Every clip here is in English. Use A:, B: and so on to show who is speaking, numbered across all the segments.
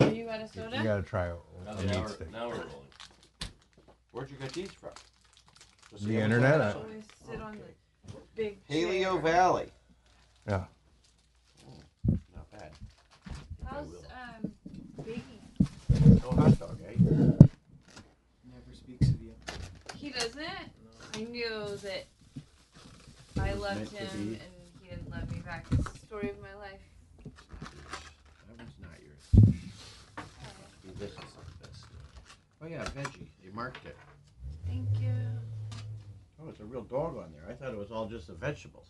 A: Are you out of
B: You
A: soda?
B: you gotta try a
C: Now,
B: a
C: now
B: meat
C: we're-
B: stick.
C: now we're rolling.
D: Where'd you get these from? Just
B: The
D: the
B: internet,
D: internet.
B: I-
A: Always sit on the big
D: Paleo
A: chair.
D: Valley. Hmm,
B: Yeah.
D: Not bad.
A: How's um Biggie?
D: No hot dog, eh?
E: Never speaks of you.
A: He doesn't.
E: No.
A: I knew that I
D: was
A: loved
D: meant to
A: him
D: be.
A: and he didn't love me back. It's the story of my life.
D: That one's not yours. See, This is like this. Oh yeah, veggie. They marked it.
A: Thank you.
D: Oh, it's a real dog on there. I thought it was all just the vegetables.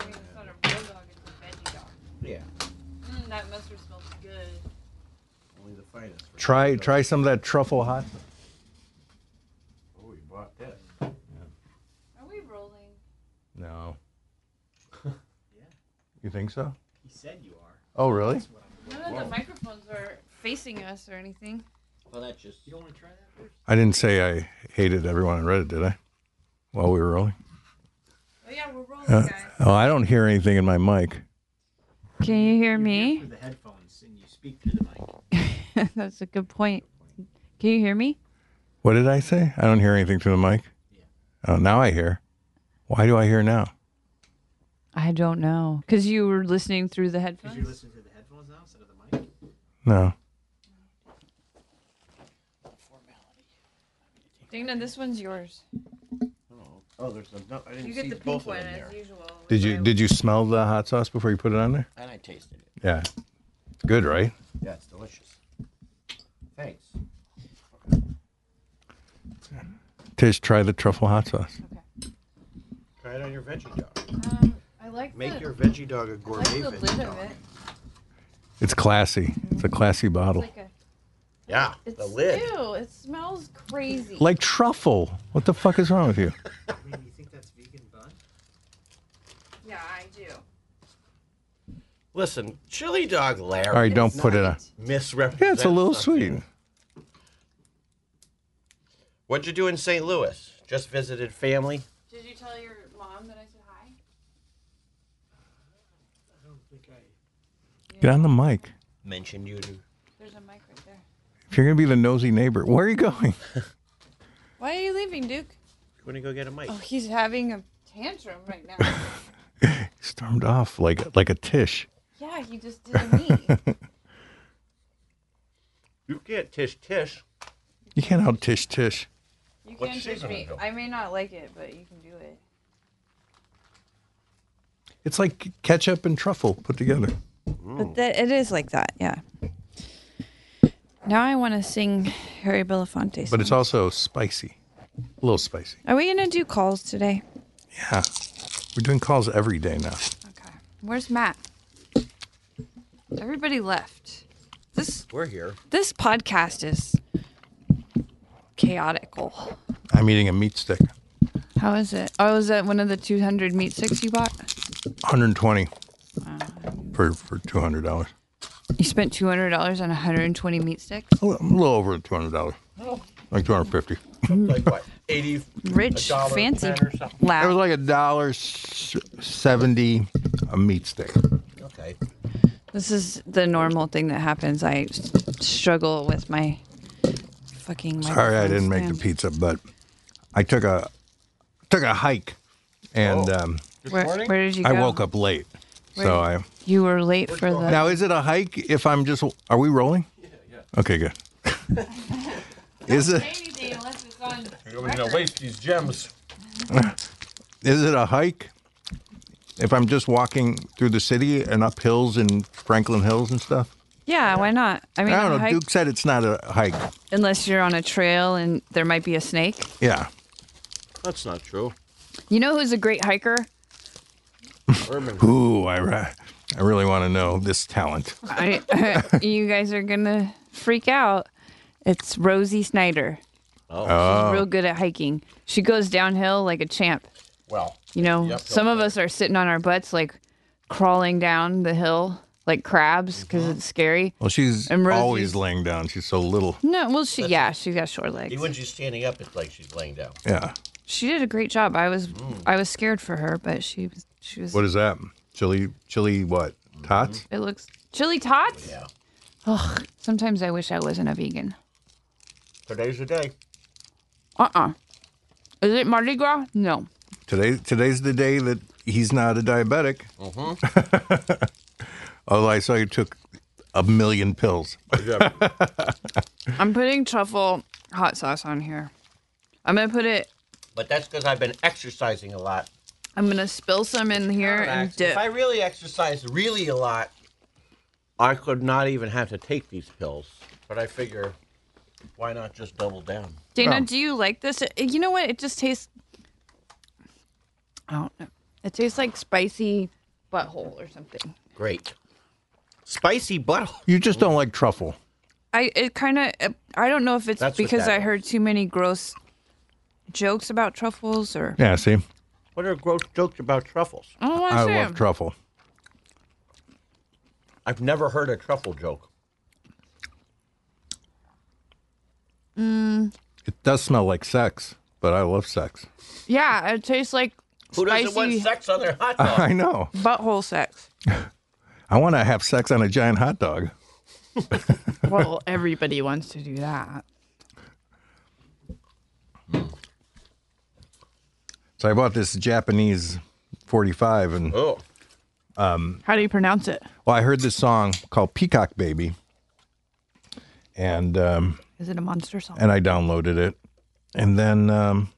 A: I mean, it's not a real dog; it's a veggie dog.
D: Yeah,
A: Mm, that mustard smells good.
D: only the finest. were
B: Try
D: marked up.
B: try some of that truffle hot.
D: Oh, you bought this.
A: Are we rolling?
B: No.
E: Yeah.
B: You think so?
E: He said you are.
B: Oh really?
E: That's what I'm.
A: None of
D: Whoa.
A: the microphones are facing us or anything.
D: Well, that's just.
E: You don't want to try that first?
B: I didn't say I hated everyone on Reddit, did I? While we were rolling.
A: Oh yeah, we're rolling,
B: Uh,
A: guys.
B: oh, I don't hear anything in my mic.
A: Can you hear
E: You're here
A: me?
E: Through the headphones, and you speak through the mic.
A: That's a good point. Can you hear me?
B: What did I say? I don't hear anything through the mic. Oh, now I hear. Why do I hear now?
A: I don't know, cause you were listening through the
E: Because
A: headphones.
E: you're listening through the headphones now instead of the mic.
B: No.
A: Dana, this one's yours.
D: Oh, oh, there's some. No, I didn't
A: You
D: see
A: get the
D: both
A: pink one
D: of them there.
A: as usual. with
B: Did you
A: my-
B: did you smell the hot sauce before you put it on there?
D: And I tasted it.
B: Yeah. It's good, right?
D: Yeah, it's delicious. Thanks.
B: Tish, try the truffle hot sauce.
D: Try it on your veggie dog.
A: Um, I like
D: Make
A: the,
D: your veggie dog a
A: I like
D: gourmet
A: the
D: veggie
A: lid
D: dog.
A: of it.
B: It's classy. It's a classy
A: It's
B: bottle.
A: like a.
D: Yeah,
A: It's,
D: the lid.
A: Ew! It smells crazy.
B: Like truffle. What the fuck is wrong with you?
E: I mean, you think that's vegan bun?
A: yeah, I do.
D: Listen, chili dog Larry
B: All right, don't
A: It's
B: put it on.
A: not.
D: misrepresents.
B: Yeah, it's a little
D: something.
B: sweet.
D: What'd you do in St. Louis? Just visited family.
A: Did you tell your mom that I said hi?
E: I don't think I.
B: Get on the mic.
D: Mentioned you.
A: There's a mic right there.
B: If you're gonna be the nosy neighbor, where are you going?
A: Why are you leaving, Duke?
D: Want to go get a mic?
A: Oh, he's having a tantrum right now.
B: Stormed off like like a Tish.
A: yeah, he just did a me.
D: You can't tish tish.
B: You can't out Tish Tish.
A: You
D: What
A: can touch
D: season
A: me.
D: is it?
A: I may not like it, but you can do it.
B: It's like ketchup and truffle put together.
D: Hmm.
A: But that it is like that, yeah. Now I want to sing Harry Belafonte.
B: But it's also spicy. A little spicy.
A: Are we gonna do calls today?
B: Yeah. We're doing calls every day now.
A: Okay. Where's Matt? Everybody left. This
D: We're here.
A: this podcast is chaotical.
B: I'm eating a meat stick.
A: How is it? Oh, is that one of the 200 meat sticks you bought?
B: 120 for for two hundred dollars.
A: You spent $200 on 120 meat sticks?
B: A little, a little over two hundred dollars, like two hundred fifty.
D: like what? Eighty.
A: Rich,
D: A dollar
A: fancy,
D: ten or something.
B: It was
A: loud.
B: like a dollar s- seventy a meat stick.
D: Okay.
A: This is the normal thing that happens. I s- struggle with my fucking.
B: Sorry, I didn't
A: microphones,
B: make
A: man.
B: the pizza, but I took a took a hike, and
D: Oh.
B: um,
A: Where,
D: morning?
A: where did you go?
B: I woke up late. So
A: Where-
B: I
A: You were late for the.
B: now is it a hike? If I'm just are we rolling? Yeah, yeah. Okay, good. is it
A: anything unless it's on.
D: You're gonna waste these gems.
B: is it a hike? If I'm just walking through the city and up hills and Franklin Hills and stuff.
A: Yeah, why not? I mean,
B: I don't know.
A: hike-
B: Duke said it's not a hike.
A: unless you're on a trail and there might be a snake.
B: Yeah.
D: That's not true.
A: You know who's a great hiker?
D: Urban.
B: Ooh, I, re- I really want to know this talent.
A: I, you guys are gonna freak out. It's Rosie Snyder.
D: Oh.
B: Uh.
A: She's real good at hiking. She goes downhill like a champ.
D: well.
A: You know,
D: Yep,
A: some of
D: okay.
A: us are sitting on our butts, like crawling down the hill like crabs because
D: Mm-hmm.
A: it's scary.
B: Well, she's
A: And Rosie's-
B: always laying down. She's so little.
A: No, well, she yeah, she's got short legs.
D: Even when she's standing up, it's like she's laying down.
B: Yeah.
A: She did a great job. I was
D: Mm.
A: I was scared for her, but she was she was.
B: What is that? Chili, chili, what? Tots?
A: it looks chili tots.
D: Yeah.
A: Ugh. Sometimes I wish I wasn't a vegan.
B: Today's the day.
A: Uh uh Is it Mardi Gras? No.
B: Today, today's the day that he's not a diabetic. Mm-hmm. Although I saw you took a million pills.
A: I'm putting truffle hot sauce on here. I'm gonna put it.
D: But that's because I've been exercising a lot.
A: I'm gonna spill some in here and
D: Relax.
A: dip.
D: If I really exercised really a lot, I could not even have to take these pills. But I figure, why not just double down?
A: Dana,
B: Oh.
A: do you like this? It- You know what? It just tastes. I don't know. It tastes like spicy butthole or something.
D: Great. Spicy butthole.
B: You just don't like truffle.
A: I it kind of. I don't know if it's
D: That's what
A: because
D: that
A: I
D: is.
A: heard too many gross jokes about truffles or.
B: Yeah, see,
D: What are gross jokes about truffles?
A: I don't want
B: I
A: to say
B: love
A: it.
B: truffle.
D: I've never heard a truffle joke.
B: It does smell like sex, but I love sex.
A: Yeah, it tastes like
D: Who doesn't want
A: spicy
D: sex on their hot dog?
B: I know.
A: butthole sex.
B: I want to have sex on a giant hot dog.
A: Well, everybody wants to do that.
B: So I bought this Japanese 45, and
D: oh,
A: How do you pronounce it?
B: well, I heard this song called Peacock Baby, and um,
A: Is it a monster song?
B: and I downloaded it, and then um,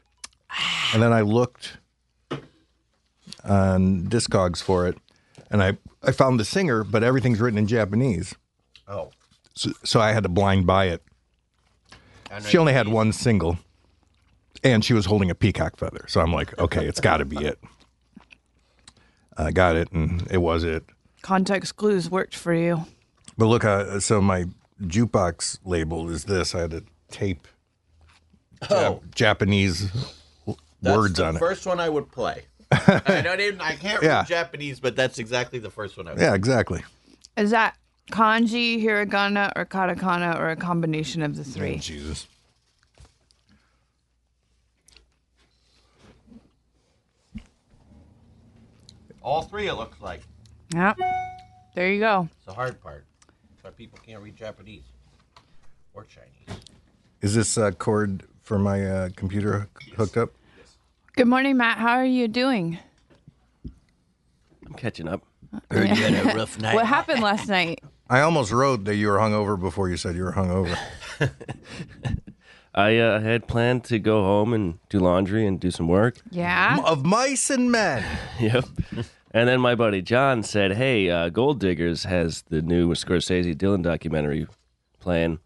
B: and then I looked on Discogs for it, and I I found the singer, but everything's written in Japanese,
D: oh.
B: so, so I had to blind buy it.
D: And
B: She
D: I-
B: only had one single, and she was holding a peacock feather. So I'm like, okay, it's got to be it. I got it, and it was it.
A: Context clues worked for you.
B: But look, uh, so my jukebox label is this. I had to tape Jap-
D: Oh.
B: Japanese w-
D: That's
B: words
D: the
B: on it.
D: First one I would play. I don't even. I can't
B: Yeah.
D: read Japanese, but that's exactly the first one I would.
B: Yeah, exactly.
A: Is that kanji, hiragana, or katakana, or a combination of the
D: Oh,
A: three?
B: Jesus.
D: All three. It looks like.
A: Yep. There you go.
D: It's the hard part. That's why people can't read Japanese or Chinese.
B: Is this uh, cord for my uh, computer h- hooked up?
A: Good morning, Matt. How are you doing?
C: I'm catching up.
B: Good.
C: You had a rough night.
A: What happened last night?
B: I almost wrote that you were hungover before you said you were hungover.
C: I uh, had planned to go home and do laundry and do some work.
A: Yeah.
B: of mice and men.
C: Yep. and then my buddy John said, "Hey, uh, Gold Diggers has the new Scorsese Dylan documentary playing,"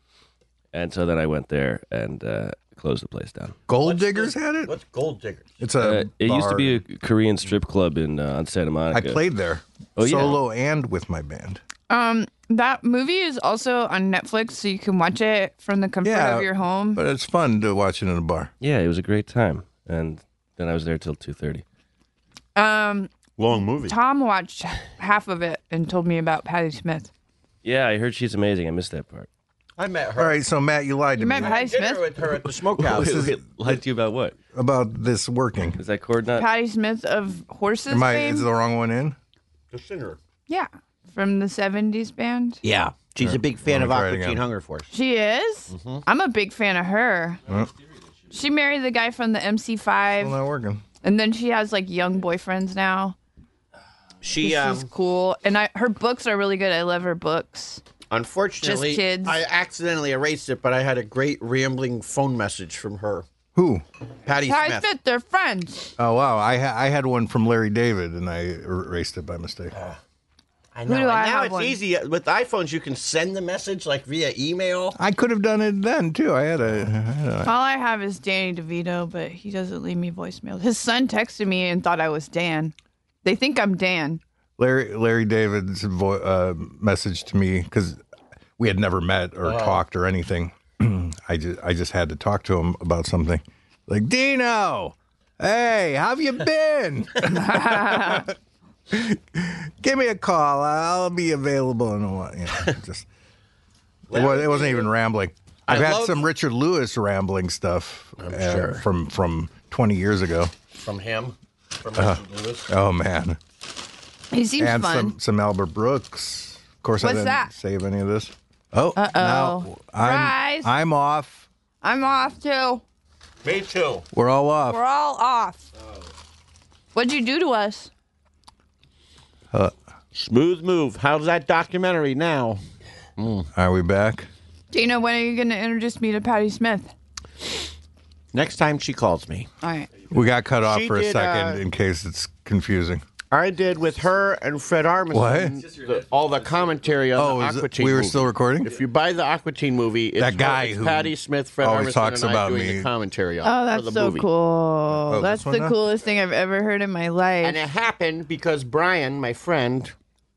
C: and so then I went there and uh, closed the place down.
B: Gold
D: What's
B: diggers
D: the-
B: had it.
D: What's gold digger?
B: It's a.
C: Uh, it used
B: bar.
C: to be a Korean strip club in uh, on Santa
B: I
C: Monica.
B: played there
C: Oh, yeah.
B: solo and with my band.
A: Um, that movie is also on Netflix, so you can watch it from the comfort
B: Yeah,
A: of your home.
B: But it's fun to watch it in a bar.
C: Yeah, it was a great time, and then I was there till two thirty.
A: Um,
D: Long movie.
A: Tom watched half of it and told me about Patty Smith.
C: Yeah, I heard she's amazing. I missed that part.
D: I met her.
B: All right, so Matt, you lied to
A: You
B: me
A: met Patty
D: Dinner
A: Smith.
D: with her at the smokehouse.
B: is-
C: lied to you about what?
B: about this working.
C: Is that cord not?
A: Patty Smith of Horses
B: Am I?
A: fame?
B: Is the wrong one in?
D: the singer.
A: yeah, from the '70s band.
D: Yeah, she's a big fan
B: Let
D: of
B: me try it again.
D: Aquatine Hunger Force.
A: She is.
B: Mm-hmm.
A: I'm a big fan of her. She married the guy from the
B: Well,
A: MC5,
B: not working.
A: and then she has like young boyfriends now.
D: She,
A: She's
D: um,
A: cool, and I her books are really good. I love her books.
D: unfortunately,
A: Just kids.
D: I accidentally erased it, but I had a great rambling phone message from her,
B: Who?
D: Patty
A: Patty
D: Smith.
A: Smith, they're friends.
B: Oh wow, I ha- I had one from Larry David, and I er- erased it by mistake.
D: I know.
A: do
D: and
A: I
D: now
A: have
D: it's
A: one?
D: easy with iPhones. You can send the message like via email.
B: I could have done it then too. I had a. I had a-
A: All I have is Danny DeVito, but he doesn't leave me voicemails. His son texted me and thought I was Dan. They think I'm Dan.
B: Larry Larry David's vo- uh, message to me because we had never met or talked or anything. I just I just had to talk to him about something. Like Dino, hey, how have you been? Give me a call. I'll be available in a while. You know, just it, was, it wasn't even rambling. I've
D: I
B: had
D: love-
B: some Richard Lewis rambling stuff uh,
D: sure.
B: from from 20 years ago.
D: From him, from Richard Lewis.
B: Oh man
A: He seems
B: and
A: fun.
B: some some Albert Brooks. Of course, I
A: What's
B: didn't
A: that?
B: save any of this. Oh,
A: Uh-oh.
B: now I'm,
A: Surprise.
B: I'm off.
A: I'm off too.
D: Me too.
B: We're all off.
A: We're all off. What'd you do to us?
D: Smooth move. How's that documentary now?
B: Are we back?
A: Dana, when are you going to introduce me to Patty Smith?
D: Next time she calls me.
A: All right.
B: We got cut off
D: She
B: for a
D: did,
B: second
D: uh,
B: in case it's confusing.
D: I did with her and Fred Armisen
B: What?
D: the- all the commentary on
B: Oh,
D: the
B: is
D: Aqua
B: it,
D: Teen
B: we were
D: movie.
B: still recording?
D: If you buy the Aqua Teen movie, it's
B: That guy
D: it's
B: who
D: Patty Smith, Fred
B: always
D: Armisen,
B: talks
D: and
B: about
D: I doing
B: me.
D: the commentary on
A: Oh,
D: for
A: that's
D: the
A: so
D: movie.
A: cool. that's
B: Oh, this one
A: the
B: now?
A: coolest thing I've ever heard in my life.
D: And it happened because Brian, my friend,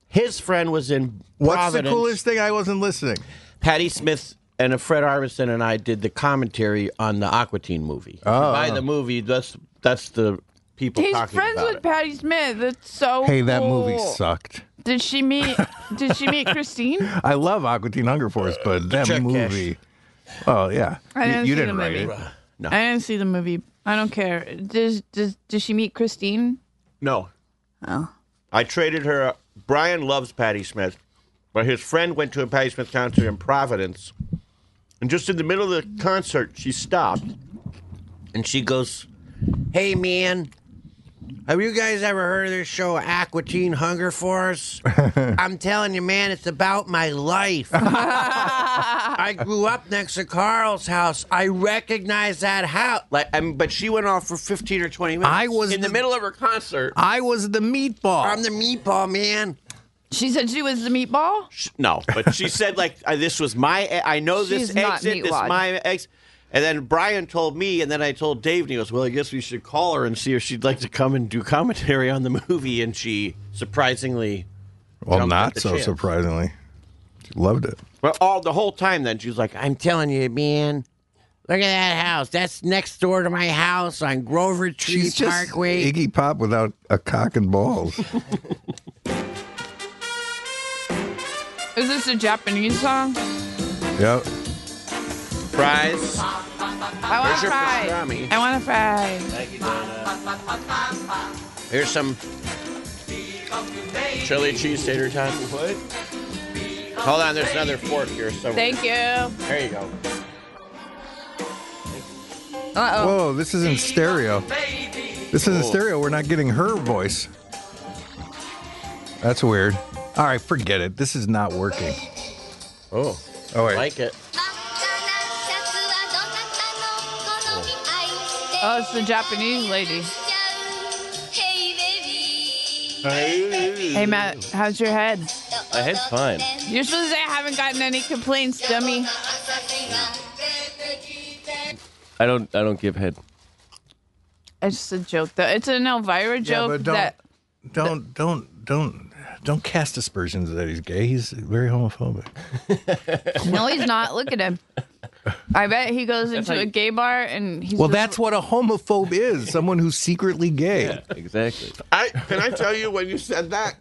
D: his friend was in
B: What's
D: Providence.
B: the coolest thing? I wasn't listening.
D: Patty Smith and a Fred Armisen and I did the commentary on the Aqua Teen movie. Oh. By the movie, that's that's the people
A: He's
D: talking
A: friends
D: about
A: with
D: it.
A: Patty Smith. That's so
B: Hey, that movie
A: cool.
B: sucked.
A: Did she meet Did she meet Christine?
B: I love Aqua Teen Hunger Force, but that
D: check
B: movie. Oh yeah,
A: I
B: You-
A: didn't
B: you
A: see the
B: didn't write it.
A: movie. I didn't see the movie. I don't care. Does does does she meet Christine?
D: No.
A: Oh.
D: I traded her. Brian loves Patty Smith, but his friend went to a Patty Smith concert in Providence. And just in the middle of the concert, she stopped and she goes, Hey, man, have you guys ever heard of this show, Aqua Teen Hunger Force? I'm telling you, man, it's about my life. I grew up next to Carl's house. I recognize that house. Like, I mean, but she went off for 15 or 20 minutes.
B: I was
D: in the,
B: the-
D: middle of her concert.
B: I was the meatball.
D: I'm the meatball man.
A: She said she was the meatball.
D: Sh- No, but she said like I- this was my. e- I know this
A: She's not
D: exit. This
A: meatwad.
D: my ex. And then Brian told me, and then I told Dave, and he goes, "Well, I guess we should call her and see if she'd like to come and do commentary on the movie." And she surprisingly,
B: well,
D: Jumped at
B: not
D: the
B: so
D: chance.
B: surprisingly, She loved it.
D: well, all the whole time, then she was like, "I'm telling you, man." Look at that house. That's next door to my house on Grover Tree
B: She's just Iggy Pop without a cock and balls.
A: Is this a Japanese song?
B: yep.
D: Fries.
A: I want
D: Here's
A: to
D: your
A: fry.
D: pastrami.
A: I want to fry.
D: Here's some chili cheese tater tots. What? Hold on, there's another fork here somewhere.
A: Thank you. Uh
D: There you go.
A: oh.
B: Whoa, this isn't stereo. This isn't stereo. We're not getting her voice. That's weird. All right, forget it. This is not working.
D: Oh,
B: Oh wait.
D: like it.
F: 真っ赤なシャツはどなたの好み愛して
A: Oh, it's the Japanese lady.
F: ちゃう Hey baby
A: Hey Matt, how's your head?
C: My head's fine.
A: You're supposed to say I haven't gotten any complaints, dummy.
F: 朝日が出てきて
C: I don't. I don't give head.
A: It's just a joke though. It's an Elvira
B: Yeah,
A: joke
B: but don't,
A: that
B: don't, don't, don't, don't cast aspersions that he's gay. He's very homophobic.
A: No, he's not. Look at him. I bet he goes into a gay bar and he's
B: Well,
A: just-
B: that's what a homophobe is someone who's secretly gay.
C: Exactly.
D: I can I tell you when you said that?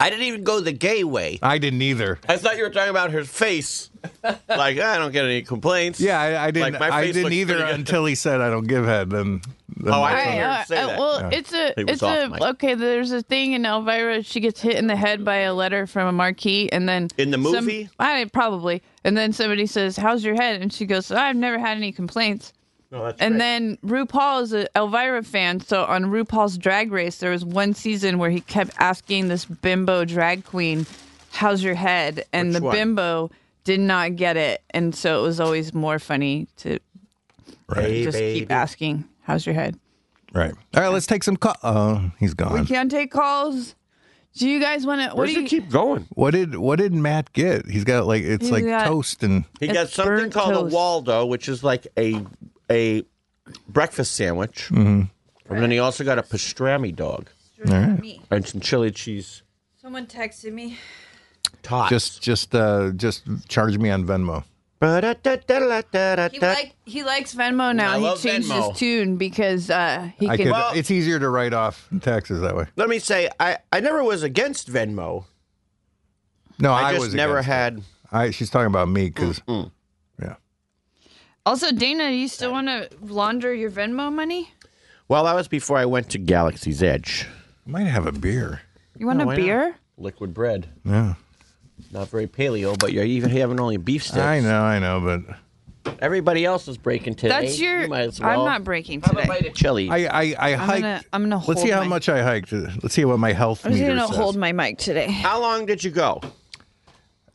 D: I didn't even go the gay way.
B: I didn't either.
D: I thought you were talking about her face. like "Ah, I don't get any complaints.
B: Yeah, I, I didn't.
D: Like, my
B: I
D: face
B: didn't
D: looks
B: either
D: pretty good.
B: until he said, "I don't give head." Then, then
D: Oh,
A: All
D: I
B: that's
D: see.
A: right, all
B: when-
D: heard him
A: right.
D: say
A: Uh,
D: that.
A: well,
B: Yeah.
A: it's a,
D: He was
A: it's
D: off
A: a
D: mic.
A: okay. There's a thing in Elvira. She gets hit in the head by a letter from a marquee, and then
D: In the
A: some-
D: movie?
A: I probably. And then somebody says, "How's your head?" And she goes, "I've never had any complaints."
D: No, that's
A: And
D: right.
A: then RuPaul is a Elvira fan, so on RuPaul's Drag Race, there was one season where he kept asking this bimbo drag queen, "How's your head?" And
D: Which
A: the
D: one?
A: bimbo did not get it, and so it was always more funny to
D: Hey,
A: just keep
D: baby.
A: asking, "How's your head?"
B: right. All right. Let's take some call. Oh, he's
A: We
B: gone.
A: can't take calls. Do you guys want to? What
D: Where's
A: do
D: it
A: you?
D: keep going?
B: What did What did Matt get? He's got like it's
A: He's
B: like
A: got-
B: toast and
D: He
A: It's
D: got something
A: burnt
D: called
A: toast.
D: a Waldo, which is like a a breakfast sandwich.
B: Mm-hmm.
D: And then he also got a pastrami dog and some chili cheese
A: Someone texted me.
D: tots.
B: just just uh just charge me on Venmo.
A: He like he likes Venmo now.
D: I
A: he
D: love
A: changed
D: Venmo.
A: his tune because uh, he
B: I
A: can.
B: could. it's easier to write off taxes that way.
D: Let me say, I, I never was against Venmo.
B: No, I,
D: I just
B: was
D: never
B: against it.
D: had.
B: I she's talking about me because yeah.
A: also, Dana, do you still want to launder your Venmo money?
D: Well, that was before I went to Galaxy's Edge.
B: I might have a beer.
A: You want
D: No,
A: a
D: why not?
A: beer?
D: Liquid bread.
B: Yeah.
D: Not very paleo, but you're even having only beef sticks.
B: I know, I know, but
D: Everybody else is breaking today.
A: That's your.
D: You might as
A: I'm
D: well
A: not breaking
D: Have a
A: today.
D: bite of chili.
B: I I, I hiked.
A: gonna- I'm gonna
B: Let's see
A: hold
B: how
A: my-
B: much I hiked. Let's see what my health
A: I'm just
B: meter
A: gonna
B: says.
A: hold my mic today.
D: How long did you go?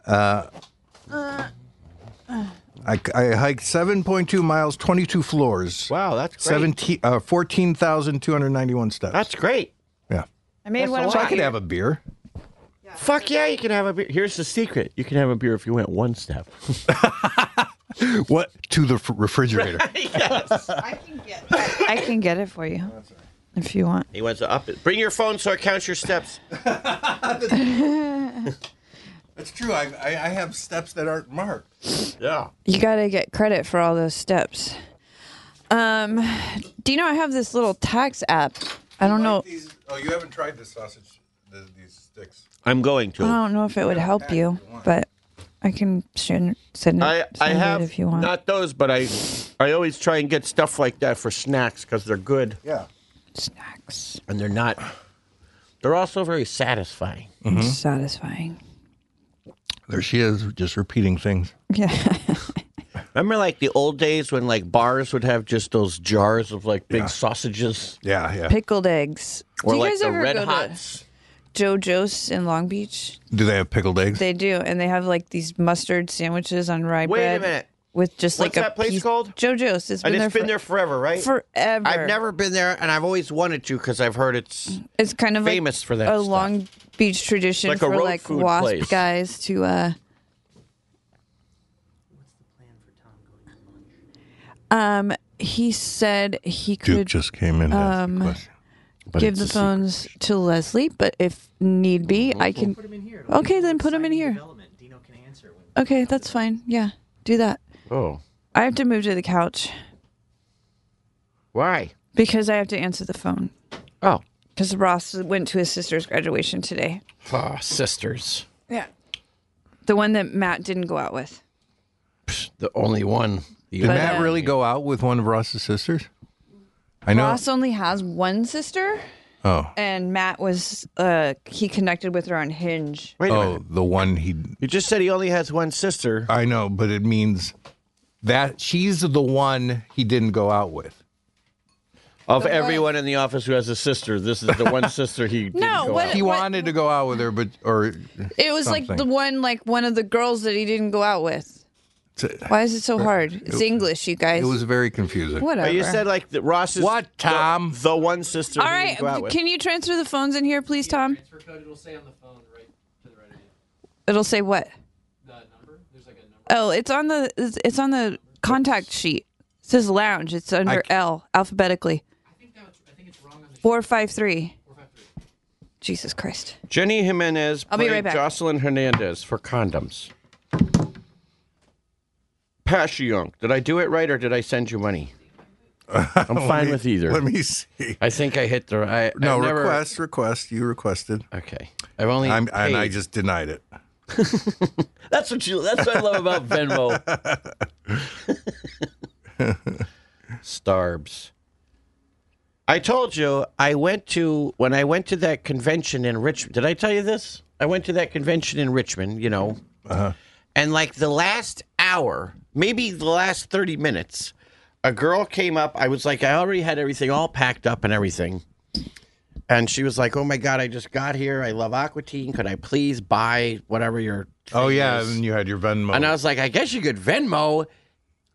B: I, I hiked 7.2 miles, 22 floors.
D: Wow, that's great.
B: 17 uh, 14,291 steps.
D: That's great.
B: yeah.
A: I made
D: That's
A: one.
D: a
A: of
B: So I
A: my-
B: could have a beer.
D: Fuck yeah, you can have a beer. Here's the secret: you can have a beer if you went one step.
B: What to the f- refrigerator?
A: I can get. I, I can get it for you, if you want.
D: He wants to up it. Bring your phone so it counts your steps.
B: That's true. I, I I have steps that aren't marked.
D: Yeah.
A: You gotta get credit for all those steps. Um, do you know I have this little tax app? I don't know.
B: These, oh, you haven't tried this sausage, the, these sticks.
D: I'm going to.
A: I don't know if it would help you, but I can send send it,
D: I, I
A: send it
D: have
A: if you want.
D: not those, but I I always try and get stuff like that for snacks because they're good
B: Yeah.
A: Snacks.
D: and they're not. They're also very satisfying.
A: Satisfying.
B: There she is, just repeating things.
A: Yeah.
D: Remember, like the old days when like bars would have just those jars of like big sausages,
B: Yeah, yeah.
A: Pickled eggs.
D: or
A: do you
D: like
A: guys
D: the
A: ever
D: red
A: go
D: hots.
A: to JoJo's in Long Beach?
B: Do they have pickled eggs?
A: They do, and they have like these mustard sandwiches on rye
D: Wait a
A: bread.
D: minute.
A: With just
D: What's
A: like a
D: that place
A: piece-
D: called?
A: JoJo's. It's been,
D: And it's
A: there,
D: been
A: for-
D: there forever, right?
A: forever.
D: I've never been there, and I've always wanted to because I've heard it's
A: It's kind of
D: famous
A: like
D: for that
A: A
D: stuff.
A: Long Beach tradition
D: Like a
A: for
D: road
A: like
D: food
A: wasp
D: place.
A: guys to. uh Um, he said he
B: Duke
A: could
B: just came in. to ask a
A: um,
B: question.
D: but
A: give
D: it's
A: the
D: a secret.
A: phones to Leslie, but if need be, I can.
G: Put him in here. It'll
A: Okay,
G: be
A: then put 'em in
G: exciting
A: here.
G: development. Dino can answer when
A: Okay, that's fine. Yeah, do that.
D: Oh,
A: I have to move to the couch
D: why?
A: because I have to answer the phone.
D: Oh,
A: Because Ross went to his sister's graduation today.
D: Ah, sisters,
A: Yeah. The one that Matt didn't go out with.
D: the only one.
B: Did
A: But,
B: Matt
A: uh,
B: really go out with one of Ross's sisters? I know.
A: Ross only has one sister,
B: oh,
A: and Matt was, uh, he connected with her on Hinge.
D: Wait a minute.
B: oh, the one he.
D: You just said he only has one sister.
B: I know, but it means that she's the one he didn't go out with.
D: Of everyone in the office who has a sister, this is the one sister he didn't
A: No,
D: go
A: what-
D: out
B: He
D: with.
B: wanted to go out with her, but or
A: It was like the
B: Something.
A: one, like one of the girls that he didn't go out with. Why is it so hard? It's English, you guys.
B: it was very confusing.
A: whatever.
D: But you said like that Ross is
B: What,
D: the-
B: Tom?
D: The, one sister.
A: All
D: he
A: right,
D: didn't go out with.
A: can you transfer the phones in here, please, Tom?
G: transfer code. It'll say on the phone right to the right of you.
A: It'll say what?
G: The number. There's like a number.
A: Oh, it's on the it's it's on the contact sheet. It says lounge. It's under L alphabetically.
G: I think that was, I think it's wrong on the
A: Four five three.
G: four five three.
A: Jesus Christ.
D: Jenny Jimenez
A: I'll be
D: played
A: right back.
D: Jocelyn Hernandez for condoms. Pashyunk, did I do it right or did I send you money? I'm fine with either.
B: Let me see.
D: I think I hit the. I,
B: No
D: I've never-
B: request, request. You requested,
D: Okay, I've only.
B: I'm, and I
D: paid.
B: just denied it.
D: That's what you. That's what I love about Venmo. Starbs. I told you I went to when I went to that convention in Richmond. Did I tell you this? I went to that convention in Richmond. You know,
B: Uh-huh.
D: and like the last hour, maybe the last thirty minutes, a girl came up. I was like, I already had everything all packed up and everything. And she was like, "Oh my god, I just got here. I love Aquatine. Could I please buy whatever your
B: Oh
D: thing
B: yeah,
D: is?"
B: and you had your Venmo.
D: And I was like, I guess you could Venmo.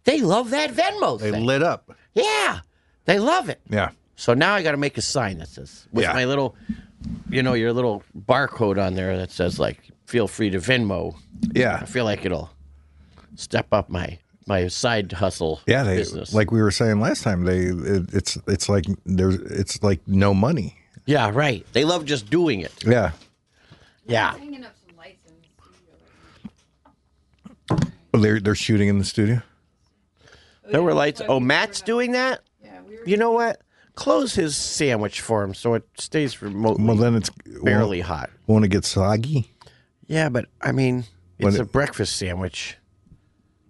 D: They love that Venmo
B: they
D: thing.
B: lit up.
D: yeah, they love it.
B: Yeah.
D: So now I got to make a sign that says with
B: Yeah.
D: my little, you know, your little barcode on there that says like, feel free to Venmo. I
B: Yeah.
D: feel like it'll step up my my side hustle.
B: Yeah, they
D: business.
B: like we were saying last time. They it, it's it's like there's it's like no money.
D: yeah, right. They love just doing it.
B: Yeah,
D: Yeah,
B: well, they're they're shooting in the studio.
D: there were lights. Oh, Matt's doing that.
A: Yeah, we were
D: You know what? Close his sandwich for him so it stays remotely
B: Well, then it's
D: barely hot.
B: Want to get soggy?
D: Yeah, but I mean,
B: When
D: it's
B: it-
D: a breakfast sandwich.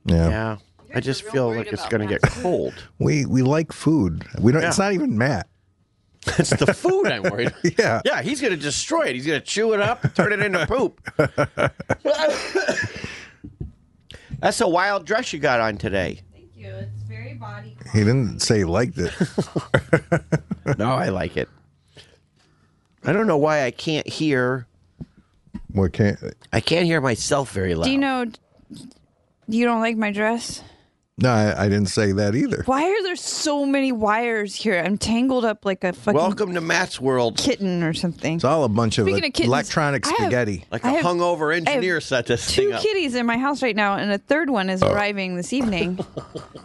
B: Yeah.
D: Yeah. I just
A: real
D: feel
A: worried
D: like it's
A: about
D: going to
A: that.
D: get cold.
B: We we like food. We don't. It's
D: Yeah.
B: not even Matt.
D: It's the food I'm worried.
B: Yeah.
D: Yeah, he's gonna destroy it. He's gonna chew it up, turn it into poop. That's a wild dress you got on today.
H: Thank you. It's very body.
B: He didn't say he liked it.
D: No, I like it. I don't know why I can't hear.
B: What can't?
D: I can't hear myself very loud.
A: Do you know? You don't like my dress?
B: No, I, I didn't say that either.
A: Why are there so many wires here? I'm tangled up like a fucking
D: Welcome to Matt's world.
A: kitten or something.
B: It's all a bunch of,
A: Speaking of kittens,
B: electronic
A: I have-
B: spaghetti.
D: Like
A: I
D: a
A: have-
D: hungover
A: I have
D: engineer set this
A: Two
D: thing up.
A: kitties in my house right now, and a third one
B: Oh.
A: is arriving this evening.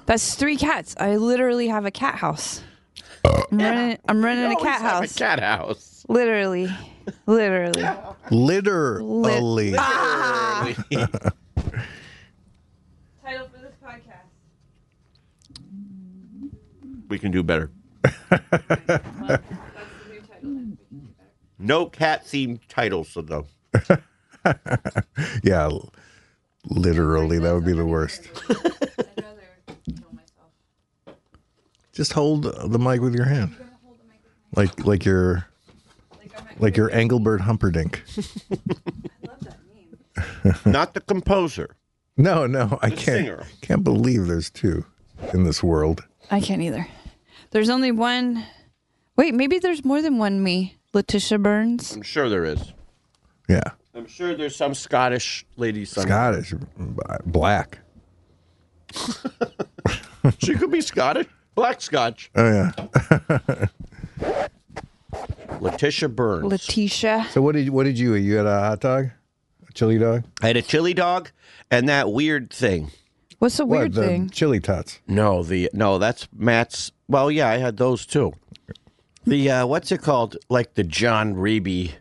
A: That's three cats. I literally have a cat house.
B: Uh.
A: I'm running, I'm running a cat
D: Have
A: house.
D: A cat house.
A: Literally. Literally.
B: Literally.
A: Ah.
H: Title for this podcast.
D: we can do better. No cat themed titles, though.
B: yeah. l- Literally, that would be the worst.
H: I'd rather kill myself.
B: Just hold the mic with your hand, like like your
H: Like I'm not.
B: like your Engelbert Humperdinck.
H: I love that name.
D: Not the composer.
B: No, no, I
D: singer.
B: can't. Can't believe there's two in this world.
A: I can't either. There's only one. Wait, maybe there's more than one me. Letitia Burns.
D: I'm sure there is.
B: Yeah,
D: I'm sure there's some Scottish lady somewhere.
B: Scottish, black.
D: She could be Scottish. Black Scotch.
B: Oh yeah.
D: Letitia Burns.
A: Letitia.
B: So what did what did you eat? You had a hot dog, a chili dog.
D: I had a chili dog and that weird thing.
A: What's the weird
B: what, the
A: thing?
B: Chili tots.
D: No, the no, that's Matt's. Well, yeah, I had those too. The uh, what's it called? Like the John Reeby.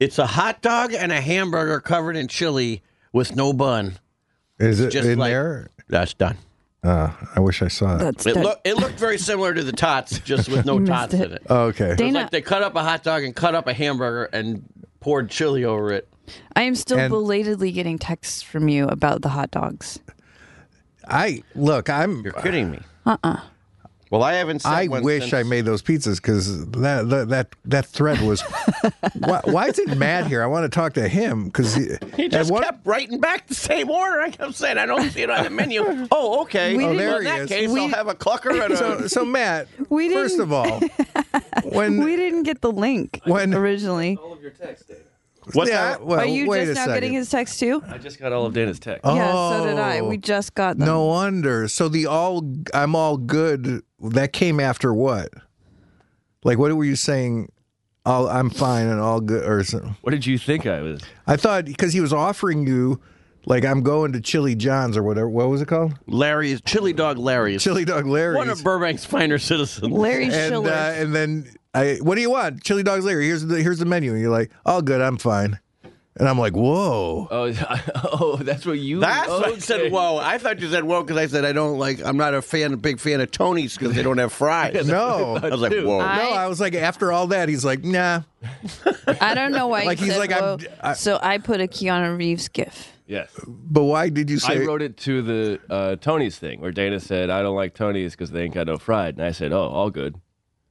D: It's a hot dog and a hamburger covered in chili with no bun.
B: Is it
D: just
B: in
D: like-
B: there?
D: That's done.
B: Uh, I wish I saw it.
A: That's
D: It,
A: that-
D: loo- it looked very similar to the tots, just with no tots in it.
B: Oh, okay.
A: Dana,
D: Like they cut up a hot dog and cut up a hamburger and poured chili over it.
A: I am still
B: And-
A: belatedly getting texts from you about the hot dogs.
B: I look. I'm.
D: You're kidding me. Uh uh
A: Uh-uh.
D: Well, I haven't. Sent
B: I
D: one
B: wish
D: since-
B: I made those pizzas because that, that that that thread was. why, why isn't Matt here? I want to talk to him because he,
D: He just
B: at one-
D: kept writing back the same order. I kept saying, I don't see it on the menu. oh, okay.
A: We
D: well,
A: didn't-
B: there
D: in
B: he
D: that
B: is.
D: case,
B: We-
D: I'll have a clucker and a.
B: So, uh, so Matt,
A: We
B: first
A: didn't-
B: of all, when
A: We didn't get the link
B: When-
A: originally.
I: All of your text data.
D: What's
B: yeah,
D: that?
B: well,
A: Are you
B: Oh, wait
A: just
B: a
A: now
B: second.
A: getting his text too?
C: I just got all of Dana's text.
A: yeah, so did I.
B: Oh.
A: We just got them.
B: No wonder. So the all I'm all good that came after what? Like what were you saying? All I'm fine and all good or something.
C: What did you think I was?
B: I thought because he was offering you like I'm going to Chili John's or whatever. What was it called?
D: Larry's Chili Dog Larry's.
B: Chili Dog Larry's.
D: One of Burbank's finer citizens.
A: Larry
B: and
A: Schiller.
B: uh, and then I what do you want? Chili Dogs Larry. Here's the here's the menu. And you're like, all good. I'm fine. And I'm like, whoa.
C: Oh, oh, that's what you.
D: That's why I
C: okay.
D: said whoa. I thought you said whoa because I said I don't like. I'm not a fan, a big fan of Tony's because they don't have fries.
B: No.
D: I was like whoa.
B: No, I was like, after all that, he's like, nah.
A: I don't know why.
B: Like,
A: he
B: he's
A: said,
B: like, I'm-
A: "Whoa."
B: I-
A: so I put a Keanu Reeves gif.
C: Yes,
B: But why did you
C: I
B: say?
C: wrote it to the uh, Tony's thing where Dana said I don't like Tony's because they ain't got no fried, and I said, oh, all good.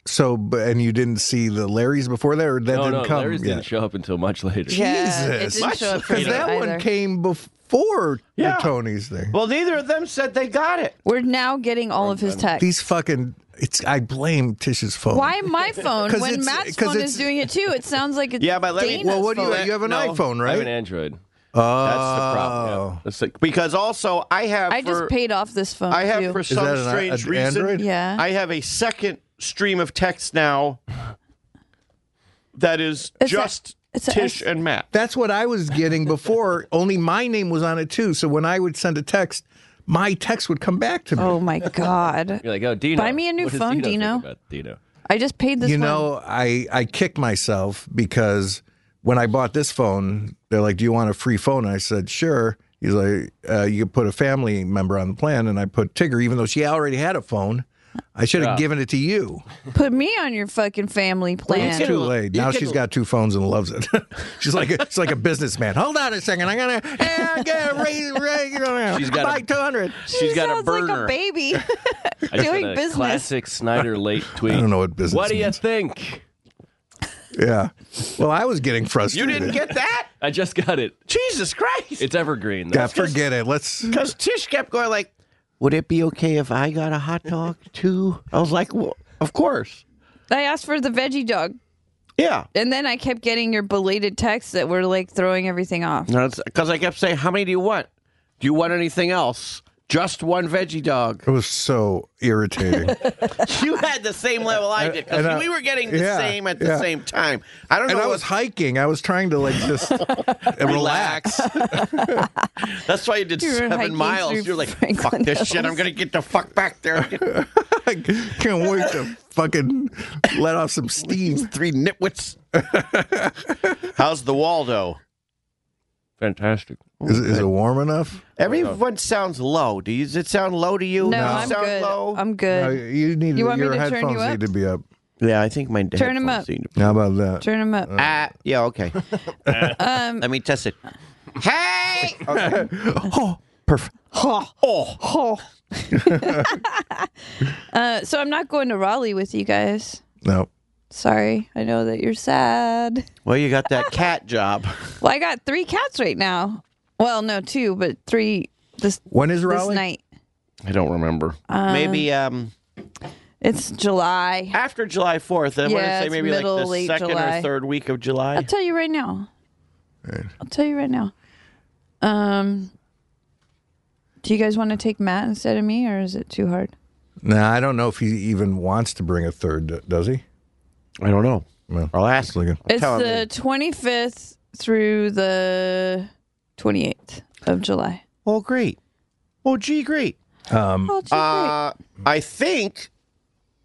B: So, but and you didn't see the Larrys before that, or that
C: no,
B: didn't
C: no,
B: come.
C: Larry's didn't show up until much later.
A: Yeah, it
B: Jesus.
A: didn't show up for
B: because
A: me
B: that
A: either.
B: one came before
D: Yeah.
B: the Tony's thing.
D: Well, neither of them said they got it.
A: We're now getting all of his texts.
B: These fucking. It's. I blame Tish's phone.
A: Why my phone
B: 'Cause
A: when
B: it's-
A: Matt's
B: 'cause
A: phone
B: it's-
A: is doing it too? It sounds like it's
D: Yeah, but let me-
A: Dana's
B: Well, what do you?
A: phone.
B: You have an
D: No.
B: iPhone,
C: I have
B: right?
C: an Android.
B: oh,
D: That's the problem. yeah. That's the- because also I have.
A: I just
D: for-
A: paid off this phone.
D: I have
A: too.
D: for
B: Is
D: some
B: that an,
D: strange
B: an
D: reason.
B: Android?
A: yeah.
D: I have a second stream of text now that is
A: It's a-
D: just
A: it's a-
D: Tish and Matt.
B: That's what I was getting before. only my name was on it too. So when I would send a text, my text would come back to me.
A: oh my god!
C: You're like, oh, Dino.
A: Buy me a new
C: What does
A: phone,
C: Dino. think
A: Dino.
C: about Dino.
A: I just paid this.
B: you
A: one.
B: know, I I kicked myself because when I bought this phone, they're like, "Do you want a free phone?" I said, "Sure." He's like, uh, "You put a family member on the plan," and I put Tigger, even though she already had a phone. I should have
C: Yeah.
B: given it to you.
A: Put me on your fucking family plan.
B: It's too late.
C: you
B: Now
C: can-
B: she's got two phones and loves it. she's like a, she's like a businessman. Hold on a second. I'm gonna, hey, I'm gonna raise, raise you know,
C: She's got a-
B: buy two hundred.
C: She's got a
A: sounds like
C: burner.
A: a baby.
C: I just
A: doing
C: got a
A: business.
C: Classic Snyder late tweet.
B: I don't know what business.
C: What do you
B: means.
C: think?
B: Yeah. Well, I was getting frustrated.
D: that?
C: I just got it.
D: Jesus Christ!
C: It's evergreen.
B: Yeah,
C: Though.
B: forget it. Let's.
D: Because Tish kept going like, "Would it be okay if I got a hot dog too?" I was like, well, "Of course,
A: I asked for the veggie dog,
D: yeah."
A: and then I kept getting your belated texts that were like throwing everything off.
D: Because I kept saying, "How many do you want? Do you want anything else? Just one veggie dog."
B: It was so irritating.
D: you had the same level I did because
B: And I-
D: we were getting the
B: yeah,
D: same at the
B: yeah.
D: same time. I don't
B: and
D: know.
B: I was hiking. I was trying to like just relax.
D: what- that's why you did
A: You were
D: seven
A: hiking
D: miles.
A: through
D: You're like, "Fuck
A: Franklin
D: this shit! I'm
A: Hills."
D: gonna get the fuck back there."
B: I can't wait to fucking let off some steam.
D: Three nitwits. How's the Waldo?
C: Fantastic.
B: Is, is it warm enough?
D: Everyone sounds low. Do you, does it sound low to you?
A: No,
D: Does it
A: I'm
D: sound
A: good.
D: low?
A: I'm
B: Uh,
A: good.
B: you need
A: You want me
B: your
A: to turn you
B: headphones
A: up?
B: need to be up.
D: Yeah, I think my
A: Turn 'em
D: headphones
A: up.
D: seem to-
B: How about that?
A: Turn him up.
D: Ah, yeah, okay.
A: Um,
D: Let me test it. Hey! Okay.
B: Oh, perfect.
D: Oh,
A: uh, so I'm not going to Raleigh with you guys.
B: No.
A: Sorry, I know that you're sad.
D: well, you got that cat job.
A: Well, I got three cats right now. Well, no, two, but three this
B: When is
A: this
B: Raleigh?
A: night.
D: I don't remember. maybe um
A: It's July.
D: after July fourth. I want
A: Yeah,
D: to say
A: it's
D: maybe
A: middle,
D: like the
A: late
D: second or
A: July.
D: third week of
A: I'll
D: July.
A: tell you right now.
B: Right.
A: I'll tell you right now. Um, do you guys want to take Matt instead of me, or is it too hard?
B: Nah, I don't know if he even wants to bring a third. d- Does he?
D: I don't know.
B: Well,
D: I'll ask.
B: like a-
A: It's
D: Tell me.
A: the 25th through the 28th of July.
D: Oh, great. Oh, gee, great.
B: Mm.
A: Oh, gee, great.
D: Uh, I think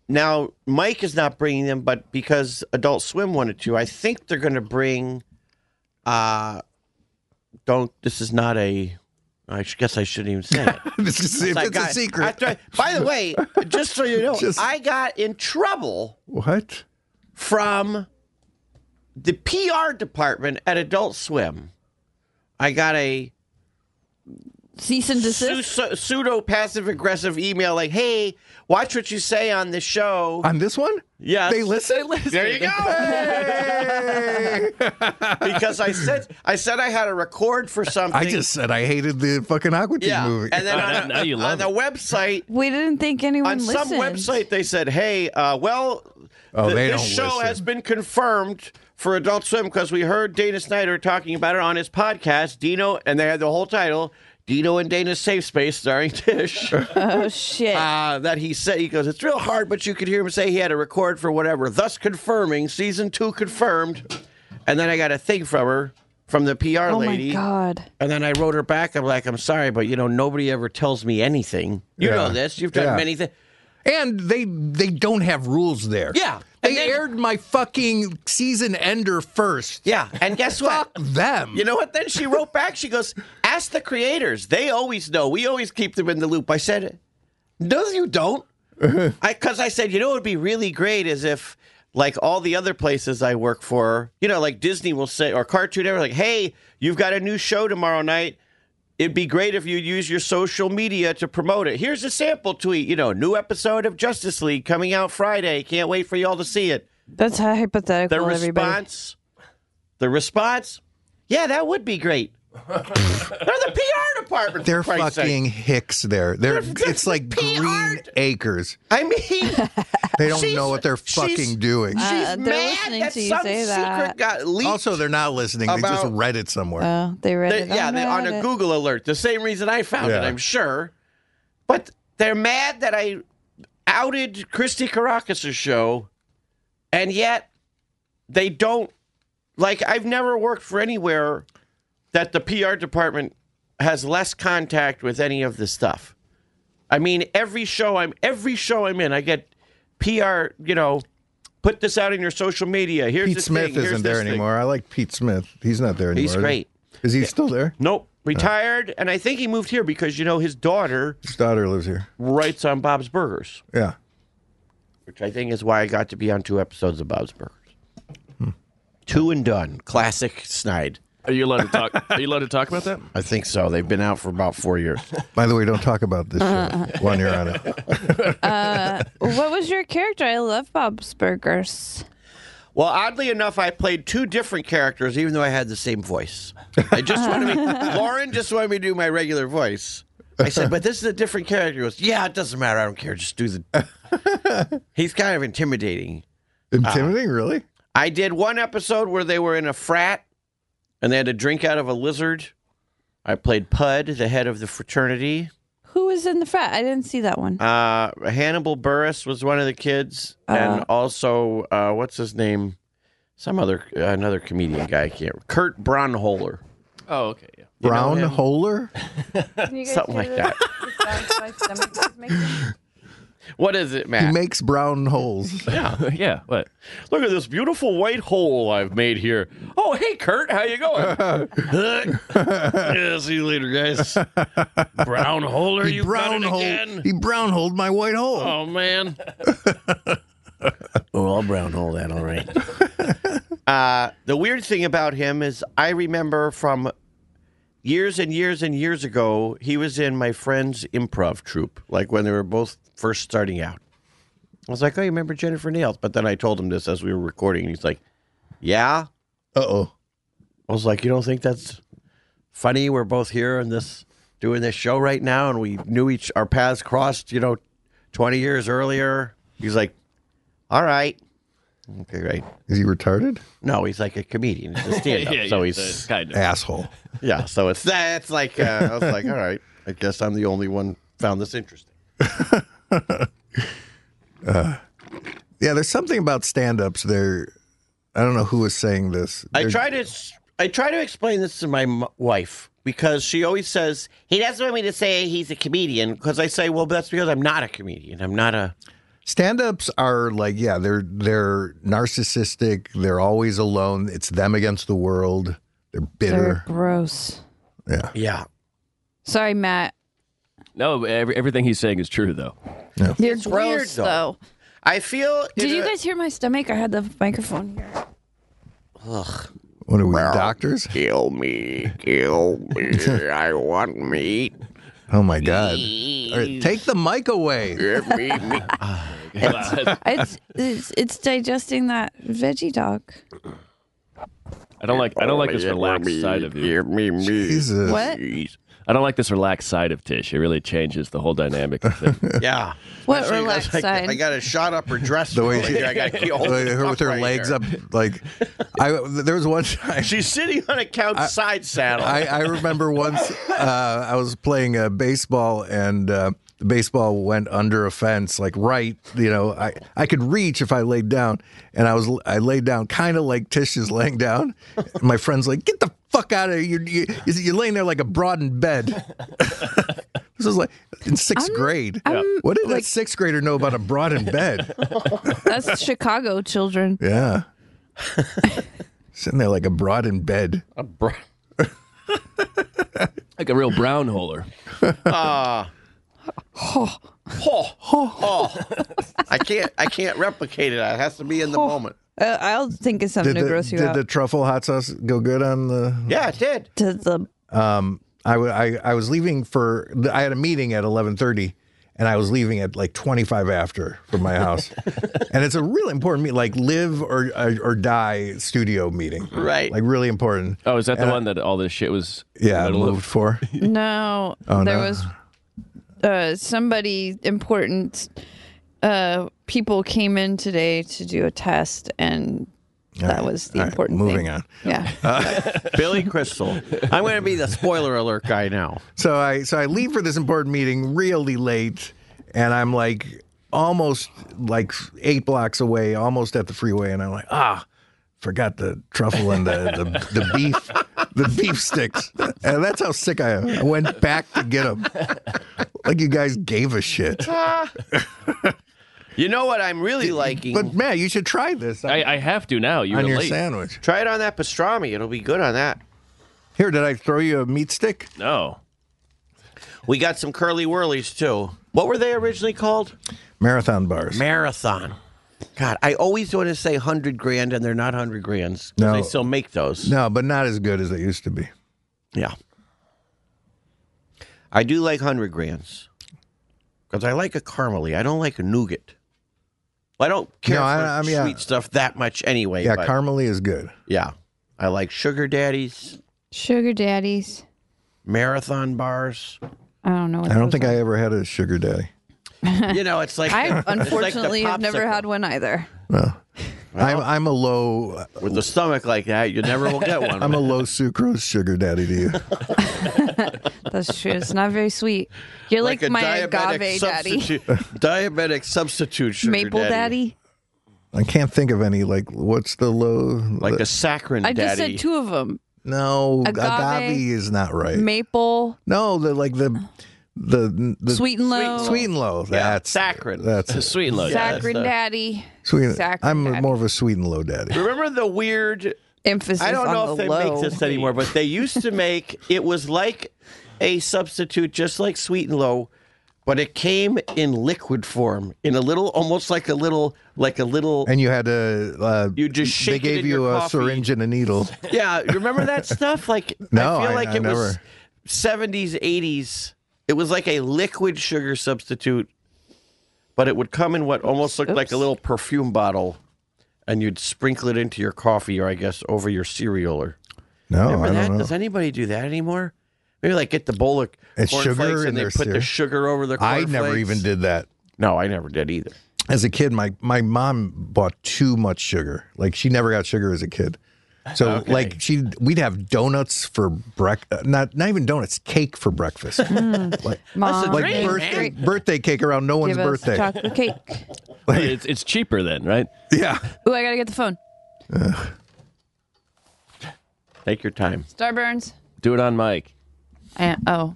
D: now Mike is not bringing them, but because Adult Swim wanted to, I think they're going to bring. Uh, don't. This is not a. I sh- guess I shouldn't even say it.
B: This is- if
D: I
B: it's a
D: got-
B: secret.
D: I- I- by the way, just so you know,
B: Just-
D: I got in trouble
B: what?
D: from the PR department at Adult Swim. I got a
A: Cease and
D: su-
A: desist.
D: su- pseudo passive aggressive email like, "Hey, watch what you say on this show."
B: On this one?
D: Yes.
B: They listen?
D: There you go.
B: Hey!
D: because I said I said I had to record for something.
B: I just said I hated the fucking Aqua Teen
D: yeah.
B: movie.
D: And then on,
C: Now you
D: on
C: love
D: the website
A: We didn't think anyone
D: on
A: listened.
D: some website they said, "Hey, uh, well,
B: Oh,
D: th-
B: they
D: this
B: don't
D: show
B: listen.
D: has been confirmed for Adult Swim because we heard Dana Snyder talking about it on his podcast, Dino, and they had the whole title." Dino and Dana's Safe Space starring Tish.
A: Oh shit!
D: uh, that he said, he goes, it's real hard, but you could hear him say he had to record for whatever, thus confirming season two confirmed. And then I got a thing from her, from the PR
A: oh
D: lady.
A: my god!
D: And then I wrote her back. I'm like, I'm sorry, but you know, nobody ever tells me anything. You
B: Yeah.
D: know this. You've done
B: Yeah.
D: many things.
B: And they they don't have rules there.
D: Yeah.
B: They
D: And then-
B: aired my fucking season ender first.
D: Yeah. And guess what?
B: Fuck them.
D: You know what? Then she wrote back. She goes, Ask the creators. They always know. We always keep them in the loop. I said, No, you don't. Because I, said, You know what would be really great is if, like all the other places I work for, you know, like Disney will say, or Cartoon Network, like, Hey, you've got a new show tomorrow night. It'd be great if you'd use your social media to promote it. Here's a sample tweet. You know, new episode of Justice League coming out Friday. Can't wait for y'all to see it
A: That's
D: the
A: hypothetical. everybody.
D: response the response yeah that would be great they're the pr department for
B: They're
D: Christ's sake.
B: fucking hicks there. They're,
D: They're-
B: it's like
D: they're
B: green
D: PR.
B: acres.
D: i mean
B: They don't
D: She's-
B: know what they're
D: she's-
B: fucking doing.
A: Uh,
D: she's
A: they're
D: mad
A: listening
D: that
A: to you
D: some
A: say
D: secret
A: that.
D: got leaked
B: Also, they're not listening. they just
D: About-
B: read it somewhere.
A: Oh, they read
D: They-
A: it.
D: yeah
A: on
D: they're on a
A: Reddit.
D: google alert the same reason i found it
B: Yeah.
D: i'm sure but they're mad that i outed christy caracas's show and yet they don't like i've never worked for anywhere that the pr department has less contact with any of this stuff i mean every show i'm every show i'm in i get pr you know put this out in your social media here's
B: Pete
D: this
B: Smith
D: thing, here's
B: isn't
D: this
B: there
D: thing.
B: anymore. I like Pete Smith. He's not there anymore.
D: He's
B: is he?
D: great.
B: Is he still there?
D: nope retired and i think he moved here because you know his daughter
B: His daughter lives here.
D: writes on Bob's Burgers.
B: Yeah.
D: which I think is why I got to be on two episodes of Bob's Burgers. Two and done, classic Snide.
C: Are you allowed to talk? Are you allowed to talk about that?
D: I think so. They've been out for about four years.
B: By the way, don't talk about this shit when you're on it.
A: What was your character? I love Bob's Burgers.
D: Well, oddly enough, I played two different characters, even though I had the same voice. I just wanted me. Lauren just wanted me to do my regular voice. I said, "But this is a different character." He goes, "Yeah, it doesn't matter. I don't care. Just do the." He's kind of intimidating.
B: Intimidating, really?
D: I did one episode where they were in a frat, and they had to drink out of a lizard. I played Pud, the head of the fraternity.
A: Who was in the frat? I didn't see that one.
D: Uh, Hannibal Burris was one of the kids, and also uh, what's his name? Some other uh, another comedian guy. I can't. Kurt Braunholer,
C: Oh, okay. Yeah.
D: You know
B: Brown
D: him?
B: holer?
J: Can you guys
D: Something
J: hear
D: like
J: the- the sounds my stomach is making?
D: What is it,
B: He
D: Matt?
B: makes brown holes.
C: Yeah. yeah. What?
D: Look at this beautiful white hole I've made here.
C: Oh, hey, Kurt. How you going?
D: yeah, see you later, guys. Brown hole, are
B: He
D: you
B: brown
D: brown
B: hole.
D: again?
B: He brown holed my white hole.
D: Oh man. oh, I'll brown hole that. All right. uh, the weird thing about him is, I remember from years and years and years ago, he was in my friend's improv troupe, like when they were both first starting out. I was like, "Oh, you remember Jennifer Nails?" But then I told him this as we were recording, and he's like, "Yeah."
B: Uh oh.
D: I was like, "You don't think that's funny? We're both here and this doing this show right now, and we knew each our paths crossed, you know, twenty years earlier." He's like, "All right, okay, right."
B: Is he retarded?
D: No, he's like a comedian, he's a stand-up,
C: yeah,
D: so
C: yeah,
D: he's
C: kind of.
B: Asshole.
D: yeah. So it's that's like uh, I was like, "All right, I guess I'm the only one found this interesting."
B: Yeah, there's something about stand ups there. I don't know who was saying this.
D: I
B: They're-
D: try to I try to explain this to my m- wife because she always says he doesn't want me to say he's a comedian because I say, "Well, that's because I'm not a comedian. I'm not a."
B: Stand-ups are like, yeah, they're they're narcissistic. They're always alone. It's them against the world.
A: They're
B: They're bitter.
A: gross.
B: Yeah.
D: Yeah,
A: Sorry, Matt.
C: No, every, everything he's saying is true though.
A: They're gross
D: It's weird, though.
A: though.
D: I feel.
A: Did
D: in
A: you
D: a-
A: guys hear my stomach? I had the microphone here.
B: What are we, doctors?
D: Kill me, kill me. I want meat.
B: Oh my god! All right, take the mic away.
D: Give me meat.
A: It's it's, it's digesting that veggie dog.
C: I don't like. I don't
B: Oh,
C: like this relaxed side of you.
D: Give me meat.
B: Jesus.
A: What?
C: I don't like this relaxed side of Tish. It really changes the whole dynamic. Of it.
D: Yeah.
A: What
D: Actually,
A: relaxed
D: I, I
A: side?
D: got a shot up her dress.
B: The way
D: earlier.
B: she-
D: I got
B: Like, her with her legs up, like I. There was one time
D: She's sitting on a couch side saddle.
B: I, I remember once uh, I was playing uh, baseball and uh, the baseball went under a fence, like right, you know, I, I could reach if I laid down. And I was I laid down kind of like Tish is laying down. And my friend's like, get the fuck out of here. You, you, you're laying there like a broadened bed. this was like in 6th grade.
A: I'm-
B: what did that
A: like-
B: sixth grader know about a broadened bed?
A: That's Chicago children.
B: yeah. Sitting there like a broadened bed.
C: like a real brown holer.
D: oh, I can't. I can't replicate it. It has to be in the moment.
A: Uh, I'll think of something
B: Did,
A: to
B: the,
A: gross you
B: did
A: out.
B: the truffle hot sauce go good on the
D: Yeah, it did.
A: to the
B: I, w- I, I was leaving for I had a meeting at 11:30 and I was leaving at like 25 after from my house. and it's a really important meet like live or or, or die studio meeting.
D: Right.
B: Like really important.
C: Oh, is that the one that all this shit was? in
B: Yeah,
C: the
B: I
C: middle of?
B: moved for.
A: No, there
B: Oh, no.
A: was uh, somebody important. Uh, people came in today to do a test, and that was the
B: All right,
A: important
B: moving
A: thing.
B: on.
A: Yeah,
D: Billy Crystal. I'm going to be the spoiler alert guy now.
B: So I so I leave for this important meeting really late, and I'm like almost like eight blocks away, almost at the freeway, and I'm like, ah, forgot the truffle and the the, the beef, the beef sticks, and that's how sick I am. I went back to get them, like you guys gave a shit.
D: You know what I'm really liking?
B: But man, you should try this on,
C: I, I have to now. You were
B: your
C: late.
B: sandwich.
D: Try it on that pastrami. It'll be good on that.
B: Here, did I throw you a meat stick?
C: No.
D: We got some curly whirlies too. What were they originally called?
B: Marathon bars.
D: Marathon. God, I always want to say hundred grand, and they're not hundred grands. 'cause
B: No.
D: they still make those.
B: no, but not as good as they used to be.
D: Yeah, I do like hundred grands because I like a caramely. I don't like a nougat. Well, I don't care
B: No,
D: for
B: I- I mean, yeah.
D: sweet stuff that much anyway.
B: Yeah,
D: but
B: Carmelie is good.
D: yeah, I like sugar daddies,
K: Sugar daddies.
D: marathon bars.
A: I don't know. What
B: I don't think I ever had a sugar daddy.
D: You know, it's like
A: I
D: it's like the
A: unfortunately have never
D: popsicle.
A: had one either.
B: No. I'm, I'm a low
D: with a stomach like that. You never will get one.
B: I'm a low sucrose sugar daddy to you.
A: That's true. It's not very sweet. You're like,
D: a
A: my
D: diabetic
A: agave daddy,
D: substitute, diabetic substitute sugar
A: maple daddy.
B: I can't think of any. Like, what's the low?
D: like a saccharin
A: I just
D: daddy.
A: said two of them.
B: no
A: agave-
B: agave, is not right.
A: Maple,
B: no, the like the the, the
A: sweet and low,
B: sweet and low. That's
D: saccharin.
B: That's
C: It's
B: it.
C: sweet and low.
D: Sac-
A: saccharin
D: Yeah,
A: daddy.
B: sweet.
A: Saccharin
B: I'm
A: daddy.
B: more of a sweet and low daddy.
D: Remember the weird?
A: Emphasis
D: I don't
A: on
D: know
A: the
D: if they
A: low.
D: make this anymore, but they used to make it was like a substitute, just like sweet and low, but it came in liquid form, in a little, almost like a little, like a little.
B: And you had to. Uh,
D: You just
B: they
D: shake it
B: gave
D: in
B: you
D: your
B: a
D: coffee.
B: syringe and a needle.
D: yeah, remember that stuff? Like
B: No,
D: I feel
B: I-
D: like
B: I
D: it was
B: never-
D: seventies, eighties. It was like a liquid sugar substitute, but it would come in what almost looked like a
A: Oops.
D: little perfume bottle, and you'd sprinkle it into your coffee, or I guess over your cereal, or
B: No,
D: remember
B: Oh, I
D: that?
B: don't know.
D: Does anybody do that anymore? Maybe like get the bowl of
B: It's
D: cornflakes
B: sugar in
D: and they
B: their
D: put the
B: cereal.
D: sugar over the.
B: I
D: cornflakes.
B: never even did that.
D: No, I never did either.
B: as a kid, my my mom bought too much sugar. Like she never got sugar as a kid. So like she we'd have donuts for breakfast. Not not even donuts, cake for breakfast. like
A: Mom,
B: like
D: Great,
B: birthday,
A: man.
B: birthday cake around no one's
A: give us
B: birthday.
A: chocolate cake.
C: It's, it's cheaper then, right?
B: yeah.
A: Ooh, I gotta get the phone.
D: Take your time.
A: Starburns.
C: Do it on mic.
A: And, oh,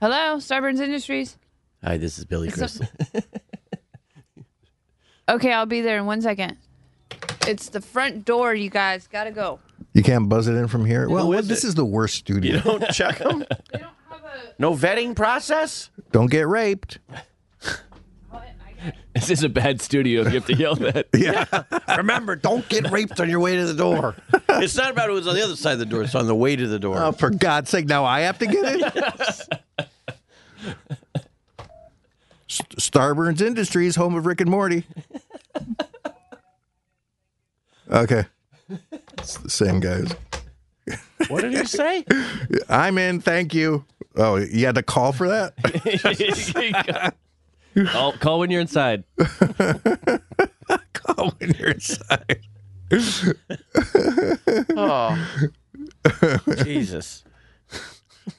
A: hello, Starburns Industries.
D: Hi, this is Billy Crystal.
A: Okay, I'll be there in one second. It's the front door, you guys. Gotta go.
B: You can't buzz it in from here. Well,
D: is
B: this is the worst studio.
D: Don't check them.
A: They don't have a.
D: No vetting process.
B: Don't get raped.
C: This is a bad studio if you have to yell that.
B: Yeah.
D: Remember, don't get raped on your way to the door. It's not about who's on the other side of the door. It's on the way to the door.
B: oh, for God's sake! Now I have to get in. S- Starburns Industries, home of Rick and Morty. Okay, it's the same guys.
D: what did he say?
B: I'm in. Thank you. Oh, you had to call for that.
C: call, call when you're inside.
B: call when you're inside.
D: Oh, Jesus.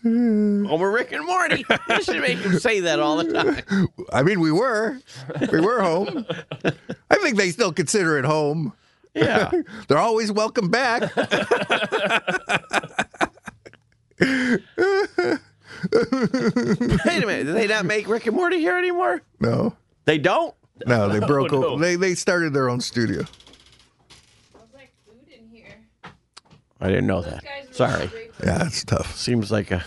D: Homer, Rick, and Morty. You should make him say that all the time.
B: I mean, we were, we were home. I think they still consider it home.
D: Yeah.
B: They're always welcome back.
D: Wait a minute. Do they not make Rick and Morty here anymore?
B: No,
D: They don't.
B: Oh, no, they broke. o- They they started their own studio.
D: I didn't know that. Sorry.
B: Yeah, it's tough.
D: Seems like a.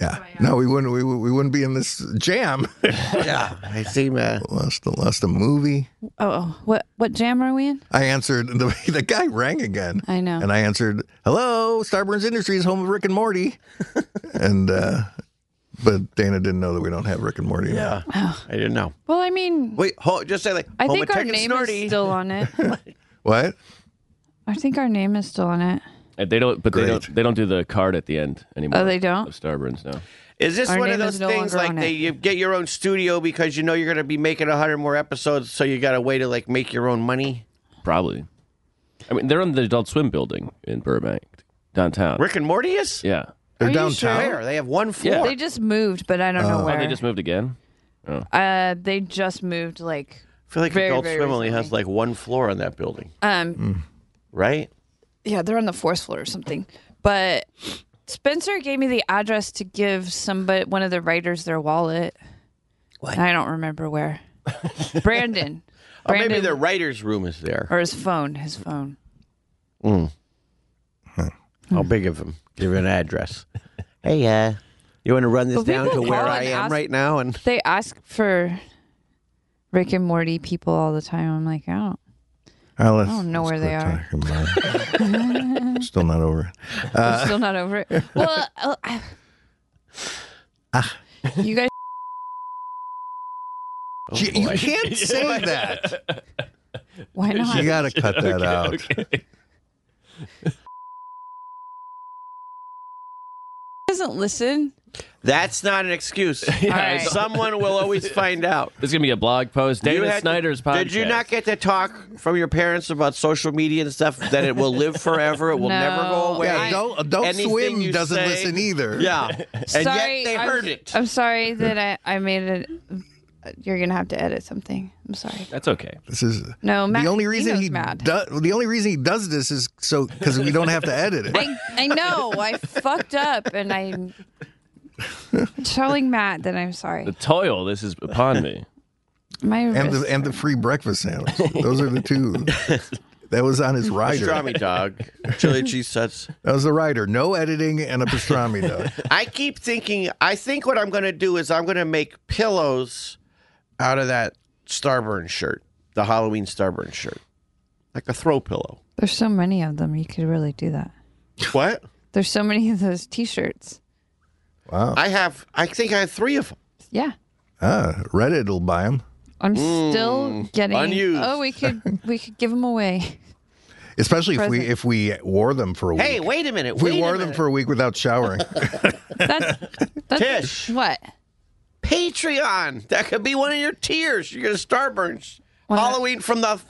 B: Yeah. No, we wouldn't. We, wou- we wouldn't be in this jam.
D: Yeah. I seem. Uh,
B: lost, lost a movie.
A: Oh, what what jam are we in?
B: I answered. The, the guy rang again.
A: I know.
B: And I answered, "Hello, Starburns Industries, home of Rick and Morty." and uh, but Dana didn't know that we don't have Rick and Morty.
D: yeah. uh, I didn't know.
A: Well, I mean,
D: Wait. Hold, just say like.
A: Oh. I
D: home
A: think
D: and
A: our
D: Tech and
A: name
D: Snorty.
A: is still on it.
B: What?
A: I think our name is still on it.
C: And Uh, they don't, but they
B: Great.
C: don't. They don't do the card at the end anymore.
A: Oh, they don't?
C: Of Starburns, no.
D: Is this
A: Our
D: one of
A: name
D: those
A: is no
D: things
A: longer
D: like
A: on
D: they,
A: it.
D: you get your own studio because you know you're going to be making a hundred more episodes, so you got a way to like make your own money?
C: Probably. I mean, they're on the Adult Swim building in Burbank, downtown.
D: Rick and Morty is
C: Yeah. Oh,
B: They're
A: Are you
B: downtown.
A: sure?
D: there. They have one floor.
C: Yeah.
A: They just moved, but I don't know where.
C: Oh, they just moved again.
A: uh, they just moved. Like,
D: I feel like
A: Very,
D: Adult
A: very
D: Swim only has
A: recently.
D: like one floor on that building, Mm.
A: um,
D: right?
A: yeah, they're on the fourth floor or something. But Spencer gave me the address to give somebody, one of the writers, their wallet. What? I don't remember where. Brandon.
D: Or Oh, maybe
A: Brandon-
D: their writer's room is there.
A: or his phone. His phone.
D: How big of them? Give an address. hey, uh, You want to run this
A: But we
D: down to
A: could
D: where
A: call
D: I
A: and
D: am
A: ask-
D: right now? And
A: They ask for Rick and Morty people all the time. I'm like, oh, I don't.
B: I
A: don't know where they are.
B: Still not over it.
A: I'm still not over it. Well, uh, I- you guys.
B: you, you can't say that.
A: Why not?
B: You got to cut that out.
A: doesn't listen.
D: that's not an excuse.
A: All right.
D: Someone will always find out.
C: There's gonna be a blog post.
L: You
C: David
L: had-
C: Snyder's podcast.
L: Did you not get to talk from your parents about social media and stuff?
D: That it will live forever. It will never go
A: No.
D: away.
A: Yeah,
B: Adult, adult
D: Anything
B: Swim
D: you
B: doesn't
D: say-
B: listen either.
D: Yeah. And
A: sorry,
D: yet they
A: I'm,
D: heard it.
A: I'm sorry that I, I made it. You're gonna have to edit something. I'm sorry.
C: That's okay.
B: This is
A: No, Matt,
B: the only reason
A: Dino's
B: he
A: mad.
B: does. The only reason he does this is so because we don't have to edit it.
A: I, I know I fucked up, and I'm telling Matt that I'm
C: The
A: sorry.
C: toil this is upon me.
A: My
B: and the
A: wrist-
B: and the free breakfast sandwich. Those are the two. That was on his rider.
L: Pastrami dog, chili cheese sets.
B: That was the rider. No editing and a pastrami dog.
L: I keep thinking. I think what I'm going to do is I'm going to make pillows out of that Starburn shirt, the Halloween Starburn shirt, like a throw pillow.
A: There's so many of them. You could really do that.
L: What?
A: There's so many of those T-shirts.
B: Wow.
L: I have. I think I have three of them.
A: Yeah,
B: Ah, Reddit will buy them,
A: I'm
B: Mm.
A: still getting.
L: unused.
A: Oh, we could we could give them away.
B: especially if we
A: Present.
B: if we wore them for a week.
L: Hey, wait a minute.
B: if we
L: wait
B: wore
L: a
B: them
L: minute.
B: for a week without showering.
A: That's, that's
L: Tish.
A: What?
L: Patreon. That could be one of your tiers. You get a Starburns
A: Well, that-
L: Halloween from the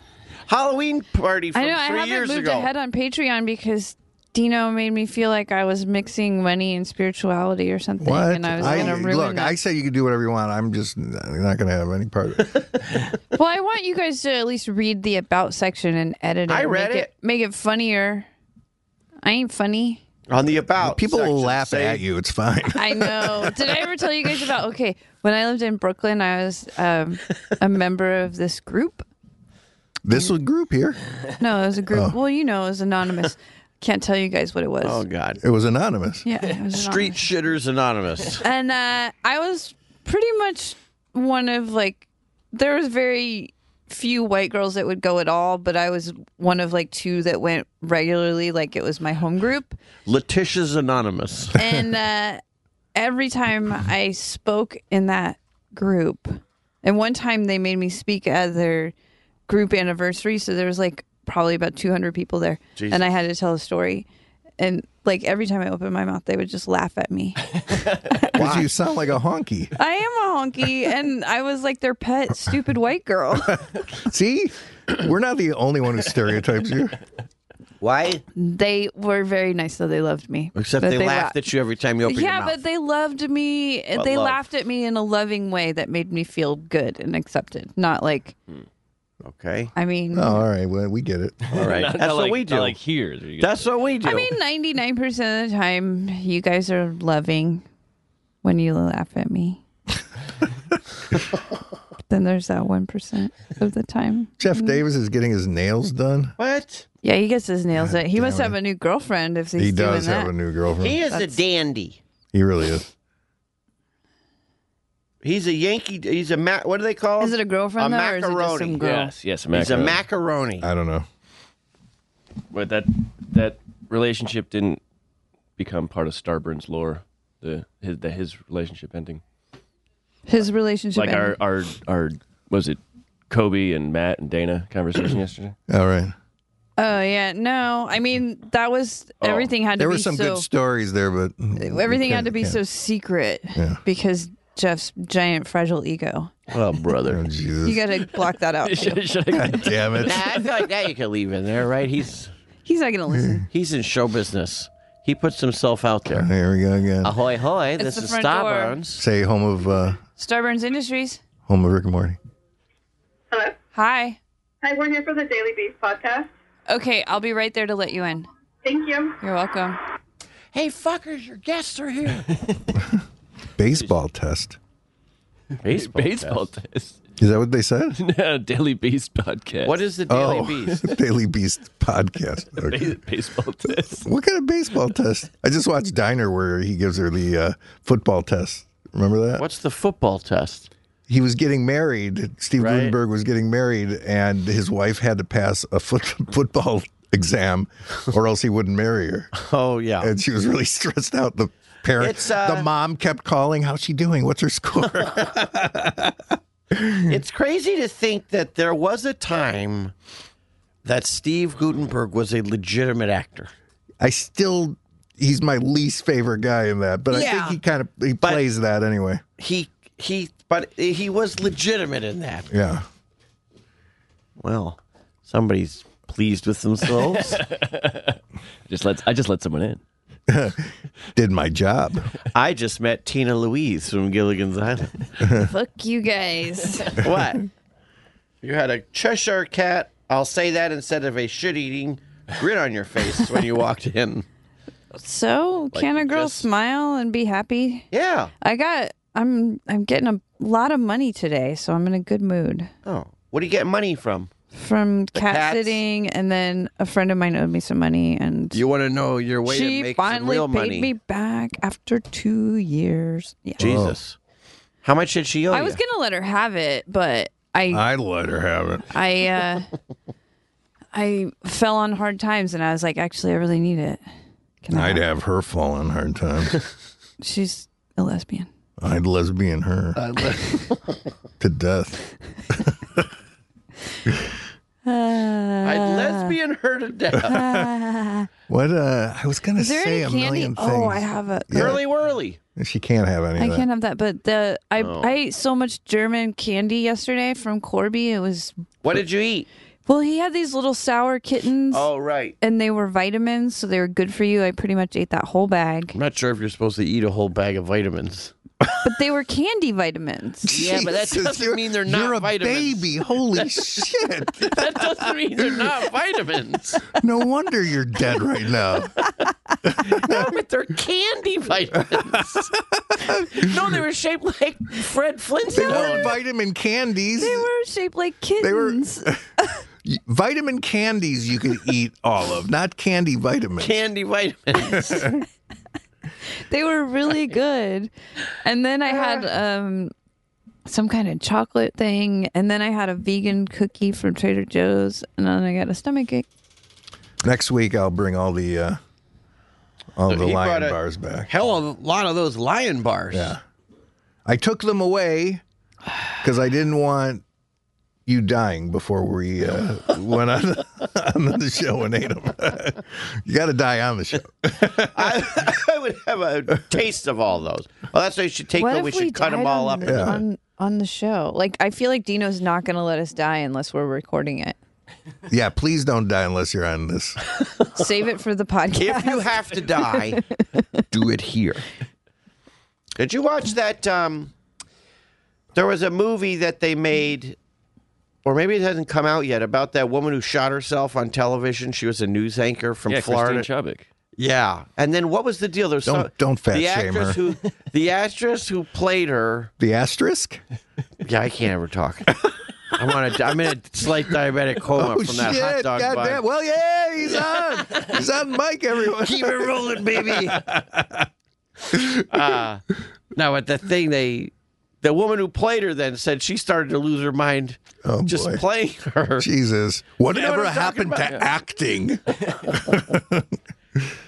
L: Halloween party from
A: I know I
L: three
A: haven't
L: years
A: moved
L: ago.
A: ahead on Patreon because Dino made me feel like I was mixing money and spirituality or something,
B: what?
A: and I was gonna ruin
B: look,
A: that.
B: I say you can do whatever you want. I'm just not going to have any part of it.
A: Well, I want you guys to at least read the about section and edit it.
L: I
A: and
L: read
A: make
L: it.
A: Make it funnier. I ain't funny.
L: on the about.
B: People will
L: section,
B: laugh
L: say-
B: at you. It's fine.
A: I know. Did I ever tell you guys about? Okay, when I lived in Brooklyn, I was um, a member of this group.
B: This was group here.
A: No, it was a group.
B: Oh.
A: Well, you know, it was anonymous. Can't tell you guys what it was.
L: Oh God.
B: It was anonymous.
A: Yeah, it was
L: Street
A: anonymous.
L: Shitters Anonymous.
A: And uh, I was pretty much one of like there was very few white girls that would go at all, but I was one of like two that went regularly. Like it was my home group.
L: Letitia's Anonymous.
A: and uh, every time I spoke in that group, and one time they made me speak at their group anniversary, so there was like probably about 200 people there, and I had to tell a story. And like every time I opened my mouth, they would just laugh at me.
B: Because you sound like a honky.
A: I am a honky, and I was like their pet stupid white girl.
B: See, we're not the only one who stereotypes you.
D: Why?
A: they were very nice, though they loved me.
L: Except
A: But
L: they,
A: la-
L: laughed at you every time you opened
A: Yeah,
L: your mouth.
A: but they loved me. they
L: love.
A: laughed at me in a loving way that made me feel good and accepted. Not like,
L: okay.
A: I mean,
B: Oh, all right. Well, we get it.
L: All right.
C: Not-
L: That's
C: not
L: what
C: like-
L: we do.
C: not like here. that you get-
L: That's what we do.
A: I mean, ninety nine percent of the time, you guys are loving when you laugh at me. But then there's that one percent of the time.
B: Jeff Davis is getting his nails done.
L: what?
A: Yeah, he gets his nails. in. He must
B: damn
A: have a new girlfriend if he's
B: he
A: doing
B: does
A: that.
B: have a new girlfriend.
L: He
B: He,
L: is a dandy.
B: really is.
L: He's a Yankee. He's a ma- what do they call him?
A: Is it a girlfriend
L: A
A: though, or is it just
L: macaroni.
A: some girl?
C: Yes, yes,
L: He's a
C: macaroni.
L: macaroni. Uh,
B: I don't know.
C: But that that relationship didn't become part of Starburn's lore. The his, the, his relationship ending,
A: His relationship.
C: like our
A: ended.
C: our our was it Kobe and Matt and Dana conversation yesterday.
B: All right.
A: oh yeah, no. I mean, that was
C: Oh.
A: everything had to
B: There
A: be
B: were some
A: so.
B: good stories there, but
A: everything had to be so secret
B: Yeah.
A: because Jeff's giant fragile ego.
L: Oh, brother.
B: Oh, Jesus.
A: You got to block that out. too.
C: Should- should I-
B: Damn it.
L: nah, I feel like that you can leave in there, right? He's
A: He's not gonna listen.
L: he's in show business. He puts himself out there.
B: Here we go again.
L: Ahoy, hoy! This
A: the
L: is
A: front door.
L: Starburns.
B: Say home of uh,
A: Starburns Industries.
B: home of Rick and Morty.
M: Hello.
A: Hi.
M: Hi, we're here for the Daily Beef podcast.
A: Okay, I'll be right there to let you in.
M: Thank you.
A: You're welcome.
L: Hey, fuckers! Your guests are here.
B: Baseball test.
L: Baseball.
C: baseball test.
B: Is that what they said?
C: Daily Beast podcast.
D: What is the Daily
B: oh,
D: Beast?
B: Daily Beast podcast. Okay.
C: Ba- baseball test?
B: What kind of baseball test? I just watched Diner where he gives her the uh, football test. Remember that?
D: What's the football test?
B: He was getting married. Steve
D: Right.
B: Gutenberg was getting married, and his wife had to pass a foot- football exam, or else he wouldn't marry her.
D: Oh yeah.
B: And she was really stressed out. The parents,
D: It's, uh,
B: the mom kept calling. How's she doing? What's her score?
D: It's crazy to think that there was a time that Steve Gutenberg was a legitimate actor.
B: I still, he's my least favorite guy in that, but I
A: Yeah.
B: think he kind of he plays that anyway.
D: He he but he was legitimate in that.
B: Yeah.
D: Well, somebody's pleased with themselves.
C: Just let I just let someone in.
B: Did my job.
D: I just met Tina Louise from Gilligan's Island.
A: Fuck you guys.
D: What? You had a Cheshire cat. I'll say that instead of a shit-eating grin on your face when you walked in.
A: So, can a girl
D: just-
A: smile and be happy?
D: Yeah.
A: I got. I'm. I'm getting a lot of money today, so I'm in a good mood
D: Oh, what do you get money from?
A: from cat
D: cats?
A: sitting, and then a friend of mine owed me some money, and
D: You want to know your way
A: she
D: to make some
A: finally
D: real
A: paid
D: money?
A: me back after two years. Yeah.
D: Jesus. How much did she owe
A: I was
D: you?
A: gonna let her have it, but
D: Uh.
A: I,
B: I'd let her have it.
A: I, uh, I fell on hard times, and I was like, actually, I really need it. Can I?
B: I'd
A: have it?
B: have her fall on hard times.
A: She's a lesbian.
B: I'd lesbian her to death.
A: Uh,
D: I lesbian her to death.
B: What uh I was gonna
A: Is there any
B: say a
A: candy?
B: million things.
A: Oh, I have a.
D: Curly whirly.
B: She can't have any
A: I
B: of that.
A: can't have that, but the I I ate so much German candy yesterday from Corby. It was
D: What did you eat?
A: well, he had these little sour kittens,
D: Oh, right.
A: and they were vitamins, so they were good for you. I pretty much ate that whole bag,
D: I'm not sure if you're supposed to eat a whole bag of vitamins.
A: but they were candy vitamins.
D: Yeah, but that
B: Jesus,
D: doesn't
B: you're-
D: mean they're not
B: You're a
D: vitamins.
B: baby. Holy shit.
D: That doesn't mean they're not vitamins.
B: No wonder you're dead right now.
D: No, but they're candy vitamins. no, they were shaped like Fred
B: They were
D: Flintstone.
B: vitamin candies.
A: They were shaped like
B: were-
A: kittens.
B: Vitamin candies you could eat all of, not candy vitamins.
D: Candy vitamins.
A: they were really good. And then I had
D: Uh.
A: um some kind of chocolate thing, and then I had a vegan cookie from Trader Joe's, and then I got a stomach ache.
B: Next week I'll bring all the uh all the
D: he
B: lion
D: brought a-
B: bars back.
D: Hell, of a lot of those lion bars.
B: Yeah. I took them away because I didn't want you dying before we uh, went on, on the show and ate them. you got to die on the show.
D: I, I would have a taste of all those. Well, that's why you should take
A: what
D: them.
A: if
D: We should cut them
A: died
D: all up.
A: on,
D: and-
A: on on the show? Like, I feel like Dino's not going to let us die unless we're recording it.
B: Yeah, please don't die unless you're on this.
A: Save it for the
D: If
A: podcast.
D: you have to die, do it here. Did you watch that? Um, there was a movie that they made, or maybe it hasn't come out yet, about that woman who shot herself on television. She was a news anchor from
C: Yeah,
D: Florida.
C: Christine Chubbuck.
D: yeah, and then what was the deal? There's
B: Don't-
D: some,
B: don't fat
D: the
B: shame
D: actress
B: her.
D: who the actress who played her.
B: The asterisk?
D: Yeah, I can't ever talk. I'm on a, I'm in a slight diabetic coma from that hot dog
B: God
D: bun.
B: damn. Oh, Well, yeah, he's on. he's on mic, everyone.
D: Keep it rolling, baby. uh, no, but the thing they, the woman who played her then said she started to lose her mind
B: Oh,
D: just
B: boy.
D: playing her.
B: Jesus. Whatever
D: I'm talking
B: happened to acting?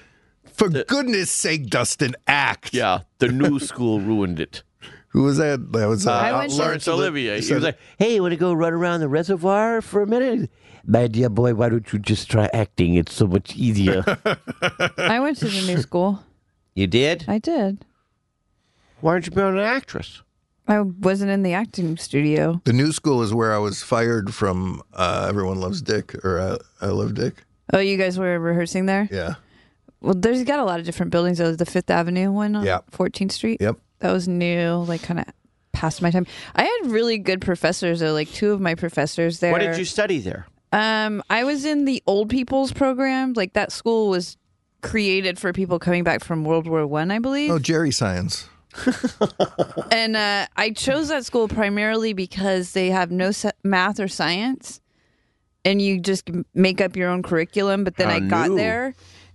B: For goodness sake, Dustin, act.
D: yeah, the new school ruined it.
B: Who was that? That was uh,
A: I went to-
D: Lawrence Olivier. He
B: said-
D: was like, "Hey, you want to go run around the reservoir for a minute?" My dear boy, why don't you just try acting? It's so much easier.
A: I went to the new school.
D: you did?
A: I did.
D: Why aren't you being an actress?
A: I wasn't in the acting studio.
B: The new school is where I was fired from. Uh, Everyone loves Dick, or uh, I love Dick.
A: Oh, you guys were rehearsing there?
B: Yeah.
A: Well, there's got a lot of different buildings. There was the Fifth Avenue one on
B: Yeah.
A: 14th Street.
B: Yep.
A: That was new, like kind of past my time. I had really good professors, though, like two of my professors there.
D: What did you study there?
A: Um, I was in the old people's program. Like that school was created for people coming back from World War One, I, believe.
B: Oh, Jerry Science.
A: and uh, I chose that school primarily because they have no s math or science, and you just m- make up your own curriculum. But then
D: How
A: I
B: Ah,
A: got
D: new.
A: there,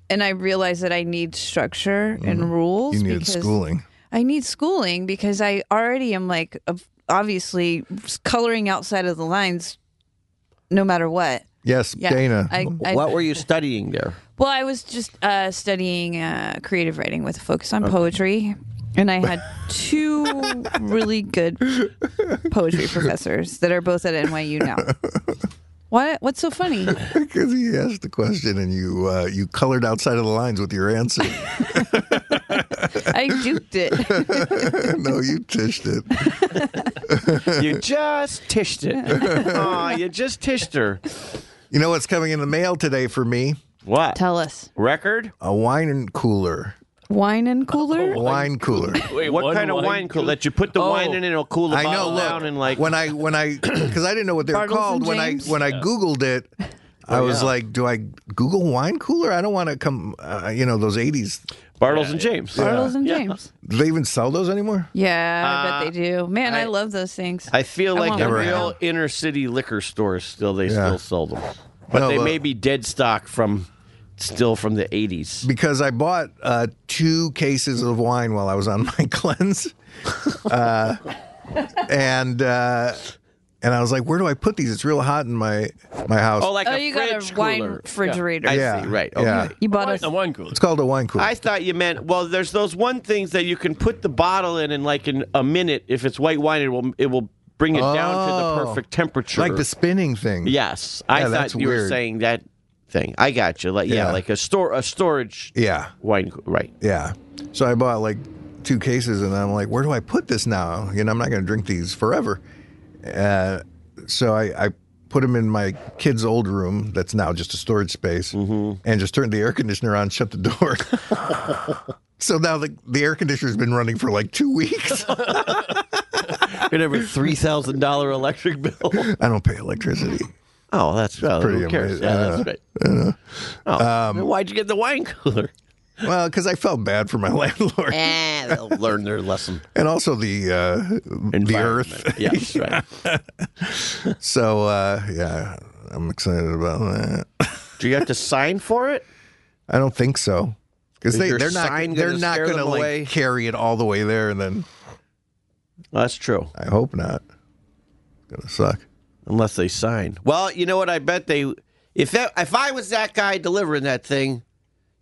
A: and I realized that I need structure and rules.
B: Mm-hmm. You needed
A: because
B: schooling.
A: I need schooling because I already am like ob- obviously coloring outside of the lines, no matter what.
B: Yes,
A: Yeah,
B: Dana.
A: I, I,
D: What were you studying there?
A: well, I was just uh, studying uh, creative writing with a focus on poetry, and I had two really good poetry professors that are both at NYU now. What? What's so funny?
B: Because he asked the question and you uh, you colored outside of the lines with your answer.
A: I duped it.
B: no, you tished it.
D: You just tished it. Aw, you just tished her.
B: You know what's coming in the mail today for me?
D: What?
A: Tell us,
D: Record?
B: A wine and cooler.
A: wine and cooler.
B: A wine cooler.
C: Wait,
D: What
C: one
D: kind of wine cool? That you put the
C: Oh.
D: wine in and it'll cool the
B: I know.
D: bottle
B: Look,
D: down and like.
B: when I when I because I didn't know what they were
A: Bartles
B: called
A: and
B: when I
A: James?
B: when I googled it, I was like, do I Google wine cooler? I don't want to come. Uh, you know those eighties.
D: Bartles and James.
A: Bartles and James.
B: Do they even sell those anymore?
A: Yeah, I bet they do. Man, I,
D: Uh, I-
A: love those things.
D: I feel
A: I
D: like
A: want
D: the
A: one
D: real
A: now.
D: inner city liquor stores still they
B: Yeah.
D: still sell them, but
B: No,
D: they
B: but-
D: may be dead stock from still from the eighties.
B: Because I bought uh, two cases of wine while I was on my cleanse, uh, and uh, and I was like, where do I put these? It's real hot in my my house.
D: Oh, like
A: oh,
D: a
A: you got a
D: fridge
A: wine
D: cooler.
A: refrigerator.
D: I
B: Yeah.
D: see. Right. Okay.
B: Yeah.
A: You bought
C: A
A: a
C: wine cooler.
B: It's called a wine cooler.
D: I thought you meant well. There's those one things that you can put the bottle in in like in a minute. If it's white wine, it will it will bring it down to the
B: Oh.
D: perfect temperature.
B: like the spinning thing.
D: yes, I
B: Yeah,
D: thought
B: that's
D: you were
B: weird.
D: saying that thing. I got you. Like yeah,
B: Yeah.
D: like a store a storage
B: Yeah.
D: wine. co- Right.
B: Yeah. So I bought like two cases and I'm like, where do I put this now? You know, I'm not going to drink these forever. Uh, so I, I put them in my kid's old room that's now just a storage space and just turned the air conditioner on, shut the door. so now the, the air conditioner's been running for like two weeks.
D: Whatever three thousand dollar electric bill.
B: I don't pay electricity.
D: Oh, that's well,
B: pretty
D: who cares?
B: amazing. Um,
D: Yeah,
B: I
D: that's
B: know.
D: right. Oh, then why'd you get the wine cooler?
B: Well, because I felt bad for my landlord
D: Eh, they'll learn their lesson.
B: and also the uh, the
D: Environment.
B: earth.
D: Yes, right.
B: So uh, yeah, I'm excited about that.
D: Do you have to sign for it?
B: I don't think so. Because
D: Is
B: they,
D: your
B: they're not
D: sign
B: they're
D: gonna
B: not
D: scare
B: going to
D: them
B: like
D: away?
B: carry it all the way there, and then
D: Well, that's true.
B: I hope not. Gonna suck.
D: Unless they sign. Well, you know what? I bet they. If that, if I was that guy delivering that thing,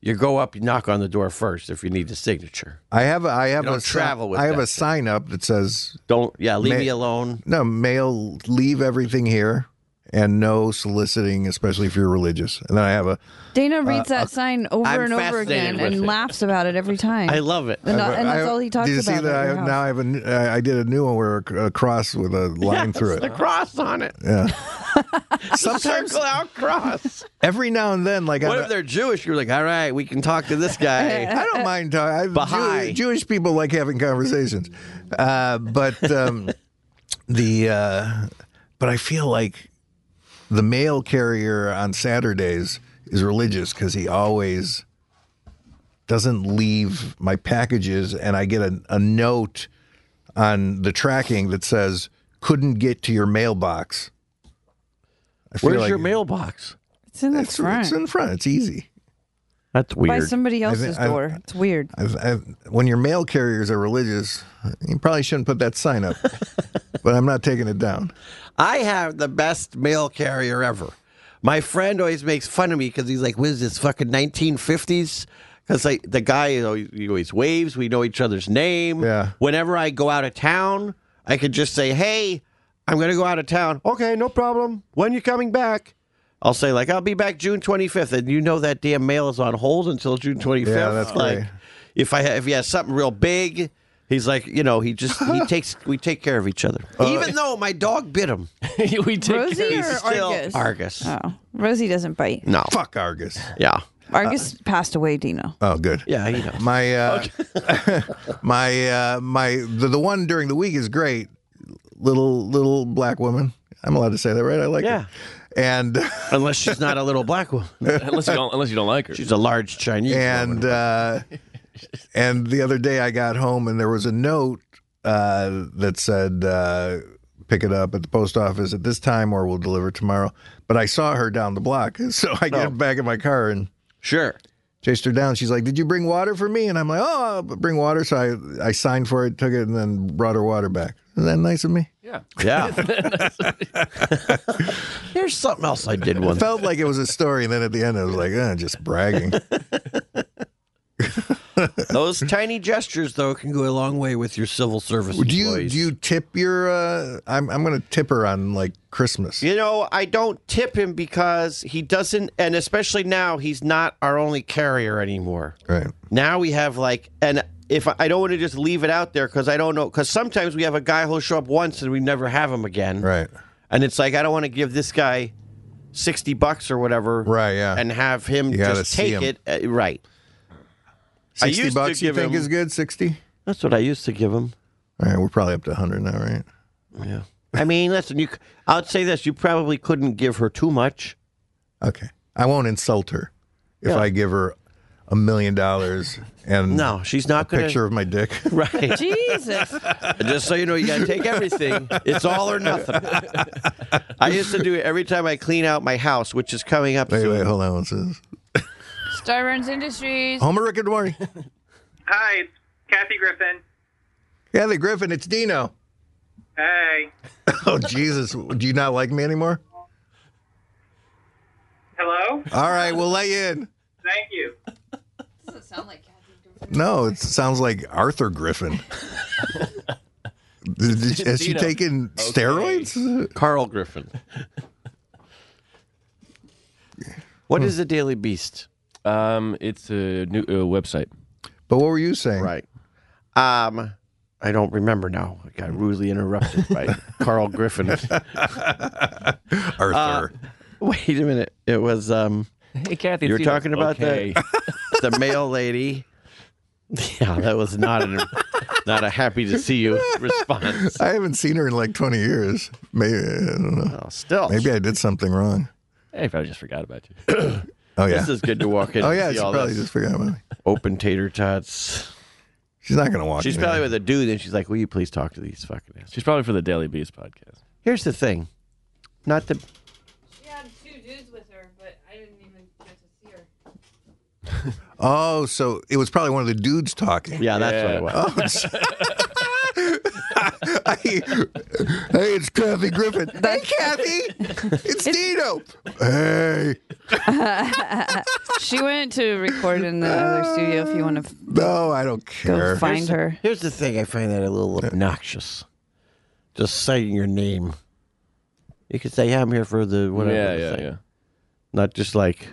D: you go up, you knock on the door first if you need the signature.
B: I have a, I have
D: don't
B: a si-
D: travel with
B: I have
D: that
B: a sign up that says
D: Don't. Yeah, leave
B: Ma-
D: me alone.
B: no mail leave everything here and no soliciting, especially if you're religious. And then I have a
A: Dana reads that sign over
D: Uh, I'm
A: and over
D: fascinated
A: again
D: with
A: and
D: it.
A: laughs about it every time.
D: I love it.
A: Uh, and, tha-
B: I have a-
A: and that's
B: I-
A: all he talks
B: Did you
A: about.
B: see
A: at
B: that? I,
A: your
B: have-
A: house.
B: now I have a new, I I did a new one where a, a cross with a line through
D: The
B: it.
D: cross on it.
B: Yeah.
D: Sometimes circle out cross.
B: Every now and then, like
D: what
B: I,
D: if they're Jewish? You're like, all right, we can talk to this guy.
B: I don't mind talking.
D: Baha'i.
B: Jew, Jewish people like having conversations, uh, but um, the uh, but I feel like the mail carrier on Saturdays is religious because he always doesn't leave my packages, and I get a, a note on the tracking that says couldn't get to your mailbox. I feel
D: Where's
B: like
D: your mailbox?
A: It's in the
B: It's,
A: front
B: it's in front. It's easy.
D: That's
A: by
D: weird.
A: somebody else's
B: I-
A: door. It's weird.
B: I've, I've, when your mail carriers are religious, you probably shouldn't put that sign up. but I'm not taking it down.
D: I have the best mail carrier ever. My friend always makes fun of me because he's like, "What is this fucking 1950s?" Because like the guy you know, he always waves. We know each other's name.
B: Yeah.
D: Whenever I go out of town, I could just say, "Hey, I'm gonna go out of town." Okay, no problem. When you coming back? I'll say like, "I'll be back June 25th," and you know that damn mail is on hold until June 25th.
B: Yeah, that's
D: like,
B: great.
D: If I ha- if he has something real big. He's like, you know, he just he takes we take care of each other.
B: Uh,
D: Even though my dog bit him.
C: we take
A: Rosie
C: care of-
A: or
D: still
A: Argus?
D: Argus.
A: Oh, Rosie doesn't bite.
D: No.
B: Fuck Argus.
D: Yeah.
A: Argus passed away, Dino.
B: Oh, good.
D: Yeah, you know.
B: My uh, my uh, my the, the one during the week is great. Little little black woman. I'm allowed to say that, right? I like
D: Yeah.
B: her. And
D: Unless she's not a little black woman.
C: unless you don't, unless you don't like her.
D: She's a large Chinese.
B: and uh, And the other day I got home and there was a note uh, that said, uh, pick it up at the post office at this time or we'll deliver tomorrow. But I saw her down the block. So I get back in my car and
D: Sure.
B: chased her down. She's like, Did you bring water for me? And I'm like, Oh, I'll bring water. So I, I signed for it, took it, and then brought her water back. Isn't that nice of me?
C: Yeah.
D: Yeah. There's something else I did once.
B: Felt like it was a story. And then at the end, I was like, eh, Just bragging.
D: Those tiny gestures, though, can go a long way with your civil service
B: do you
D: employees.
B: do you tip your? Uh, I'm I'm gonna tip her on like Christmas.
D: You know, I don't tip him because he doesn't, and especially now, he's not our only carrier anymore.
B: Right.
D: Now we have like, and if I don't want to just leave it out there because I don't know, because sometimes we have a guy who'll show up once and we never have him again.
B: Right.
D: And it's like, I don't want to give this guy 60 bucks or whatever.
B: Right, yeah.
D: And have him
B: You gotta
D: just
B: see
D: take
B: him.
D: it. uh, right. I
B: Sixty
D: used to
B: bucks you
D: give
B: think
D: him-
B: is good? Sixty.
D: That's what I used to give him.
B: All right, we're probably up to hundred now, right?
D: Yeah. I mean, listen, you. c- I'd say this: you probably couldn't give her too much.
B: Okay. I won't insult her if
D: Yeah.
B: I give her a million dollars and
D: No, she's not
B: a
D: going
B: picture of my dick.
D: Right.
A: Jesus.
D: Just so you know, you got to take everything. It's all or nothing. I used to do it every time I clean out my house, which is coming up
B: wait,
D: soon.
B: wait, hold on. What's this?
A: Starburns Industries.
B: Homer, Rick, and Morty.
M: Hi, it's Kathy Griffin.
B: Kathy Griffin, it's Dino.
M: Hey.
B: Oh Jesus, do you not like me anymore?
M: Hello?
B: All right, we'll let you in.
M: Thank you.
A: Doesn't sound like Kathy Griffin.
B: No, it sounds like Arthur Griffin. Did- did- Has she
C: Dino.
B: taken steroids?
D: Carl Griffin. What is the Daily Beast?
C: Um, it's a new uh, website.
B: But what were you saying?
D: Right. Um, I don't remember now. I got rudely interrupted by Carl Griffin. Uh,
B: Arthur.
D: Wait a minute. It was um
C: Hey, Kathy,
D: You're talking about that- the mail lady. Yeah, that was not an not a happy to see you response.
B: I haven't seen her in like 20 years. Maybe I don't know.
D: Oh, still,
B: Maybe I did something wrong.
C: Hey, I probably just forgot about you.
B: Oh yeah.
D: this is good to walk in.
B: oh
D: and
B: yeah.
D: see
B: She
D: all
B: probably
D: this
B: just forgot about me.
D: open tater tots.
B: She's not gonna walk.
D: She's
B: in
D: probably
B: there.
D: with a dude, and she's like, "Will you please talk to these fucking assholes?"
C: She's probably for the Daily Beast podcast.
D: Here's the thing, not the
A: She had two dudes with her, but I didn't even get to see her.
B: Oh, so it was probably one of the dudes talking.
D: yeah, that's what it was.
B: Oh. it's- I- hey, it's Kathy Griffin. Hey, Kathy. It's Dino. Hey.
A: She went to record in the other studio if you want to
B: No, I don't
A: go
B: care.
A: find her.
D: Here's the thing, I find that a little obnoxious. Just citing your name, you could say, yeah, "I'm here for the whatever."
C: yeah,
D: the
C: yeah,
D: thing.
C: yeah.
D: Not just like,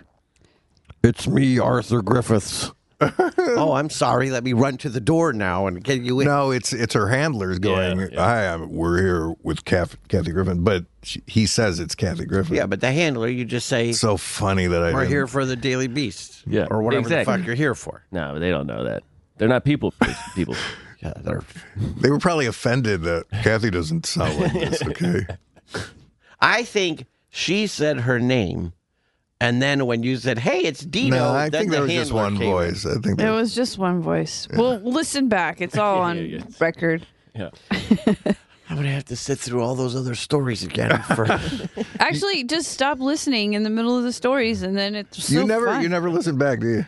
D: it's me, Arthur Griffiths. oh, I'm sorry. Let me run to the door now and get you in.
B: No, it's it's her handlers going. Hi, I'm, we're here with Kath, Kathy Griffin, but she, he says it's Kathy Griffin.
D: Yeah, but the handler, you just say,
B: so funny that I
D: we're
B: didn't-
D: here for the Daily Beast.
C: Yeah,
D: Or whatever the
C: exactly.
D: fuck you're here for.
C: No, but they don't know that. They're not people. People.
D: Yeah, they're-
B: They were probably offended that Kathy doesn't sound like this. Okay,
D: I think she said her name. And then when you said, hey, it's Dino,
B: no, I
D: then
B: think
D: the
B: there was just
D: handler
B: one
D: came in.
B: voice. I think
A: It
B: that-
A: was just one voice. Well, listen back. It's all on
C: yeah, yeah.
A: record.
C: Yeah.
D: I'm going to have to sit through all those other stories again. For
A: Actually, just stop listening in the middle of the stories, and then it's so
B: you never
A: fun.
B: you never listen back, do you?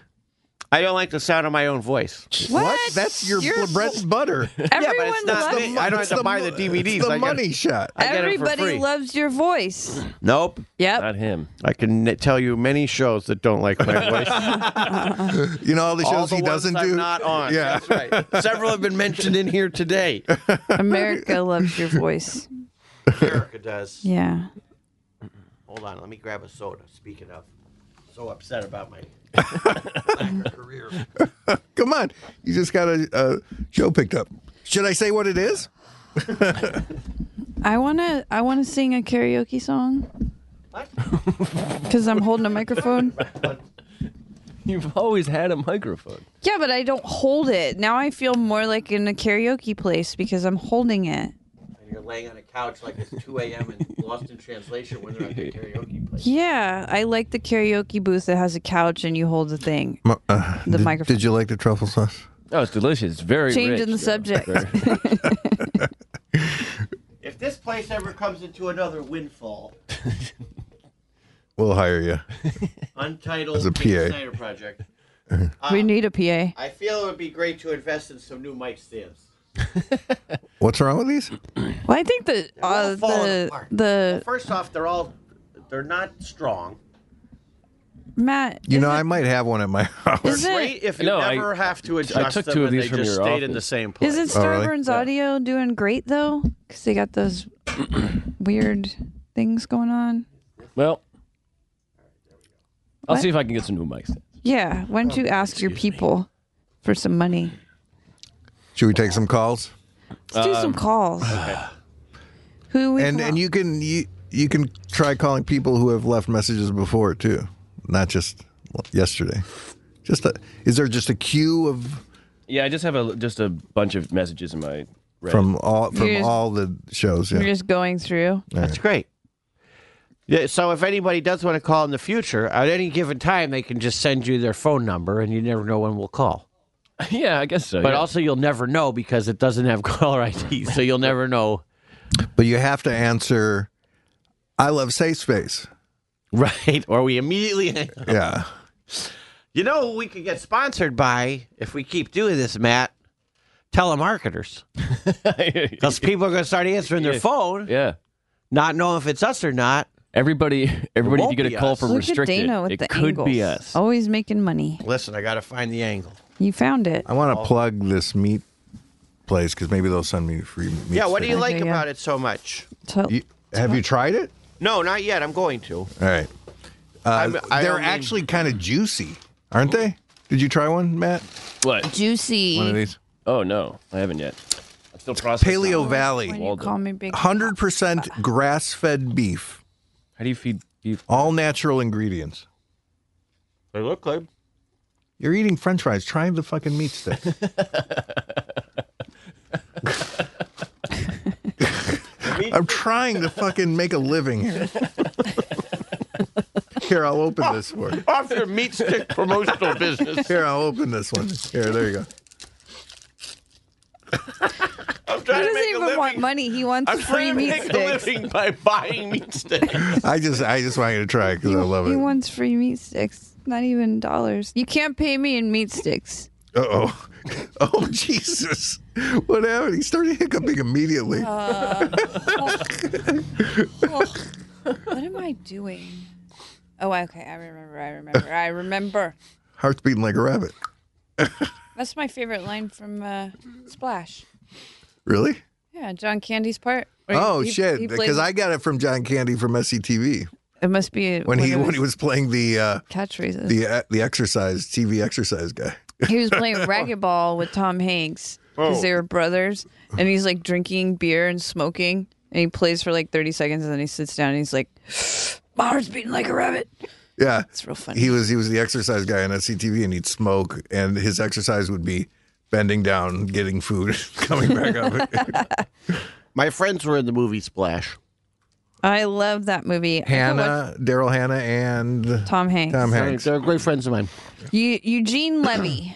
D: I don't like the sound of my own voice.
A: What?
B: That's your
A: You're-
B: bread and butter.
A: Everyone
D: but it's not
A: loves.
D: me. I don't have to buy the DVDs.
B: It's the
D: I gotta-
B: money shot.
D: I get it for
A: Everybody
D: free.
A: loves your voice.
D: Nope.
A: Yep.
C: Not him.
D: I can n- tell you many shows that don't like my voice.
B: You know all the shows
D: All the
B: he
D: ones
B: doesn't
D: I'm
B: do.
D: Not on.
B: Yeah.
D: That's right. Several have been mentioned in here today.
A: America loves your voice.
D: Erica does.
A: Yeah.
D: Hold on, let me grab a soda. Speaking of, so upset about my career.
B: Come on, you just got a, a show picked up. Should I say what it is?
A: I wanna. I wanna sing a karaoke song. Because I'm holding a microphone.
C: You've always had a microphone.
A: Yeah, but I don't hold it. Now I feel more like in a karaoke place because I'm holding it.
L: laying on a couch like it's 2 a.m. and lost in translation when they're at the karaoke place.
A: Yeah, I like the karaoke booth that has a couch and you hold the thing.
B: Mo- uh,
A: The
B: did,
A: microphone.
B: Did you like the truffle sauce?
C: Oh, it's delicious. It's very
A: Changing the
C: rich, though.
A: subject.
C: Very-
L: If this place ever comes into another windfall,
B: We'll hire you.
L: Untitled
B: As a
L: Nick
B: PA.
L: Snyder Project.
B: Uh,
A: we need a PA.
L: I feel it would be great to invest in some new mic stands.
B: What's wrong with these?
A: Well, I think the uh,
L: all falling
A: the
L: apart.
A: the
L: First off, they're all they're not strong.
A: Matt.
B: You
A: is
B: know,
A: it-
B: I might have one at my house.
A: Is it-
L: Great if you
C: No, I-
L: never have to adjust
C: took
L: them
C: two of
L: and
C: these
L: they
C: from
L: just
C: your
L: stayed in the
C: office.
L: same place.
A: Isn't
B: Oh, really?
A: Starburns Audio doing great though? Because they got those weird things going on.
C: well, I'll see if I can get some new mics.
A: Yeah, why
B: Oh,
A: don't you ask your people for some money?
B: Should we take some calls?
A: Let's do
C: Um,
A: some calls. Who we
B: And
A: call?
B: and you can you you can try calling people who have left messages before too, not just yesterday. Just a, is there just a queue of
C: Yeah, I just have a just a bunch of messages in my red.
B: from all from
A: You're just-
B: all the shows?
A: We're
B: Yeah.
A: just going through.
D: That's great. Yeah, so if anybody does want to call in the future, at any given time, they can just send you their phone number, and you never know when we'll call.
C: yeah, I guess so.
D: But
C: yeah.
D: also, you'll never know because it doesn't have caller ID, so you'll never know.
B: But you have to answer. I love safe space.
D: Right? Or we immediately.
B: Yeah.
D: You know, who we could get sponsored by if we keep doing this, Matt. Telemarketers, because people are going to start answering their phone,
C: yeah.
D: not knowing if it's us or not.
C: Everybody, everybody, if you
D: won't
C: get
D: be
C: a call
D: us.
C: from
A: Look
C: restricted,
A: at Dana with
C: it
A: the
C: could
A: angles.
C: be us.
A: Always making money.
D: Listen, I got to find the angle.
A: You found it.
B: I want to plug this meat place because maybe they'll send me free meat.
D: Yeah, what do you
B: stick.
D: like
A: Okay, yeah.
D: about it so much?
A: To-
B: You- have you tried it?
D: No, not yet. I'm going to.
B: All right. Uh,
D: I'm- I
B: they're
D: only-
B: actually kind of juicy, aren't they? Did you try one, Matt?
C: What?
A: Juicy.
B: One of these.
C: Oh no, I haven't yet. I'm still processing.
B: Paleo Valley.
A: When you call me big.
B: 100% grass fed beef,
C: How do you feed beef?
B: all natural ingredients.
L: They look like
B: You're eating french fries. Try the fucking meat stick. I'm trying to fucking make a living here. Here, I'll open this one.
D: Off your meat stick promotional business.
B: Here, I'll open this one. Here, there you go.
D: I'm
A: He
D: trying
A: doesn't even want money. He wants free meat sticks.
D: by buying meat sticks.
B: I just, I just want you to try it because I love
A: He
B: it.
A: wants free meat sticks. Not even dollars. You can't pay me in meat sticks.
B: Uh oh. Oh, Jesus. What happened? He started hiccuping immediately.
A: Uh, What am I doing? Oh, okay. I remember. I remember. I remember.
B: Heart's beating like a rabbit.
A: That's my favorite line from uh, Splash.
B: Really?
A: Yeah, John Candy's part. where he-
B: Oh
A: he- he
B: shit!
A: played-
B: Because I got it from John Candy from SCTV
A: It must be one
B: when he
A: of
B: when
A: his
B: he was playing the uh,
A: catchphrases.
B: the uh, the exercise TV exercise guy.
A: he was playing racquetball with Tom Hanks because
B: Oh.
A: they were brothers, and he's like drinking beer and smoking, and he plays for like thirty seconds, and then he sits down and he's like, "My heart's beating like a rabbit."
B: Yeah,
A: It's real funny.
B: he was he was the exercise guy on SCTV, and he'd smoke, and his exercise would be bending down, getting food, coming back up.
D: My friends were in the movie Splash.
A: I love that movie. I could watch
B: Hannah, Daryl Hannah, and
A: Tom Hanks,
B: Tom
D: They're,
B: Hanks.
D: they're great friends of mine.
A: Eu- Eugene Levy.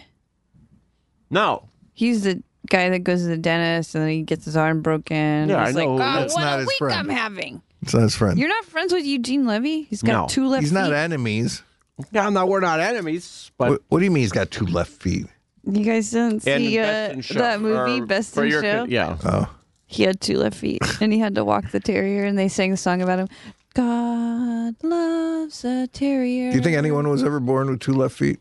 D: No.
A: He's the guy that goes to the dentist and then he gets his arm broken.
D: Yeah,
A: he's
D: I know
A: like,
D: who he
A: God,
B: That's
D: is."
A: what
B: not
A: a
B: his
A: week
B: friend.
A: I'm having.
B: It's not his friend.
A: You're not friends with Eugene Levy? He's got
D: No.
A: two left
B: He's not
A: feet.
B: enemies.
D: No, no, we're not enemies, but
B: What, what do you mean he's got two left feet?
A: you guys didn't see uh, that movie,
D: or
A: Best
D: for
A: in
D: your-
A: Show?
D: Yeah.
A: He had two left feet and he had to walk the terrier and they sang a song about him. God loves a terrier.
B: Do you think anyone was ever born with two left feet?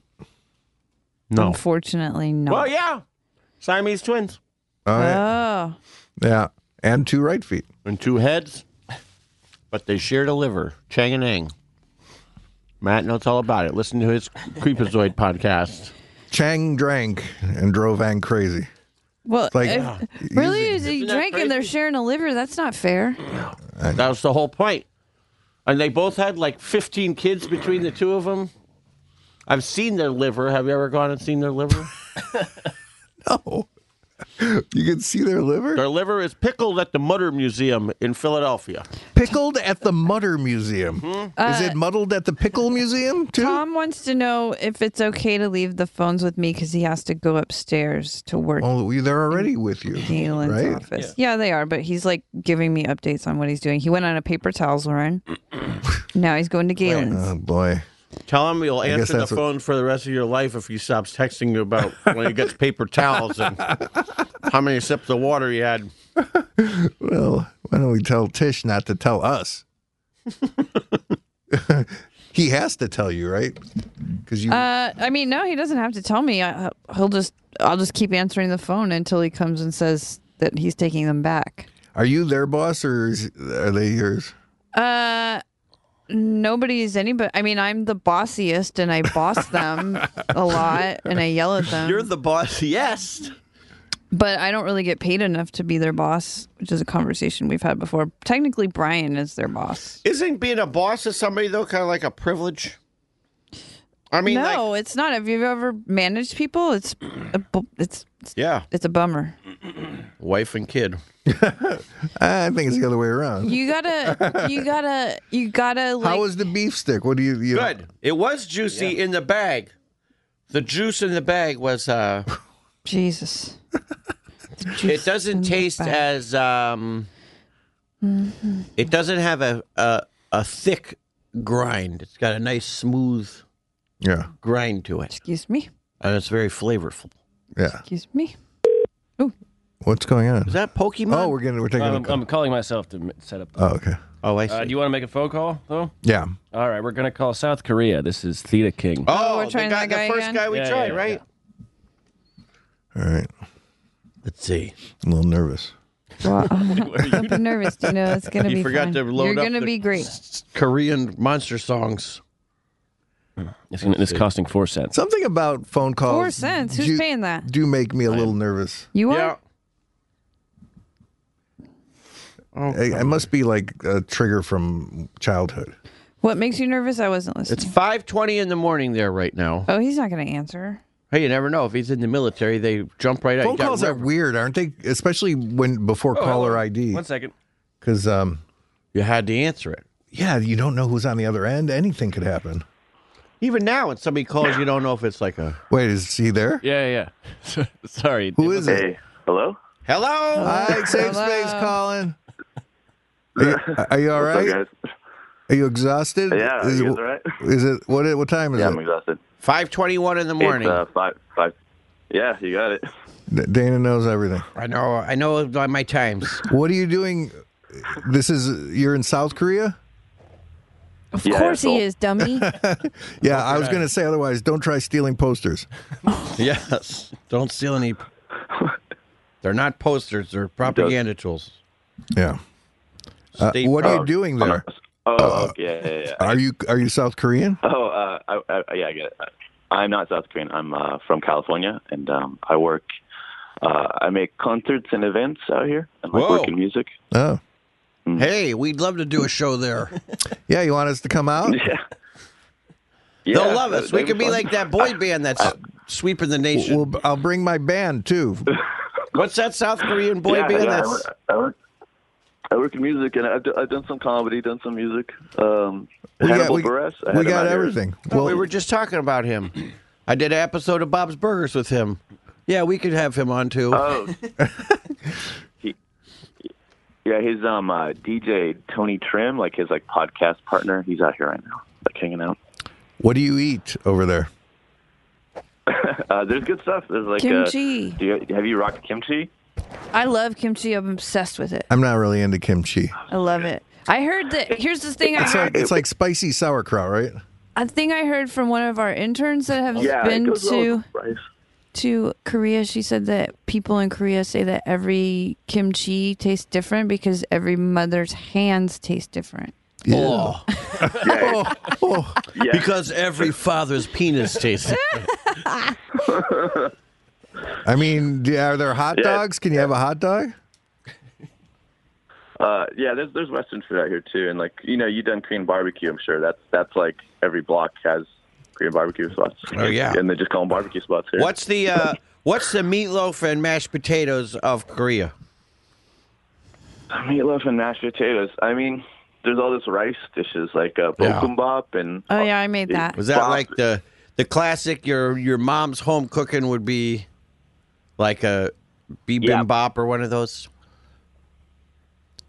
D: No.
A: Unfortunately, no.
D: Well, yeah. Siamese twins.
B: Oh, yeah.
A: Oh,
B: yeah, and two right feet.
D: And two heads, but they shared a liver. Chang and Ang. Matt knows all about it. Listen to his Creepazoid podcast.
B: Chang drank and drove Ang crazy.
A: well,
B: like, uh,
A: if-
B: yeah,
A: really?
B: easy.
A: Is he
D: Isn't that
A: drinking? They're
D: crazy?
A: sharing a liver. That's not fair.
D: That was the whole point. And they both had like 15 kids between the two of them. I've seen their liver. Have you ever gone and seen their liver?
B: No. You can see their liver
D: Their liver is pickled at the Mutter Museum in Philadelphia.
B: pickled at the Mutter Museum. Is it muddled at the Pickle Museum too?
A: Uh, Tom wants to know if it's okay to leave the phones with me because he has to go upstairs to work
B: Oh, we- they're already with you,
A: Galen's
B: right?
A: office. Yeah. they are, but he's like giving me updates on what he's doing. He went on a paper towels run. now he's going to Galen's.
B: Oh boy.
D: Tell him you'll
B: guess
D: answer the
B: that's what-
D: phone for the rest of your life if he stops texting you about when he gets paper towels and how many sips of water he had.
B: Well, why don't we tell Tish not to tell us? he has to tell you, right? Because you
A: Uh, I mean, no, he doesn't have to tell me. I, uh, he'll just, I'll just keep answering the phone until he comes and says that he's taking them back.
B: are you their boss or is, are they yours?
A: Uh, nobody is anybody. I mean, I'm the bossiest, and I boss them a lot, and I yell at them.
D: the boss, yes.
A: but I don't really get paid enough to be their boss, which is a conversation we've had before. Technically, Brian is their boss.
D: Isn't being a boss to somebody though kind of like a privilege? I mean,
A: no,
D: like,
A: it's not. Have you ever managed people? It's a, bu- it's it's-
D: yeah,
A: it's a bummer.
D: wife and kid.
B: I think it's the other way around.
A: You gotta you gotta you gotta like
B: How was the beef stick? What do you, you
D: Good. It was juicy in the bag. The juice in the bag was. uh
A: Jesus.
D: It doesn't taste as. um It doesn't have a, a a thick grind. It's got a nice smooth
B: Yeah,
D: grind to it,
A: Excuse me.
D: and it's very flavorful.
B: yeah.
A: Excuse me.
B: What's going on?
D: Is that Um, Pokemon?
B: Oh, we're gonna we're taking.
C: I'm,
B: a,
C: I'm calling myself to m- set up.
B: oh, okay.
D: oh I see.
C: Uh, do you want to make a phone call though?
B: Yeah.
C: All right, we're gonna call South Korea. This is Theta King.
D: oh,
A: we're
D: the
A: trying
D: guy-
A: that
D: the
A: guy
D: first
A: again?
D: guy we
C: Yeah,
D: tried,
C: yeah,
D: right?
B: All right.
D: Let's see.
B: A little nervous.
A: Well, don't be nervous, Dino. It's gonna
D: You
A: be
D: forgot
A: fine.
D: to load
A: You're
D: up
A: gonna
D: the-
A: be great.
D: Korean monster songs.
C: It's, gonna- it's costing four cents.
B: Something about phone calls.
A: Four cents. Who's
B: do-
A: paying that?
B: Do make me a little nervous.
A: You are.
D: Yeah.
B: I, I must be like a trigger from childhood.
A: What makes you nervous? I wasn't listening.
D: It's 5:20 in the morning there right now.
A: oh, he's not gonna answer.
D: Hey, you never know if he's in the military, they jump right out.
B: Phone
D: You got
B: calls are
D: rev- Oh, uh,
B: weird, aren't they? Especially when before caller ID,
C: One second.
B: because um,
D: You had to answer it.
B: yeah, you don't know who's on the other end. Anything could happen.
D: Even now when somebody calls, you don't know if it's like a
B: Wait, is he there?
C: Yeah, yeah. Sorry.
B: Who is it?
N: Hey, hello?
D: hello.
B: Hi, safe
A: Hello.
B: space, Colin. Are you, are you all right?
N: What's up, guys?
B: Are you exhausted?
N: Yeah,
B: is,
N: you
B: it-
N: guys all right?
B: is it what? What time is
N: Yeah, I'm
B: it?
N: exhausted.
D: 5:21 in the morning.
N: It's uh, five, five. Yeah, you got it.
B: D- Dana knows everything.
D: I know. I know by my times.
B: What are you doing? This is you're in South Korea.
A: Of
N: Yeah,
A: course he
N: asshole.
A: is, dummy.
B: Yeah, I was going to say otherwise. Don't try stealing posters.
D: yes. Don't steal any. They're not posters. They're propaganda tools.
B: Yeah. Uh,
D: State
B: what are
N: Oh,
B: you doing
N: I'm
B: there?
N: not- Oh,
B: uh,
N: okay, yeah, yeah, yeah.
B: Are you are you South Korean?
N: Oh, uh, I, I, yeah, I get it. I'm not South Korean. I'm uh, from California, and um, I work. Uh, I make concerts and events out here, and like
D: Whoa.
N: work in music.
B: Oh,
D: Hey, we'd love to do a show there.
B: yeah. You want us to come out?
N: Yeah. yeah
D: They'll love us.
N: that'd
D: We could be
N: fun.
D: like that boy band that's sweeping the nation.
B: Well, I'll bring my band too.
D: What's that South Korean boy
N: yeah, uh,
D: band?
N: yeah, I,
D: that's
N: work, I, work, I work in music, and I've, d- I've done some comedy, done some music. Um,
B: We got,
N: Hannibal
B: we,
N: Buress. I
B: we
N: had him out
B: got
N: here.
B: everything.
D: Oh,
B: Well,
D: we were just talking about him. I did an episode of Bob's Burgers with him. Yeah, we could have him on too.
N: Oh. he, yeah, his um uh, DJ Tony Trim, like his like podcast partner, he's out here right now, like hanging out.
B: what do you eat over there?
N: Uh, there's good stuff. There's like uh,
A: Kimchi.
N: do you, have you rocked kimchi?
A: I love kimchi. I'm obsessed with it.
B: I'm not really into kimchi.
A: I love it. I heard that. Here's the thing I
B: It's like
A: heard.
B: it's like spicy sauerkraut, right?
A: A thing I heard from one of our interns that have
N: Yeah, it
A: been
N: goes well
A: to
N: with rice.
A: to Korea. She said that people in Korea say that every kimchi tastes different because every mother's hands taste different.
D: Oh,
N: Yeah.
D: because every father's penis tastes.
B: I mean, do- are there hot
N: Yeah.
B: dogs? Can you have a hot dog?
N: uh, yeah, there's there's Western food out here too, and like you know, you done Korean barbecue. I'm sure that's that's like every block has Korean barbecue spots.
D: Oh, yeah.
N: and they just call them barbecue spots here.
D: What's the uh, What's the meatloaf and mashed potatoes of Korea?
N: Meatloaf and mashed potatoes. I mean, there's all this rice dishes like uh,
D: Yeah.
N: bokumbap and
A: Oh yeah, I made that.
D: Was that like the the classic your your mom's home cooking would be like a bibimbap or one of those?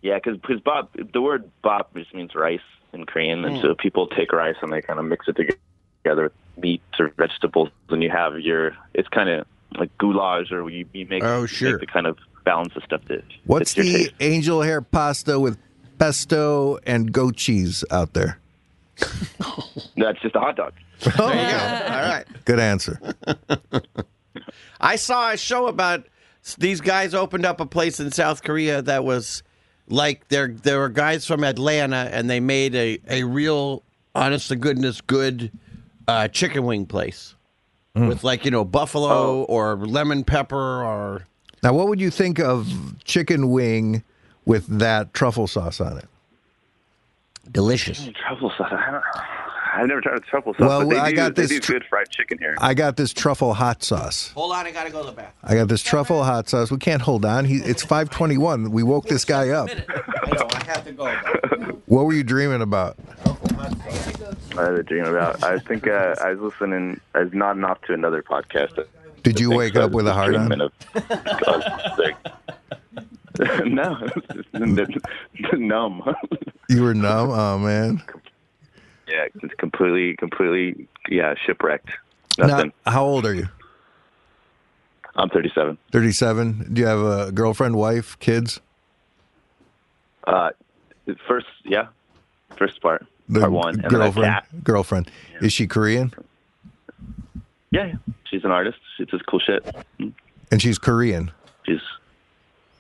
N: yeah, because bop the word bop just means rice in Korean, and so people take rice and they kind of mix it toge- together with meats or vegetables, and you have your it's kind of like goulash or you, you make
B: Oh,
N: you
B: sure.
N: make the kind of balance of stuff that
B: What's
N: fits your
B: the
N: taste.
B: angel hair pasta with pesto and goat cheese out there?
N: that's just a hot dog.
D: There you go. All right.
B: Good answer.
D: I saw a show about s- these guys opened up a place in South Korea that was like there there were guys from Atlanta and they made a, a real honest to goodness good uh, chicken wing place
E: Hmm.
D: with like you know buffalo
E: Oh.
D: or lemon pepper or
B: Now, what would you think of chicken wing with that truffle sauce on it?
D: delicious.
N: Truffle sauce. I don't, I've never tried truffle sauce.
B: Well,
N: but they
B: I
N: do,
B: got
N: they
B: this
N: do
B: tr-
N: good fried chicken here.
B: I got this truffle hot sauce.
D: Hold on, I gotta go to the bathroom.
B: I got this truffle hot sauce. We can't hold on. He, it's 521. We woke this guy up.
D: I know I have to go.
B: What were you dreaming about?
N: I had a dream about. I think uh, I was listening. I was nodding off to another podcast.
B: Did you wake up with a hard on?
N: treatment of- of sick. no, numb.
B: You were numb? Oh, man.
N: yeah, just completely, completely, yeah, shipwrecked.
B: Now,
N: Nothing.
B: how old are you?
N: I'm 37.
B: 37. Do you have a girlfriend, wife, kids?
N: Uh, first, yeah, first part,
B: The
N: part one, and then a
B: girlfriend.
N: cat.
B: Girlfriend. Is she Korean?
N: Yeah, yeah, she's an artist. She does cool shit.
B: And she's Korean.
N: She's,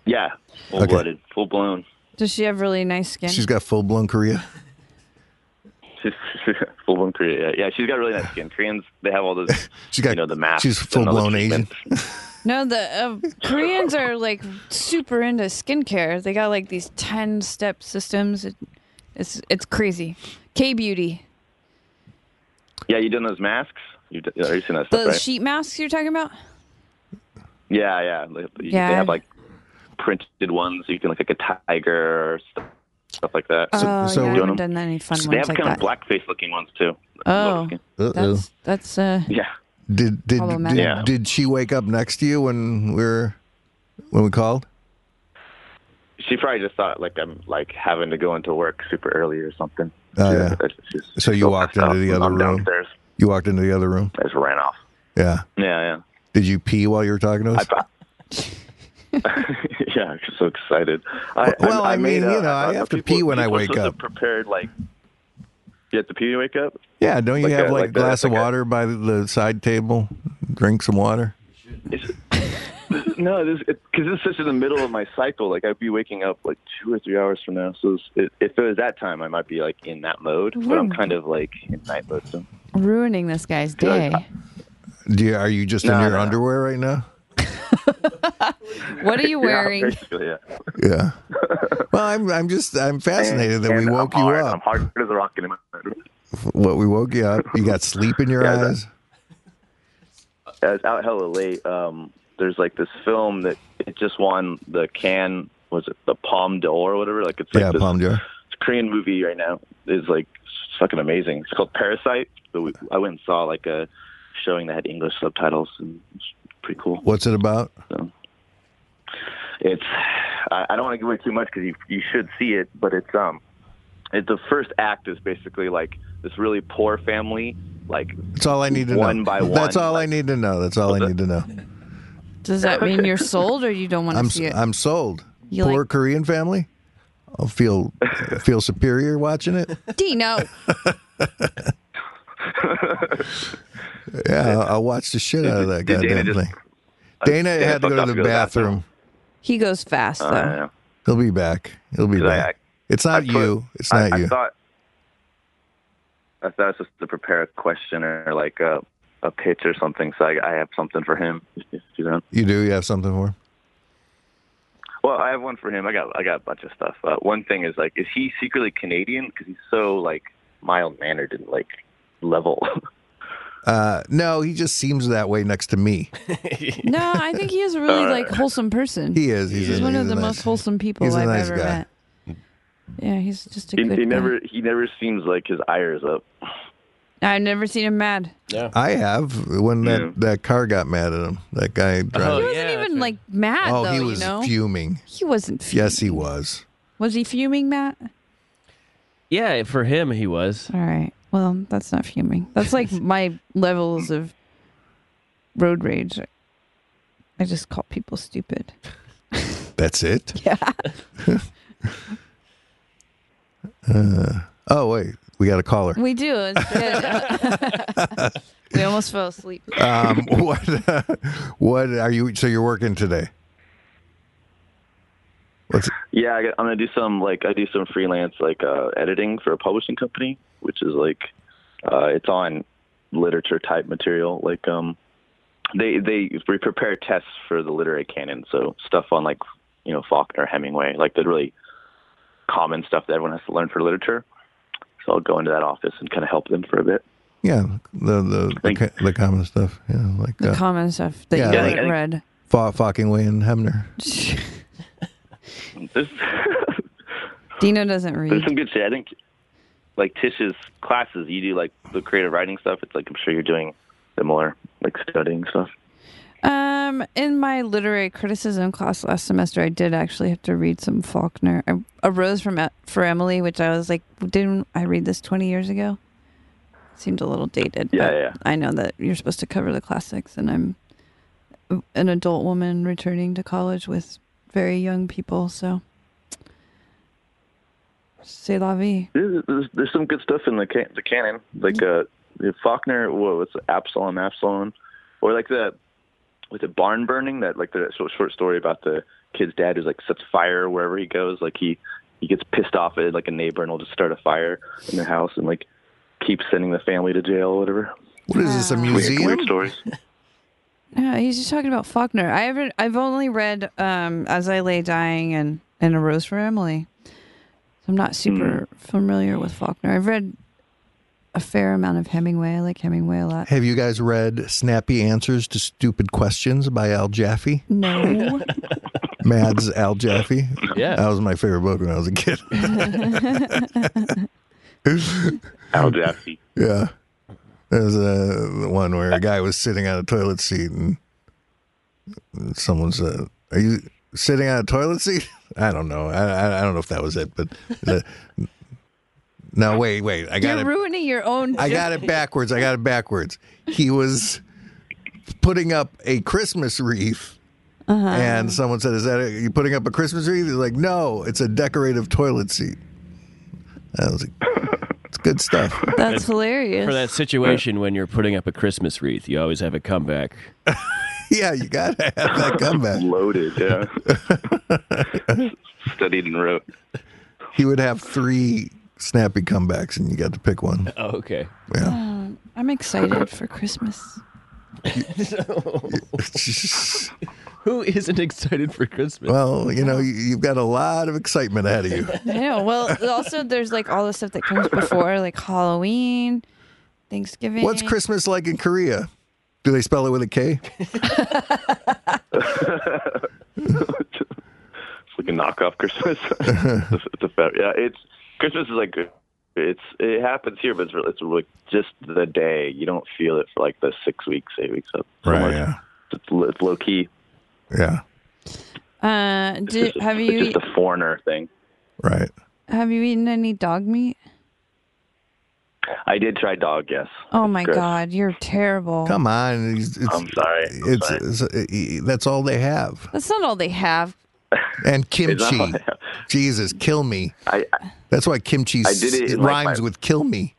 N: yeah, full blooded, full blown.
A: Does she have really nice skin?
B: She's got full blown Korea.
N: She's full blown Korea. Yeah, she's got really nice skin. Koreans, they have all those,
B: She's got.
N: you know, the mask.
B: she's full
N: and all the
B: blown Asian.
N: treatment.
A: No, the uh, Koreans are like super into skincare. They got like these ten step systems. It, it's it's crazy. K beauty,
N: Yeah, you doing those masks? You d- are you seeing that
A: the
N: stuff, right?
A: sheet masks you're talking about.
N: Yeah, yeah. Like, you-
A: Yeah.
N: They have like printed ones. You can look like a tiger or stuff, stuff like that.
A: Oh,
B: so
A: yeah, I
B: doing
A: haven't
N: them-
A: done any fun
N: they
A: ones
N: have
A: like
N: kind
A: that.
N: of blackface looking ones too.
A: oh,
B: Uh-oh.
A: that's that's uh,
N: Yeah.
B: Did did did,
A: Problematic.
N: Yeah.
B: did she wake up next to you when we were when we called?
N: She probably just thought like I'm like having to go into work super early or something.
B: Oh,
N: She-
B: yeah.
N: uh, she's-
B: So you
N: she's
B: walked
N: passed
B: into
N: out.
B: the other
N: I'm
B: room?
N: Downstairs.
B: You walked into the other room.
N: I just ran off.
B: Yeah.
N: Yeah, yeah.
B: Did you pee while you were talking to us?
N: yeah, I'm so excited. I,
B: Well, I
N: made
B: mean,
N: a-
B: you know, I
N: thought
B: have to
N: people-
B: pee when I
N: people are
B: wake
N: supposed
B: up.
N: to Prepared like. You have to pee when you wake up.
B: yeah. Don't you
N: Like
B: have
N: a-
B: like,
N: like
B: a
N: the-
B: glass of
N: like a-
B: water by the, the side table? Drink some water.
N: It's, no, this because this is such in the middle of my cycle. Like I'd be waking up like two or three hours from now. So it's- it, if it was that time, I might be like in that mode. But
B: Hmm.
N: I'm kind of like in night mode. So.
A: ruining this guy's day.
B: Do you, are you just
N: No,
B: in your
N: no, no.
B: underwear right now? uh,
A: What are you
N: Yeah,
A: wearing?
N: basically, yeah.
B: Yeah. well, I'm I'm just I'm fascinated that we
N: And
B: woke
N: I'm
B: you
N: hard. I'm
B: up.
N: hard as a rock in my
B: What we woke you up. You got sleep in your
N: Yeah, that-
B: eyes.
N: I was out hella late. Um, there's like this film that it just won the Cannes. Was it the Palme d'Or or whatever? Like it's like
B: yeah,
N: this
B: palm jar.
N: Korean movie right now is like fucking amazing. It's called Parasite. But we, I went and saw like a showing that had English subtitles, and it's pretty cool.
B: What's it about?
N: It's I, I don't want to give away too much because you you should see it, but it's um, it, the first act is basically like this really poor family, like
B: That's all I need to
N: One
B: know.
N: by
B: That's
N: one,
B: all I
N: like-
B: need to know. That's all I need to know.
A: Does that mean you're sold or you don't want
B: I'm
A: to see it?
B: I'm sold.
A: You
B: Poor
A: like-
B: Korean family. I'll feel feel superior watching it.
A: Dino,
B: Yeah, I'll, I'll watch the shit out of that
N: Did Dana
B: goddamn
N: just-
B: thing. Dana
N: Dana
B: had to
N: fucked
B: go
N: off
B: to the
N: to go to the bathroom.
B: bathroom.
A: he goes fast though.
N: I
B: uh,
N: don't know.
B: He'll be back. He'll be
N: Cause I-
B: back. It's not
N: I put-
B: you. It's not
N: I,
B: you.
N: I thought I thought it was just to prepare a question or like a a pitch or something. So I, I have something for him. if he's on.
B: you do. You have something for him.
N: Well, I have one for him. I got I got a bunch of stuff. Uh, one thing is like, is he secretly Canadian? Because he's so like mild mannered and like level.
B: Uh, no, he just seems that way next to me.
A: No, I think he is a really like wholesome person.
B: He is. He's,
A: He's,
B: a-
A: one of
B: he's
A: the
B: a nice-
A: most wholesome people
B: he's a
A: I've
B: nice
A: ever
B: guy.
A: met. Yeah, he's just a
N: He,
A: good
N: he
A: guy.
N: never he never seems like his ire is up.
A: I've never seen him mad.
B: I have when that, that car got mad at him. That guy
A: he
B: driving.
A: wasn't even like mad
B: Oh,
A: though,
B: he was
A: you know.
B: fuming.
A: He wasn't fuming.
B: Yes, he was.
A: Was he fuming, Matt?
C: Yeah, for him he was.
A: All right. Well, that's not fuming. That's like my levels of road rage. I just call people stupid.
B: That's it.
A: Yeah.
B: Uh, oh wait, we got a caller.
A: We do. It's good. we almost fell asleep.
B: Um, what? what are you? So you're working today? What's
N: Yeah, I, I'm gonna do some like I do some freelance like uh, editing for a publishing company, which is like uh, it's on literature type material. Like um, they they we prepare tests for the literary canon, so stuff on like you know Faulkner, Hemingway, like the really common stuff that everyone has to learn for literature. So I'll go into that office and kind of help them for a bit.
B: yeah the the the, ca- the common stuff? Yeah, like
A: The
B: uh,
A: common stuff that
B: yeah,
A: you
B: like-
A: haven't read.
B: Fa- Falkingway and Hemner.
N: There's
A: Dino doesn't read.
N: there's some good shit. I think like Tish's classes, you do like the creative writing stuff. It's like I'm sure you're doing similar like studying stuff.
A: Um, in my literary criticism class last semester, I did actually have to read some Faulkner. I, a Rose from E- for Emily, which I was like, didn't I read this twenty years ago? Seemed a little dated.
N: Yeah,
A: but
N: yeah.
A: I know that you're supposed to cover the classics, and I'm an adult woman returning to college with very young people, so c'est la vie.
N: There's, there's, there's some good stuff in the can, the canon, like uh, the Faulkner. What was it, Absalom? Absalom, or like the with the barn burning that like the short, short story about the kid's dad who's like sets fire wherever he goes. Like he he gets pissed off at like a neighbor and will just start a fire in their house and like keep sending the family to jail or whatever.
B: What is
A: Uh,
B: this? A museum?
N: Weird stories.
A: Yeah, he's just talking about Faulkner. I haven't. I've only read um, "As I Lay Dying" and "And a Rose for Emily." So I'm not super
B: Hmm.
A: familiar with Faulkner. I've read a fair amount of Hemingway. I like Hemingway a lot.
B: Have you guys read Snappy Answers to Stupid Questions by Al Jaffe?
A: No.
B: Mads Al Jaffe.
C: Yeah.
B: That was my favorite book when I was a kid.
N: Al Jaffe.
B: yeah. There's a the one where a guy was sitting on a toilet seat and someone said, "Are you sitting on a toilet seat?" I don't know. I I, I don't know if that was it, but the, no. Wait, wait. I got
A: You're
B: it.
A: ruining your own.
B: I got it backwards. I got it backwards. He was putting up a Christmas wreath. And someone said, "Is that a, you putting up a Christmas wreath?" He's like, "No, it's a decorative toilet seat." I was like, "It's good stuff."
A: That's hilarious.
C: For that situation when you're putting up a Christmas wreath, you always have a comeback.
B: yeah, you gotta have that comeback.
N: Loaded. Yeah. Studied and wrote.
B: He would have three snappy comebacks, and you got to pick one.
C: Oh, okay.
B: Yeah,
A: Um, I'm excited for Christmas.
C: Who isn't excited for Christmas?
B: well, you know, you, you've got a lot of excitement ahead of you.
A: I know. Well, also there's like all the stuff that comes before, like Halloween, Thanksgiving.
B: What's Christmas like in Korea? Do they spell it with a K?
N: it's like a knockoff Christmas. it's a, it's a fair, yeah, it's Christmas is like it's it happens here, but it's really, it's like just the day. You don't feel it for like the six weeks, eight weeks up. so much.
B: Yeah.
N: It's, lo- it's low key.
B: Yeah.
A: Uh,
N: It's
A: do,
N: just,
A: have
N: it's
A: you
N: just a foreigner thing.
B: Right.
A: have you eaten any dog meat?
N: I did try dog, yes.
A: Oh my
N: Gross.
A: god, you're terrible.
B: Come on, it's, it's,
N: I'm sorry. I'm
B: it's,
N: sorry.
B: it's- uh, that's all they have,
A: That's not all they have.
B: and
N: It's not
B: kimchi.
N: what I have.
B: Jesus, kill me.
N: I, I-
B: That's why kimchi
N: I did it
B: s-
N: in, like,
B: rhymes
N: my-
B: with kill me.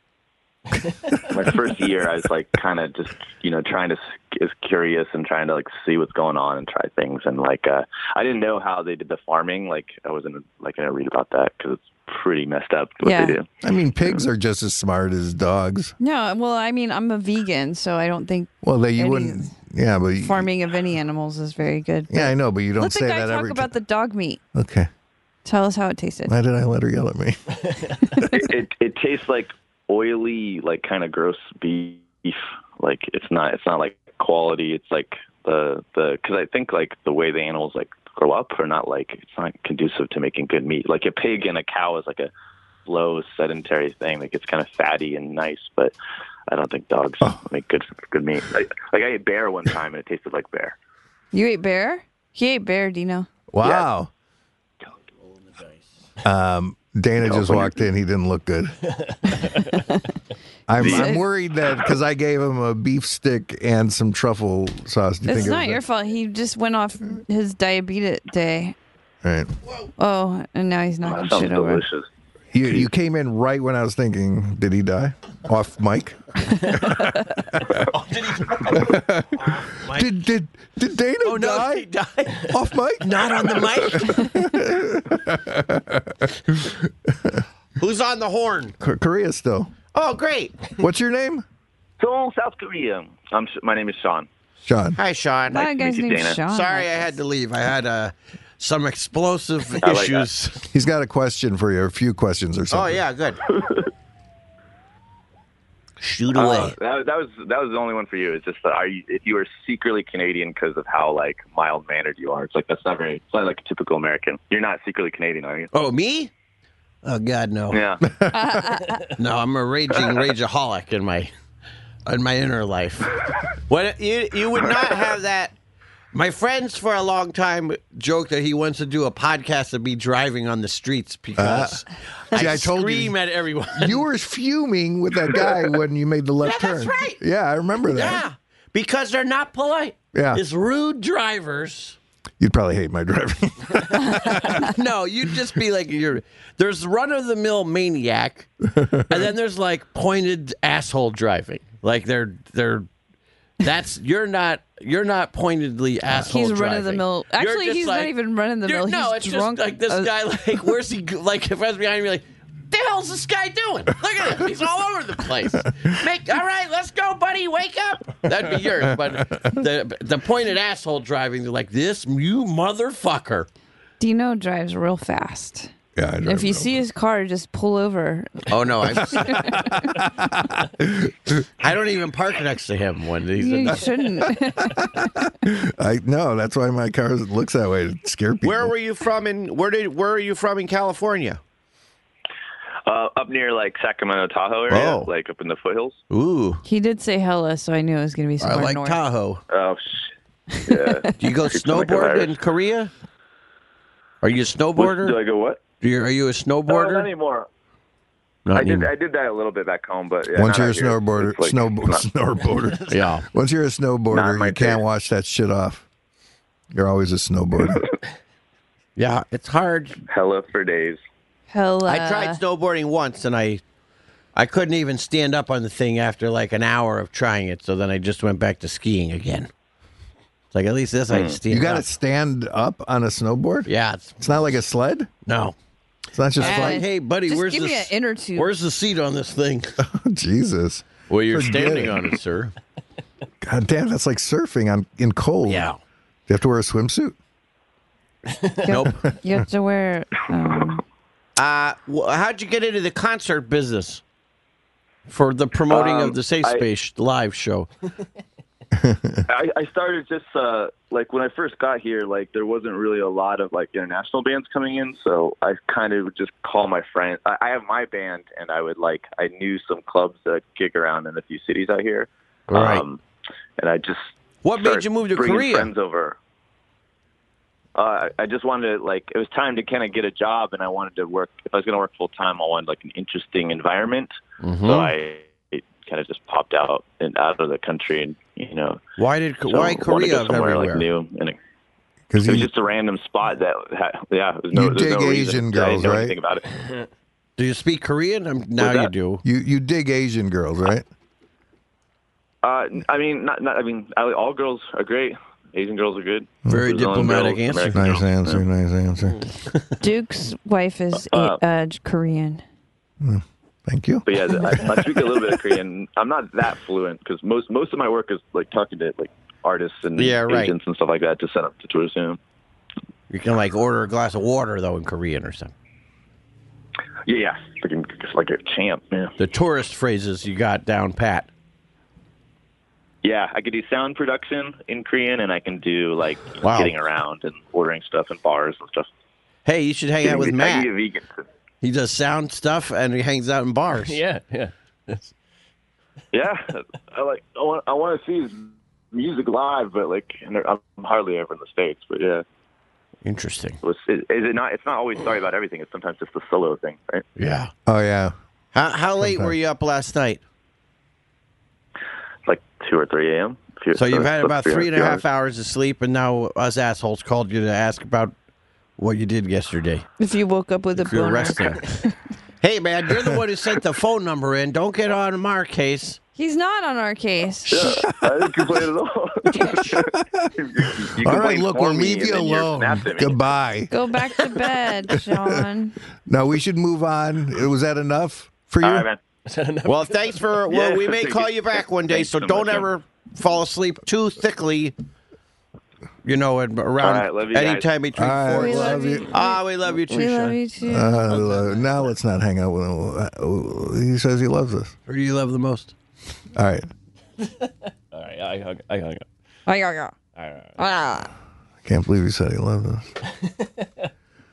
N: my first year, I was like kind of just you know trying to is curious and trying to like see what's going on and try things and like uh, I didn't know how they did the farming. Like I wasn't like I didn't read about that because it's pretty messed up what
A: Yeah.
N: they do.
B: I mean, pigs are just as smart as dogs.
A: No, well, I mean, I'm a vegan, so I don't think
B: Well, they you
A: Any-
B: wouldn't. Yeah, but you,
A: farming of any animals is very good.
B: Yeah, I know, but you don't
A: Let the
B: say
A: guy
B: that
A: talk
B: every.
A: about the dog meat.
B: the- okay.
A: Tell us how it tasted.
B: Why did I let her yell at me?
N: it, it it tastes like oily, like kind of gross beef beef. Like it's not it's not like quality. It's like the the because I think like the way the animals like grow up are not like it's not conducive to making good meat. Like a pig and a cow is like a slow sedentary thing that gets kind of fatty and nice, but I don't think dogs
A: Oh.
N: make good good meat. Like, like I ate bear one time and it tasted like bear.
A: You ate bear? He ate bear, Dino.
B: Wow. Um, Dana just walked in. He didn't look good. I'm, I'm worried that because I gave him a beef stick and some truffle sauce. Do you
A: It's
B: think it
A: not
B: was
A: your fault. He just went off his diabetes day.
B: Right.
A: Oh, and now he's knocking shit oh, over.
B: You you came in right when I was thinking, did he die? Off mic. did, did did Dana
E: Oh, no,
B: die?
E: he died.
B: Off mic?
E: Not on
B: the mic.
L: Who's on the horn?
B: Korea still.
D: Oh, great.
B: What's your name?
N: Seoul, South Korea. I'm, my name is Sean.
B: Sean.
E: Hi, Sean.
N: That Nice to guy's meet you, name's Dana. Sean.
E: Sorry, I had to leave. I had uh, some explosive
N: I like that.
E: issues.
B: He's got a question for you, or a few questions or
E: oh
B: something.
E: yeah, good.
L: Shoot
N: Uh, that, that was that was the only one for you. It's just that are you, if you are secretly Canadian because of how like mild mannered you are. It's like that's not very. It's not like a typical American. You're not secretly Canadian, are you?
E: Oh me? Oh God, no.
N: Yeah.
E: no, I'm a raging rageaholic in my in my inner life. What you you would not have that. My friends for a long time joked that he wants to do a podcast and be driving on the streets because I,
B: Uh-huh. See, I told you-
E: scream at everyone.
B: You were fuming with that guy when you made the left
E: Yeah,
B: turn.
E: that's right.
B: Yeah, I remember that.
E: Yeah, because they're not polite.
B: Yeah.
E: it's rude drivers.
B: You'd probably hate my driving.
E: no, you'd just be like you're. There's run of the mill maniac, and then there's like pointed asshole driving. Like they're they're. That's you're not you're not pointedly asshole.
A: He's
E: driving.
A: run of the mill.
E: You're
A: Actually,
E: just
A: he's
E: like-
A: not even run of the
E: you're-
A: mill.
E: No,
A: he's
E: it's
A: drunk.
E: just like this
A: Uh,
E: guy. Like where's he? go- Like if I was behind me, like the hell's this guy doing? Look at him. He's all over the place. Make all right, let's go, buddy. Wake up. That'd be yours. But the the pointed asshole driving. They're like this you motherfucker.
A: Dino drives real fast.
B: Yeah, I
A: if you see his car, just pull over.
E: Oh no, I'm. I don't even park next to him when he's in.
A: You shouldn't.
B: I no, that's why my car looks that way to scare people.
D: Where were you from? In where did where are you from in California?
N: Uh, up near like Sacramento Tahoe area, like up in the foothills.
E: Ooh,
A: he did say hella, so I knew it was going to be somewhere north.
E: Tahoe.
N: Oh, sh- yeah.
E: Do you go
N: Creeps like a
E: snowboard
N: virus.
E: in Korea? Are you a snowboarder?
N: Do I go what?
E: Do you, are you a
N: No, not
E: snowboarder?
N: anymore.
E: Not
N: I did.
E: anymore.
N: I did that a little bit back home, but yeah,
B: Once
N: not
B: you're a
N: out here.
B: snowboarder,
N: It's like-
B: snowbo-
N: not-
B: snowboarder.
E: yeah.
B: Once you're a
N: Not
B: snowboarder,
N: my
B: you can't
N: thing.
B: wash that shit off. You're always a snowboarder.
E: Yeah, it's hard.
N: Hella for days.
A: Hella.
E: I tried snowboarding once and I I couldn't even stand up on the thing after like an hour of trying it, so then I just went back to skiing again. It's like at least this I can stand
B: Hmm. you got to
E: up.
B: stand up on a snowboard.
E: Yeah, it's,
B: It's not like a sled.
E: no.
B: It's not just
A: Uh,
E: It's like,
B: like
E: hey buddy,
A: Just
E: where's
A: give
E: the
A: me an inner tube.
E: where's the seat on this thing?
B: Jesus.
E: Well, you're
B: Forget
E: standing
B: it.
E: on it, sir.
B: God damn, that's like surfing on in cold.
E: Yeah.
B: You have to wear a swimsuit.
E: Nope.
A: You have to wear. Um,
E: Uh, wh- how'd you get into the concert business for the promoting
N: Um,
E: of the Safe
N: I- Um,
E: Space live show?
N: I, I started just uh, like when I first got here, like there wasn't really a lot of like international bands coming in, so I kind of would just call my friends. I, I have my band, and I would like I knew some clubs that gig around in a few cities out here,
E: Right.
N: um, and I just
E: What made
N: started
E: you move to
N: bringing
E: Korea?
N: Friends over. Uh, I I just wanted to like it was time to kind of get a job, and I wanted to work. If I was going to work full time, I wanted like an interesting environment.
E: Mhm.
N: So I it kind of just popped out and out of the country, and you know
E: Why did
N: so
E: why
N: I wanna
E: Korea
N: go
E: of
N: somewhere
E: everywhere?
N: like new and it,
B: Because
N: it was
B: you,
N: just a random spot that ha- yeah it was no,
B: You
N: there was
B: dig
N: no reason.
B: Asian
N: I didn't
B: girls,
N: know
B: right?
N: anything about it
E: Do you speak Korean? Um now
N: that?
E: you do.
B: you you dig Asian girls, right?
N: uh, I mean not, not I mean I, all girls are great Asian girls are good
E: Very
N: Brazilian
E: diplomatic
N: girls,
E: answer.
N: American
B: Mm. Nice
N: girls,
B: answer.
N: yeah. Mm.
B: Nice answer.
A: Duke's wife is
N: Uh,
A: uh, uh, Korean.
B: Thank you.
N: but yeah I, I speak a little bit of Korean I'm not that fluent because most most of my work is like talking to like artists and
E: Yeah, right.
N: agents and stuff like that to set up the tours you know?
E: You can like order a glass of water though in Korean or something.
N: yeah yeah freaking just like a champ yeah
E: The tourist phrases you got down pat.
N: Yeah, I could do sound production in Korean, and I can do like you know,
D: Wow.
N: getting around and ordering stuff in bars and stuff.
D: Hey, you should hang out with
N: I
D: Matt.
N: can be a vegan. too.
D: He does sound stuff and he hangs out in bars.
C: Yeah, yeah.
N: Yeah, I like. I want. I want to see his music live, but like, and I'm hardly ever in the states. But yeah,
D: Interesting.
N: It's- is it not? It's not always sorry about everything. It's sometimes just the solo thing, right?
D: Yeah.
B: Oh yeah.
D: How, how late were
N: Sometimes.
D: you up last night?
N: Like two or three a.m. Few-
D: So you've had
N: it's
D: about three and a
N: hours.
D: half hours of sleep, and now us assholes called you to ask about what you did yesterday.
A: If you woke up with a
D: If you're
A: boner.
D: resting. hey, man, you're the one who sent the phone number in. Don't get on our case.
A: He's not on our case.
N: I didn't complain at all.
B: All right,
N: complain
B: look,
N: for
B: we'll
N: me,
B: leave
N: and
B: you
N: then you're
B: alone.
N: snapped at me.
B: Goodbye.
A: Go back to bed, Sean.
B: No, we should move on. Was that enough for you?
N: All right, man.
D: Well, thanks for. Well,
N: Yeah,
D: we may
N: thank
D: call
N: you.
D: you back one day,
N: Thanks
D: so
N: so
D: don't
N: much, man.
D: ever fall asleep too thickly. You know, and around
N: All right, love you guys.
D: anytime between
B: All right,
D: four.
B: We
D: and
B: love
D: seven.
B: you.
D: Ah, we love you too,
A: we
D: Sean.
A: love you too.
B: Uh, now let's not hang out with him. Uh, He says he loves us.
D: Who do you love the most?
B: All right.
C: All right, I hung, I hung up.
A: Oh, yeah, yeah.
C: All right, all right.
A: Ah.
B: I can't believe he said he loves us.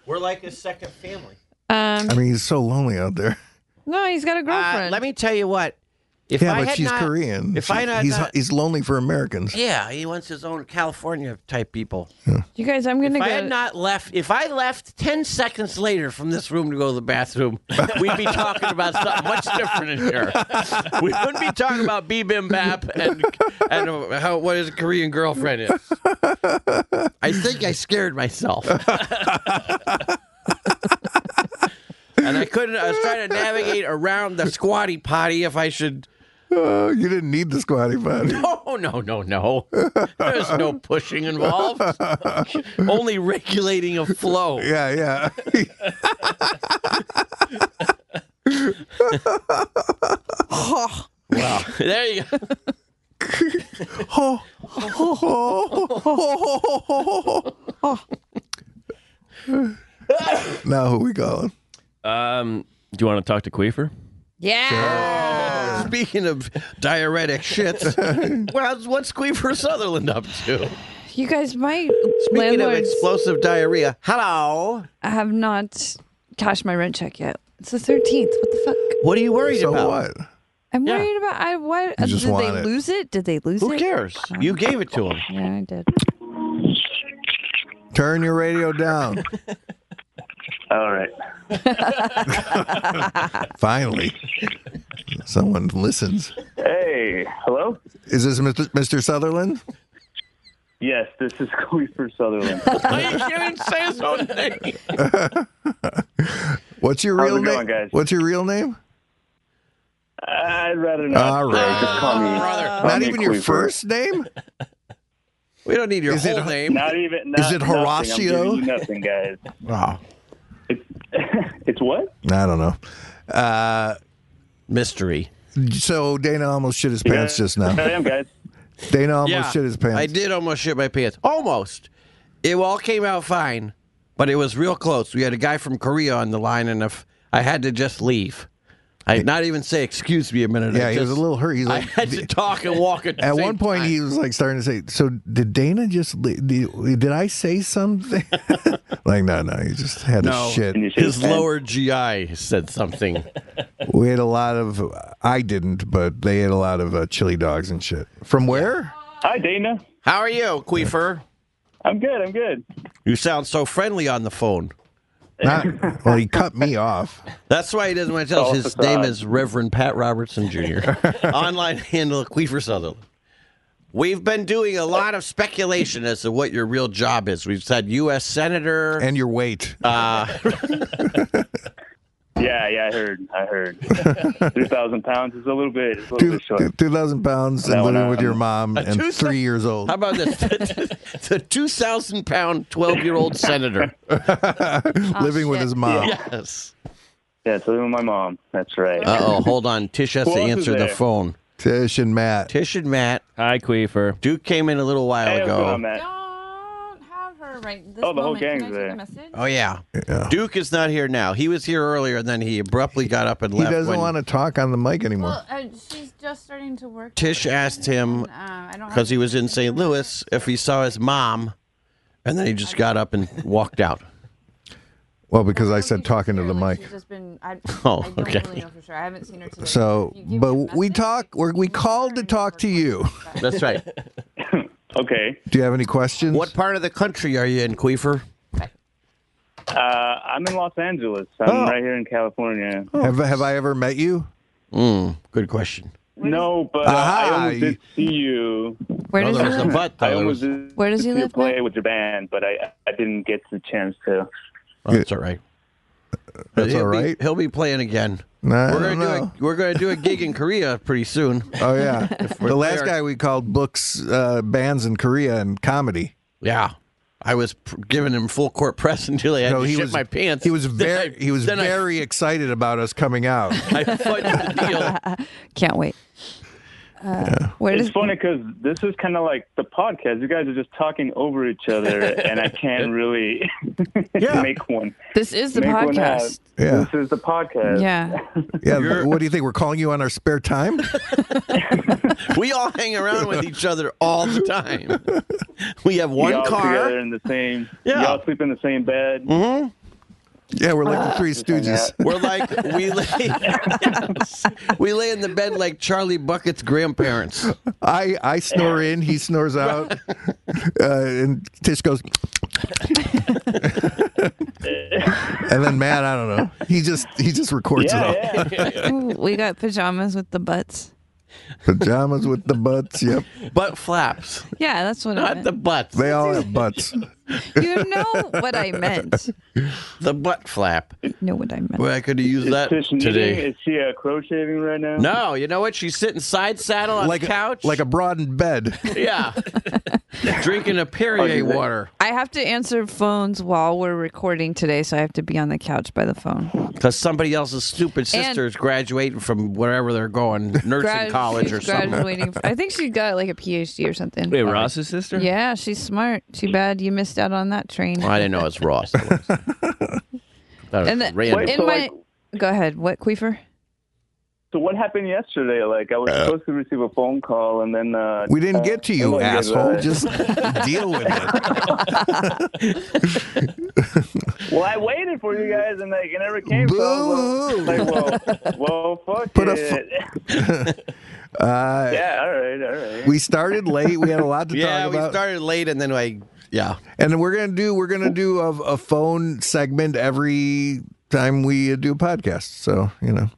D: We're like a second family.
A: Um,
B: I mean, he's so lonely out there.
A: no, he's got a girlfriend.
D: Uh, let me tell you what. If
B: yeah,
D: I
B: but
D: had
B: she's
D: not-
B: Korean.
D: If
B: She-
D: I had
B: he's,
D: not,
B: he's lonely for Americans.
D: yeah, he wants his own California type people.
A: you guys, I'm gonna
D: If I
A: go.
D: had not left, if I left ten seconds later from this room to go to the bathroom, we'd be talking about something much different in here. We wouldn't be talking about bibimbap and and uh, how what his Korean girlfriend is. I think I scared myself. And I couldn't. I was trying to navigate around the squatty potty if I should.
B: Oh, you didn't need the squatty potty.
D: Oh no no no! There's no pushing involved. Only regulating a flow.
B: Yeah, yeah.
D: There you go.
B: oh, oh, oh, oh, oh, oh, oh, oh, oh. now who we calling?
C: Um, do you want to talk to Queefer?
A: yeah.
D: Speaking of diuretic shits, well, what's Queefer Sutherland up to?
A: You guys, my
D: Speaking of
A: landlords
D: explosive diarrhea, hello.
A: have not cashed my rent check yet. It's the 13th. What the fuck?
D: What are you worried
B: So
D: about?
B: what?
A: I'm
D: Yeah.
A: worried about. I what?
B: You just
A: did
B: want
A: they
B: it.
A: lose it? Did they lose it?
D: Who cares? You gave it to him.
A: Yeah, I did.
B: Turn your radio down.
N: All right.
B: Finally, someone listens.
N: Hey, hello.
B: Is this Mr. Mr. Sutherland?
N: Yes, this is Queefer Sutherland.
D: you can't even say his own name.
B: What's your
N: How's
B: real
N: it
B: name?
N: going, guys?
B: What's your real name?
N: I'd rather
B: All right.
N: Just call me.
D: Brother,
N: call
B: Not
N: me
B: even your
N: Queefer.
B: first name?
D: we don't need your
B: Is it-
D: whole name.
N: Not even. Not,
B: Is it
N: nothing. I'm
B: Horatio?
N: giving you Nothing, guys.
D: Oh,
N: It's, it's what?
B: I don't know. Uh,
D: mystery.
B: so Dana almost shit his pants just
N: I
B: now.
N: am, guys.
B: Dana almost shit his pants.
D: I did almost shit my pants. Almost. It all came out fine, but it was real close. We had a guy from Korea on the line, and if I had to just leave, I not even say excuse me a minute.
B: Yeah,
D: I
B: he was a
D: just-
B: little hurt. He's
D: I
B: like,
D: had to talk and walk at, the
B: at
D: same
B: one point,
D: time.
B: he was like starting to say, "So did Dana just? li- Did, did I say something?" like, no, no, he just had
D: No.
B: to shit.
N: Can you shake
D: his
N: hands?
D: lower GI said something.
B: We had a lot of. I didn't, but they had a lot of uh, chili dogs and shit. From where?
N: Hi, Dana.
D: How are you, Queefer?
N: I'm good. I'm good.
D: You sound so friendly on the phone.
B: Not, well, he cut me off.
D: That's why he doesn't want to tell us.
N: Oh,
D: His
N: facade.
D: name is Reverend Pat Robertson Jr. Online handle Queefer Sutherland. We've been doing a lot of speculation as to what your real job is. We've said U.S. Senator.
B: And your weight.
D: uh,
N: Yeah, yeah. I heard. I heard. Three thousand pounds is a little bit. It's a little
B: Two
N: bit short.
B: two thousand pounds
N: That
B: and
N: one,
B: living
N: uh,
B: with your mom and
D: um, two Oh,
B: three years old.
D: how about this? the 2,000 pound 12 year old senator.
B: living with
A: shit.
B: his mom.
D: Yes.
N: Yeah, it's living with my mom. That's right.
D: Uh oh, hold on. Tish has
N: Who
D: to
N: else is
D: answer the
N: there?
D: phone.
B: Tish and Matt.
D: Tish and Matt.
C: Hi, Queefer.
D: Duke came in a little while
N: hey, what's
D: ago.
N: going on, Matt?
O: Don't have her right this
N: Uh, Oh, the whole
O: moment. Can I
N: gang's
O: take
N: there.
O: a message?
B: Um,
D: Oh, yeah.
B: Yeah.
D: Duke is not here now. He was here earlier, and then he abruptly got up and
B: He
D: left.
B: doesn't
D: when-
B: want to talk on the mic anymore.
O: Well, uh, she's just
P: just starting to work. uh,
D: Tish asked him
P: I don't have
D: because he was in St. Louis if he saw his mom, and then he just got up and walked out.
B: Well, because I said talking to the mic.
P: She's just been. I, I
D: Oh,
P: don't
D: okay.
P: really know for sure. I haven't seen her today.
B: So, but we talk. We're, we called to talk to you.
D: That's right.
B: okay. Do you have any questions?
D: What part of the country are you in, Queefer?
N: Uh, I'm in Los Angeles. I'm
B: Oh.
N: right here in California.
B: Have Have I ever met you?
D: Mm, good question.
N: No, but uh,
B: Aha,
N: I almost did
B: you-
N: see you.
A: Where does he
N: I
A: live?
D: butt, though. There
N: almost
D: was-
N: did
A: Where does he
N: see you
A: live?
N: play with your band, but I I didn't get the chance to.
D: Oh, that's all right.
B: That's
D: He'll
B: all
D: be-
B: right.
D: he'll be playing again.
B: Nah, I
D: we're gonna
B: don't
D: do a, we're gonna do a gig in Korea pretty soon.
B: Oh yeah.
D: If we're
B: the last
D: there.
B: guy we called books uh, bands in Korea and comedy.
D: Yeah, I was pr- giving him full court press until I had to shit my pants.
B: He was
D: Then
B: very
D: I-
B: he was
D: then I-
B: very excited about us coming out.
D: I fudged the deal.
A: Can't wait. Uh, where
N: it's
A: does
N: funny 'cause funny because this is kind of like the podcast. You guys are just talking over each other, and I can't really make one.
A: this is the
N: make one out.
A: podcast?
B: Yeah.
N: This is the podcast.
A: Yeah,
B: Yeah. What do you think? We're calling you on our spare time?
D: we all hang around with each other all the time. We have
N: We
D: one
N: all
D: car.
N: together in the same.
D: Yeah.
N: Yeah. Y'all sleep in the same bed.
D: hmm
B: Yeah, we're like the Three Stooges.
D: We're like we lay, Yes. we lay in the bed like Charlie Bucket's grandparents.
B: I I snore in, he snores out, uh, and Tish goes. and then Matt, I don't know. He just he just records it all.
N: Yeah, yeah.
A: Ooh, we got pajamas with the butts.
B: Pajamas with the butts. Yep,
D: Butt flaps,
A: Yeah, that's what I
D: not
A: meant.
D: the butts.
B: they all have butts.
A: you know what I meant.
D: The butt flap.
A: You know what I meant.
D: Boy, I could have used
N: Is
D: that
N: Tish knitting?
D: today.
N: Is she uh, crocheting right now?
D: No, you know what? She's sitting side saddle on
B: Like
D: the couch.
B: like a broadened bed.
D: yeah, drinking a
N: Oh,
D: Perrier
N: you think-
D: water.
A: I have to answer phones while we're recording today, so I have to be on the couch by the phone.
D: Because somebody else's stupid sister is graduating from wherever they're going, nursing
A: Grad-
D: college
A: she's
D: or something.
A: graduating. I think she got like a PhD or something.
C: Wait, Ross's sister?
A: Yeah, she's smart. Too bad you missed out on that train.
D: Well, I didn't know it was Ross. That was- that was
A: And the-
D: random.
N: Wait,
A: In
N: so,
A: my,
N: like-
A: go ahead. What, Queefer?
N: So what happened yesterday? Like I was supposed to receive a phone call, and then uh,
B: Uh, We didn't
N: uh,
B: get to you,
D: Oh
N: someone
B: asshole.
N: gave a-
B: Just deal with it.
N: well, I waited for you guys, and like it never came. So I was like, like, well, well, fuck
B: Put a
N: it.
B: Uh,
N: yeah, all right, all right.
B: we started late. We had a lot to
D: yeah,
B: talk
D: we
B: about.
D: started late and then I yeah.
B: And we're gonna do we're gonna do a, a phone segment every time we do a podcast. So you know,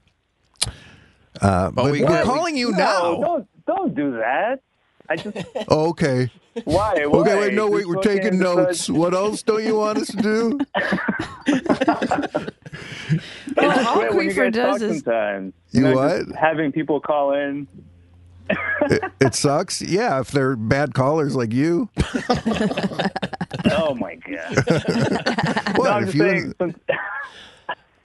B: uh, but,
D: we
B: we are
D: got-
B: calling you
N: no,
B: now.
N: Oh, don't don't do that. I just
B: Oh, okay,
N: why?
B: okay.
N: why?
B: Wait, no, wait.
N: Just
B: We're
N: fucking
B: taking
N: decide-
B: notes. What else don't you want us to do?
N: It's
A: Well, all
N: great Oh, when you
A: Queefer
N: guys talk
A: does is-
N: sometimes.
B: You
N: know, just
B: what?
N: Having people call in.
B: It, it sucks. Yeah, if they're bad callers like you.
N: Oh my god!
B: What
N: I'm
B: if
N: just
B: you?
N: saying, since-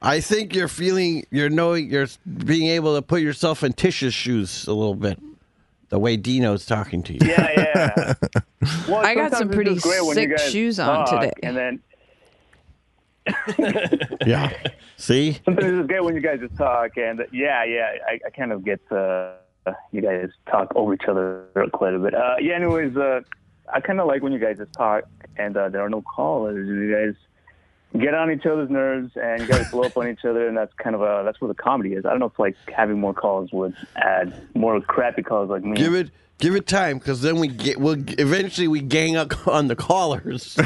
D: I think you're feeling you're knowing you're being able to put yourself in Tisha's shoes a little bit. The way Dino's talking to you.
N: yeah, yeah. Well,
A: I got
N: sometimes
A: some
N: it's
A: pretty
N: just great when you
A: sick
N: guys
A: shoes on
N: talk,
A: today.
N: And then
D: Yeah. See?
N: sometimes it's great when you guys just talk. And yeah, yeah, I, I kind of get uh, you guys talk over each other quite a bit. Uh, yeah, anyways, uh, I kind of like when you guys just talk and uh, there are no callers. You guys get on each other's nerves and you guys blow up on each other, and that's kind of uh, that's where the comedy is. I don't know if like having more calls would add more crappy calls like me.
D: Give it give it time because then we get we'll eventually we gang up on the callers.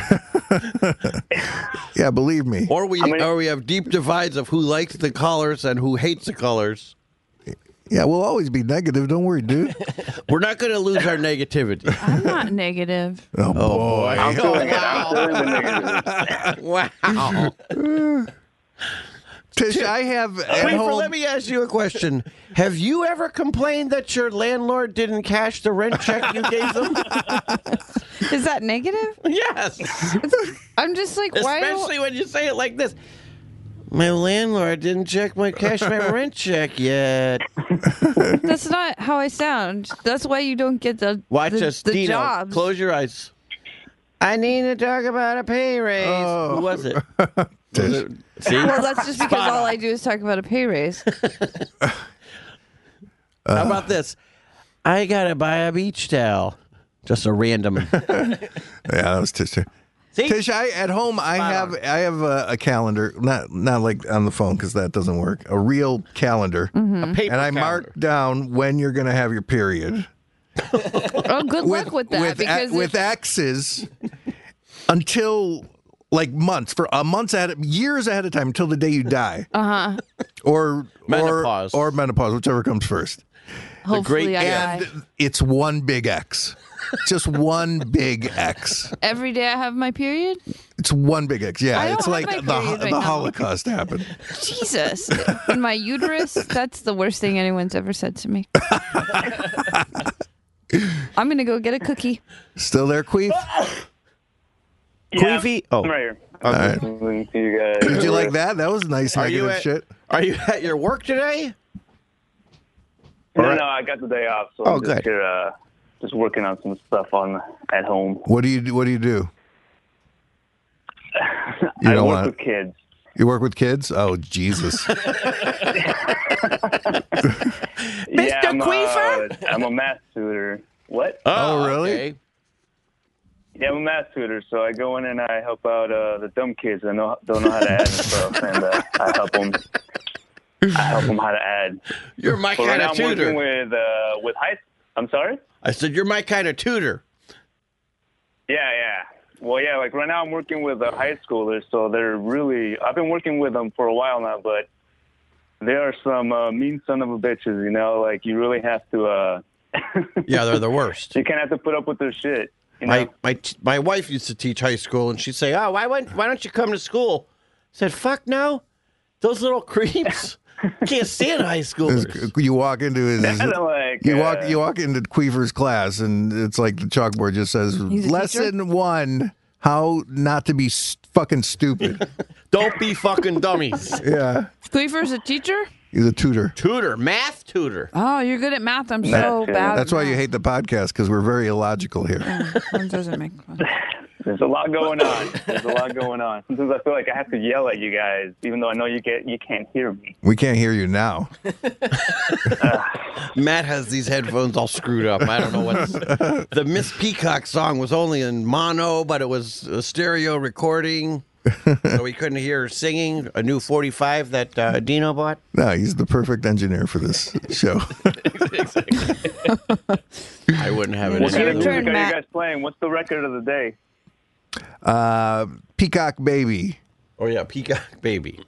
B: Yeah, believe me.
D: Or we
N: I mean-
D: or we have deep divides of who likes the callers and who hates the callers.
B: Yeah, we'll always be negative. Don't worry, dude.
D: We're not gonna lose our negativity.
A: I'm not negative.
B: Oh, boy.
N: I'm doing it. I'm doing the negative.
D: wow.
B: Tish, I have at
D: Wait,
B: home.
D: let me ask you a question. Have you ever complained that your landlord didn't cash the rent check you gave them?
A: Is that negative?
D: yes.
A: I'm just like, why? do-
D: Especially when you say it like this. My landlord didn't check my cash my rent check yet.
A: That's not how I sound. That's why you don't get the
D: Watch
A: the,
D: us,
A: the
D: Dino.
A: jobs.
D: Close your eyes. I need to talk about a pay raise.
B: Oh.
D: Who was it?
B: Tish.
D: Was it- See?
A: Well, that's just because all I do is talk about a pay raise.
D: How about this? I gotta buy a beach towel. Just a random.
B: Yeah, that was Tisha. Tish, I at home I have I have a, a calendar, not not like on the phone because that doesn't work. A real calendar,
A: Mhm. A paper
B: and I mark down when you're going to have your period
A: Oh, good luck with that
B: with
A: because
B: a, with X's until like months for a months at years ahead of time until the day you die
A: uh huh.
B: or
D: Menopause.
B: or, or menopause, whichever comes first.
A: Hopefully, I die.
B: and it's one big X, just one big X.
A: Every day I have my period.
B: It's one big X.
A: I
B: Yeah,
A: don't
B: it's
A: have
B: like
A: my
B: the, the,
A: period right now.
B: Holocaust happened.
A: Jesus, in my uterus. That's the worst thing anyone's ever said to me. I'm gonna go get a cookie.
B: Still there, Queef?
Q: Yeah,
D: Queefy?
B: Oh.
Q: I'm right here.
B: All right.
N: Listening to you guys.
B: Did you like that? That was nice
D: Are you
B: negative
D: at-
B: shit.
D: Are you at your work today?
N: No, no, I got the day off, so
B: Oh,
N: I'm just
B: good.
N: here, uh, just working on some stuff on at home.
B: What do you do? What do you do? You
N: I
B: don't
N: work
B: want-
N: with kids.
B: You work with kids? Oh Jesus!
N: Mr. Yeah, I'm, Queefer? i I'm a math tutor. What?
B: Oh, really?
N: Yeah, I'm a math tutor, so I go in and I help out uh, the dumb kids that know, don't know how to add and stuff, and uh, I help them. I help them how to add.
D: You're my
N: But
D: kind
N: right now
D: of
N: I'm
D: tutor.
N: working with uh, with high. I'm sorry.
D: I said you're my kind of tutor.
N: Yeah, yeah. Well, yeah, like right now I'm working with uh, high schoolers, so they're really. I've been working with them for a while now, but they are some uh, mean son of a bitches. You know, like you really have to. Uh,
D: Yeah, they're the worst.
N: you kind of have to put up with their shit. You know?
D: My my t- my wife used to teach high school, and she'd say, "Oh, why wouldn't, why don't you come to school?" I said, "Fuck no, those little creeps can't stand high
B: This-
D: schoolers."
B: you walk into his.
N: I don't like,
B: you walk.
N: uh,
B: You walk into Queefer's class, and it's like the chalkboard just says
A: He's a
B: lesson one: how not to be s fucking stupid.
D: Don't be fucking dummies.
B: yeah,
A: Squeefer's a teacher.
B: he's a tutor.
D: Tutor, math tutor.
A: Oh, you're good at math. I'm so bad.
B: That's why you hate the podcast because we're very illogical here.
A: That doesn't make sense.
N: There's a lot going on. There's a lot going on. Sometimes I feel like I have to yell at you guys, even though I know you get you can't hear me.
B: We can't hear you now.
D: Matt has these headphones all screwed up. I don't know what's the Miss Peacock song was only in mono, but it was a stereo recording, so we couldn't hear her singing. A new 45 that uh, Dino bought.
B: No, he's the perfect engineer for this show.
D: I wouldn't have it.
N: What kind
D: any other way.
N: of music are you guys playing? What's the record of the day?
B: Uh, Peacock Baby.
D: Oh yeah, Peacock Baby.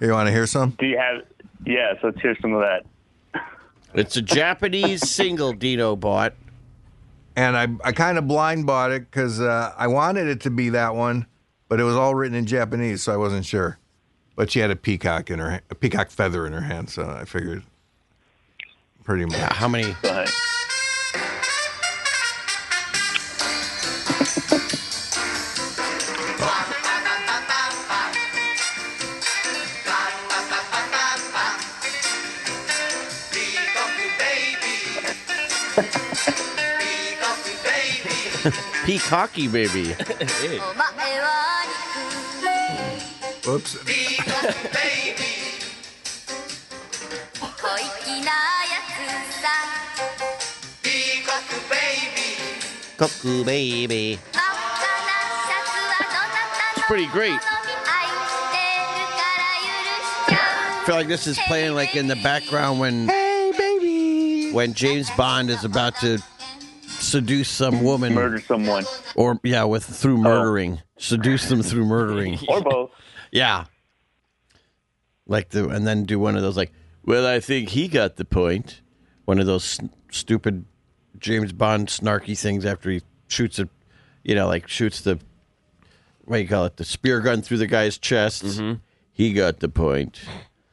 B: You want to hear some?
N: Do you have? Yeah, so let's hear some of that.
D: It's a Japanese single Dino bought.
B: And I, I kind of blind bought it because uh, I wanted it to be that one, but it was all written in Japanese, so I wasn't sure. But she had a peacock in her, ha- a peacock feather in her hand, so I figured pretty much.
D: How many?
N: But
D: Peacocky Baby.
B: Whoops.
D: Cuckoo Baby. It's pretty great. I feel like this is playing like in the background when
R: Hey, baby.
D: when James Bond is about to seduce some woman
N: murder someone
D: or yeah, with through murdering. Seduce them through murdering.
N: or both.
D: Yeah. Like the and then do one of those like, well, I think he got the point. One of those sn- stupid James Bond snarky things after he shoots a, you know, like shoots the, what do you call it, the spear gun through the guy's chest. He got the point.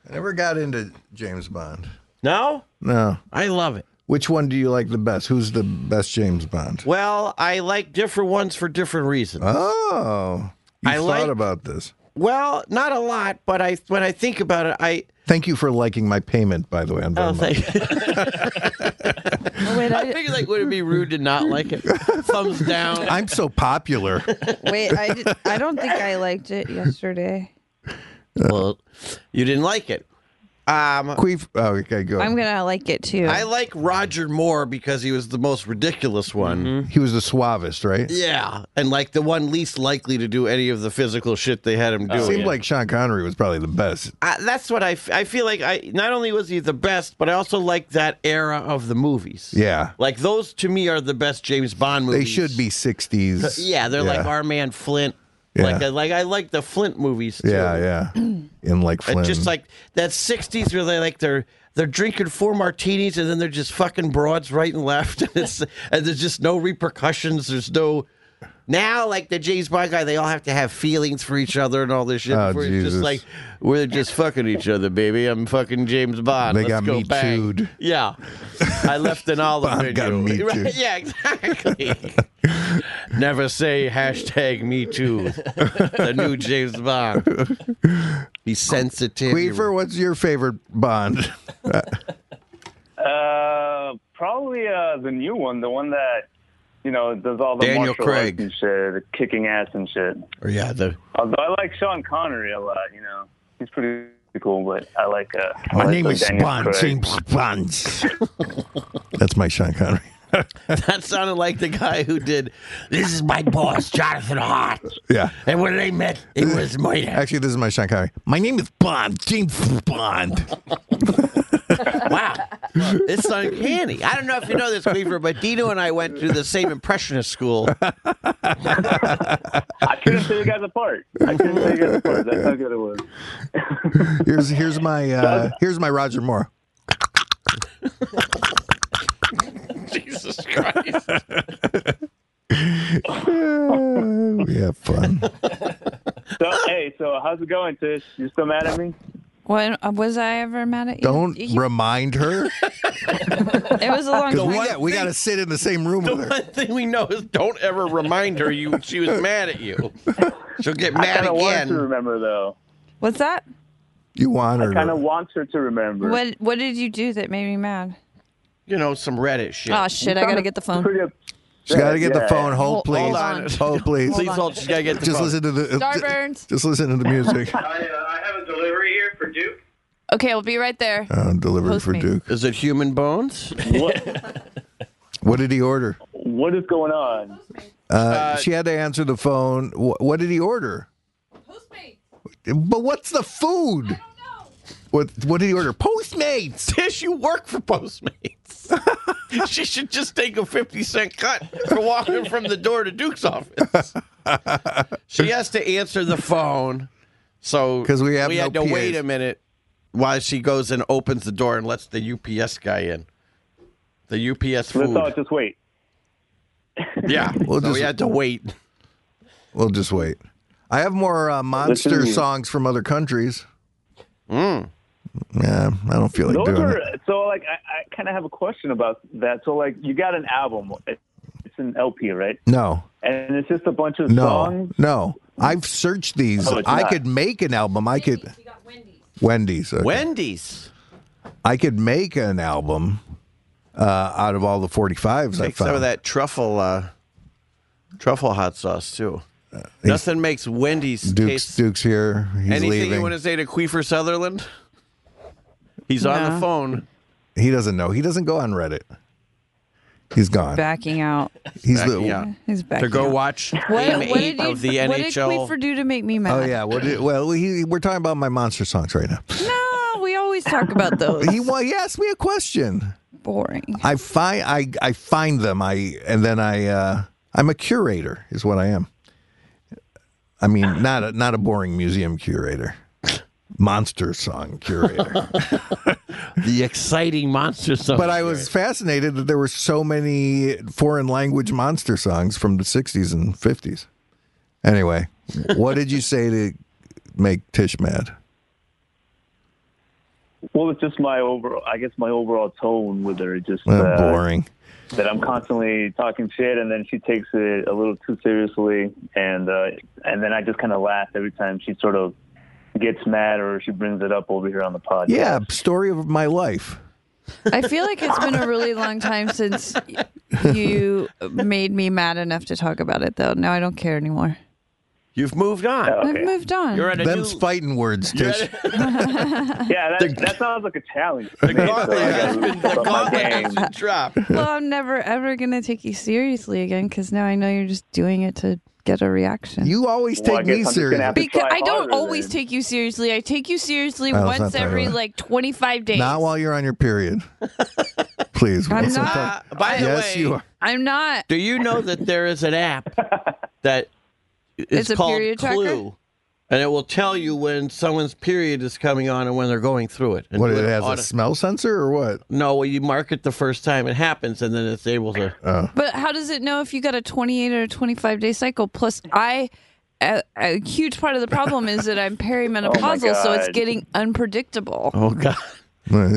B: I never got into James Bond.
D: No,
B: No.
D: I love it.
B: Which one do you like the best? Who's the best James Bond?
D: Well, I like different ones for different reasons.
B: Oh, you
D: I
B: thought
D: like-
B: about this.
D: Well, not a lot, but I when I think about it, I
B: Thank you for liking my payment, by the way. On
D: oh,
B: Venmo.
D: thank
A: Oh, wait,
D: I
A: I,
D: figured like would it be rude to not like it? Thumbs down.
B: I'm so popular.
A: wait, I, did- I don't think I liked it yesterday.
D: Well, you didn't like it.
S: Um,
B: Queef. Oh, okay, go.
A: I'm gonna like it too.
D: I like Roger Moore because he was the most ridiculous one.
B: He was the suavest, right?
D: Yeah, and like the one least likely to do any of the physical shit they had him do.
B: It seemed like Sean Connery was probably the best.
D: I, that's what I, f- I feel like. I not only was he the best, but I also like that era of the movies.
B: Yeah.
D: Like those to me are the best James Bond movies.
B: They should be 60s.
D: Yeah, they're like our man Flint.
B: Yeah.
D: Like I like I like the Flint movies too.
B: Yeah, yeah. In like
D: And
B: Flynn.
D: just like that '60s where they like they're they're drinking four martinis and then they're just fucking broads right and left, and it's and there's just no repercussions. There's no now like the James Bond guy, they all have to have feelings for each other and all this shit.
B: Oh,
D: Before it's
B: Jesus.
D: just like we're just fucking each other, baby. I'm fucking James Bond.
B: They
D: Let's
B: got
D: go
B: me
D: bang.
B: too'd.
D: Yeah, I left an olive
B: Bond got
D: video.
B: me
D: Right,
B: too'd.
D: Yeah, exactly. Never say hashtag me too. the new James Bond. He's sensitive.
B: Queefer, what's your favorite Bond? Uh,
N: Uh, probably uh, the new one, the one that you know does all the
D: Daniel
N: martial
D: Craig.
N: arts and shit, the kicking ass and shit.
D: Or yeah, the
N: Although I like Sean Connery a lot, you know, he's pretty cool. But I like. Uh, I
B: my
N: like
B: name
N: the
B: is
N: Daniel
B: Bond.
N: Craig.
B: James Bond. That's my Sean Connery.
D: that sounded like the guy who did. This is my boss, Jonathan Hart.
B: Yeah.
D: And when they met, it was murder.
B: Actually, this is my Sean Connery. My name is Bond. James Bond.
D: Wow, it's uncanny. I don't know if you know this, Weaver, but Dino and I went to the same impressionist school.
N: I couldn't tell you guys apart. I couldn't tell you guys apart. That's how good it was.
B: Here's here's my uh, here's my Roger Moore.
D: Jesus Christ.
B: Uh, we have fun.
N: So hey, so how's it going, Tish? You still mad at me?
A: When uh, was I ever mad at you?
B: Don't
A: You-
B: remind her
A: It was a long.
B: because we
D: one
B: got we got to sit in the same room
D: The
B: with her.
D: one thing we know is don't ever remind her you she was mad at you. She'll get
N: I
D: mad
N: kind of want to
D: again.
N: remember though.
A: What's that?
B: You want her?
N: I kind of
B: To,
N: want her to remember.
A: What What did you do that made me mad?
D: You know, some Reddit shit.
A: Oh shit! I gotta get the phone.
N: Pretty up-
B: she's got to get the
N: Yeah.
B: phone.
A: Hold-
B: Hold please.
A: hold
B: Hold,
A: on.
B: please.
D: Please hold. She's gotta get the
B: Just
D: phone.
B: listen to the
A: Starburns.
B: Just listen to the music.
M: I, uh, I have a delivery here for Duke.
A: Okay, I'll be right there.
B: Uh, delivery for
A: Postmates.
B: Duke.
D: Is it human bones?
N: what,
B: What did he order?
N: what is going on?
B: Uh, she had to answer the phone. What, what did he order? But what's the food? What What did he order? Postmates.
D: Tish, you work for Postmates. she should just take a 50 cent cut for walking from the door to Duke's office. she has to answer the phone. So
B: 'Cause we have
D: had
B: no
D: to
B: PAs.
D: wait a minute while she goes and opens the door and lets the UPS guy in. The UPS
N: Let's all
D: food.
N: just wait.
D: Yeah.
B: We'll
D: so we
B: just-
D: had to wait.
B: We'll just wait. I have more uh, monster
N: Listen.
B: songs from other countries. Yeah, I don't feel like
N: Mm. Those
B: doing
N: are
B: it.
N: so like I, I kind of have a question about that. So like you got an album, It- it's an LP, right?
B: No,
N: And it's just a bunch of
B: no,
N: songs.
B: no. I've searched these.
N: Oh, it's
B: I
N: not.
B: could make an album. I could. Wendy's. okay.
D: Wendy's.
B: I could make an album uh, out of all the 45s I
D: Take some
B: found.
D: of that truffle uh, truffle hot sauce too. Nothing makes Wendy's
B: Uh, Duke's,
D: taste
B: Duke's here. He's
D: Anything
B: leaving.
D: you want to say to Queefer Sutherland? He's on the
A: No.
D: phone.
B: He doesn't know. He doesn't go on Reddit. He's gone.
A: Backing out.
B: He's
D: Backing
B: the.
D: out.
A: He's backing
D: To go
A: out.
D: watch
A: What,
D: Game
A: what
D: 8
A: did you,
D: of the
A: what
D: NHL.
A: did Queefer do to make me mad?
B: Oh yeah. What did, well, he, we're talking about my monster songs right now.
A: No, we always talk about those.
B: He wa- he asked me a question.
A: Boring.
B: I find I I find them. I and then I uh, I'm a curator is what I am. I mean, not a, not a boring museum curator, monster song curator.
D: the exciting monster song.
B: but I was fascinated that there were so many foreign language monster songs from the 60s and 50s. Anyway, what did you say to make Tish mad?
N: Well, it's just my overall. I guess my overall tone with her just
B: Well,
N: uh,
B: boring.
N: that I'm constantly talking shit, and then she takes it a little too seriously, and uh, and then I just kind of laugh every time she sort of gets mad or she brings it up over here on the podcast.
B: Yeah, story of my life.
A: I feel like it's been a really long time since you made me mad enough to talk about it, though. Now I don't care anymore.
T: You've moved on.
D: Oh.
A: I've moved on.
B: Them's fighting words, Tish.
N: yeah, that, that sounds like a challenge. to me, so I gotta up my game.
T: drop.
A: well, I'm never ever gonna take you seriously again because now I know you're just doing it to get a reaction.
B: You always
N: Well, I take guess me I'm just gonna seriously. have to
A: Because
N: try
A: I don't
N: harder
A: always
N: then.
A: take you seriously. I take you seriously
B: Well, Oh, it's not
A: once
B: that
A: every
B: right.
A: like 25 days.
B: Not while you're on your period. Please.
A: I'm
B: let's
D: Uh,
A: not.
B: talk-
A: By the
B: yes,
A: way-
B: you are.
A: I'm not.
D: Do you know that there is an app that is
A: It's a
D: called
A: period tracker?
D: Clue, and it will tell you when someone's period is coming on and when they're going through it. And
B: What,
D: do
B: it
D: an
B: has a
D: auto-
B: smell sensor or what?
D: No, well, you mark it the first time it happens, and then it's able to.
A: But how does it know if you got a 28 or a 25 day cycle? Plus, I a, a huge part of the problem is that I'm perimenopausal,
N: Oh
A: so it's
D: God.
A: getting unpredictable.
D: Oh God!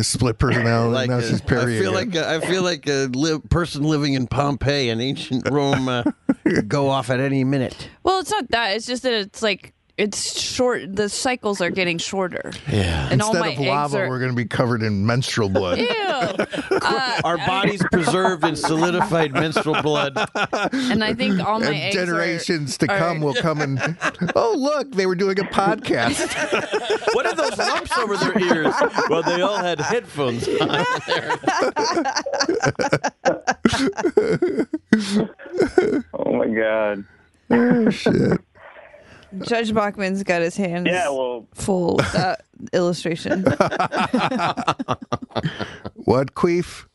B: split personality.
D: Like
B: now
D: uh,
B: she's period.
D: I feel like a, I feel like a li- person living in Pompeii in ancient Rome uh, could go off at any minute.
A: Well, it's not that. It's just that it's like it's short. The cycles are getting shorter.
D: Yeah.
A: And all
B: Instead
A: my
B: of lava,
A: eggs are.
B: we're going to be covered in menstrual blood.
A: Ew. Uh,
D: Our bodies preserved in solidified menstrual blood.
A: and I think all my
B: and
A: eggs
B: generations
A: are,
B: to come will come and oh look they were doing a podcast
D: What are those lumps over their ears? Well, they all had headphones on.
N: Oh my god.
B: oh shit
A: Judge Bachman's got his hands
N: Yeah, well-
A: full with that illustration.
B: what queef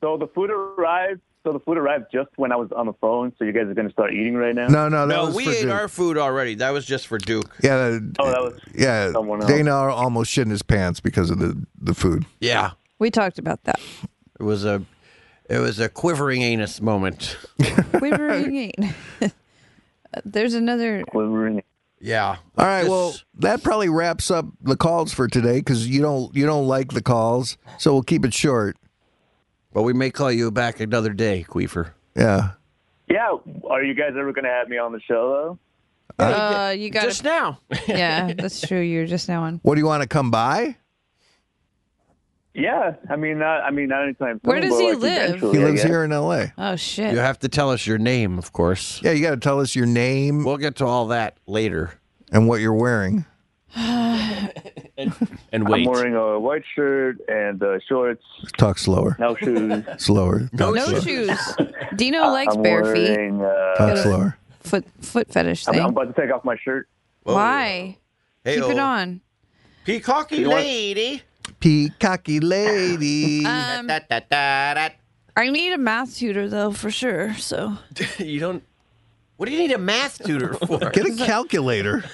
N: So the food arrived. So the food arrived just when I was on the phone. So you guys are gonna start eating right now.
B: no no that
D: No,
B: was
D: we
B: for
D: ate
B: Duke.
D: our food already. That was just for Duke.
B: yeah that-
N: Oh, that was.
B: yeah
N: Someone else.
B: dana almost shit in his pants because of the the food
D: Yeah,
A: we talked about that.
D: it was a, it was a quivering anus moment.
A: Quivering eight. There's another.
N: Quivering.
D: Yeah.
B: all right
D: This-
B: well that probably wraps up the calls for today because you don't you don't like the calls so we'll keep it short
D: but we may call you back another day, Queefer.
B: yeah
N: Yeah. Are you guys ever gonna have me on the show
A: Uh, you got
D: Just now.
A: yeah, that's true. You're just now on.
B: what do you want to come by
N: though? Yeah. I mean, not. I mean, not anytime.
A: Where
N: soon,
A: does
N: but,
A: he
N: like,
A: live?
N: eventually,
B: he
N: I
B: lives
N: guess.
B: here in la
A: Oh shit!
D: You have to tell us your name, of course.
B: yeah you got to tell us your name
D: We'll get to all that later.
B: and what you're wearing
C: And
N: I'm
C: wait.
N: wearing a white shirt and uh, shorts,
B: talk slower
N: no shoes.
B: slower
A: No,
B: talk slower.
A: shoes. Dino likes
N: I'm
A: bare feet.
N: wearing. Uh,
B: talk slower
A: Foot foot fetish
N: I'm,
A: thing.
N: I'm about to take off my shirt.
A: Why? Keep it
D: Hey-o.
A: on.
D: Peacocky lady.
B: Peacocky lady.
A: Um,
D: Da, da, da, da.
A: I need a math tutor though for sure. So
D: you don't. What do you need a math tutor for?
B: Get a calculator.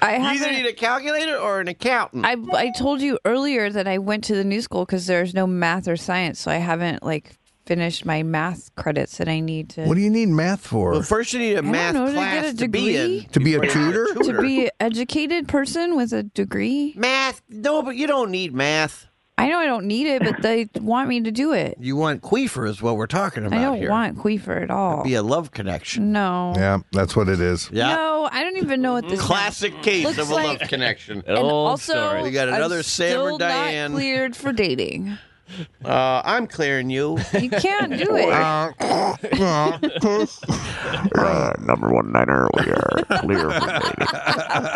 A: I
D: you either need
A: haven't.
D: a calculator or an accountant.
A: I I told you earlier that I went to the new school because there's no math or science, so I haven't like finished my math credits that I need to
B: What do you need math for?
D: well, first you need a
A: don't
D: math
A: know, to
D: class
A: get a
D: to be in.
A: degree?
B: To be a
D: before you
B: tutor?
D: get
B: To
A: to be an educated person with a degree.
D: math. No, but you don't need math.
A: I know I don't need it, but they want me to do it.
D: You want queefer is what we're talking about
A: I don't
D: here.
A: want queefer at all.
D: be a love connection.
A: no.
B: yeah, that's what it is.
A: No, I don't even know what this
D: Classic case
A: Looks
D: of a
A: like-
D: love connection.
C: An
A: And
C: old
A: also,
C: story.
D: We got another
A: I'm
D: Sam or
A: still
D: Diane.
A: Not cleared for dating.
D: Uh, I'm clearing you.
A: You can't do it.
T: number one night earlier. Clear.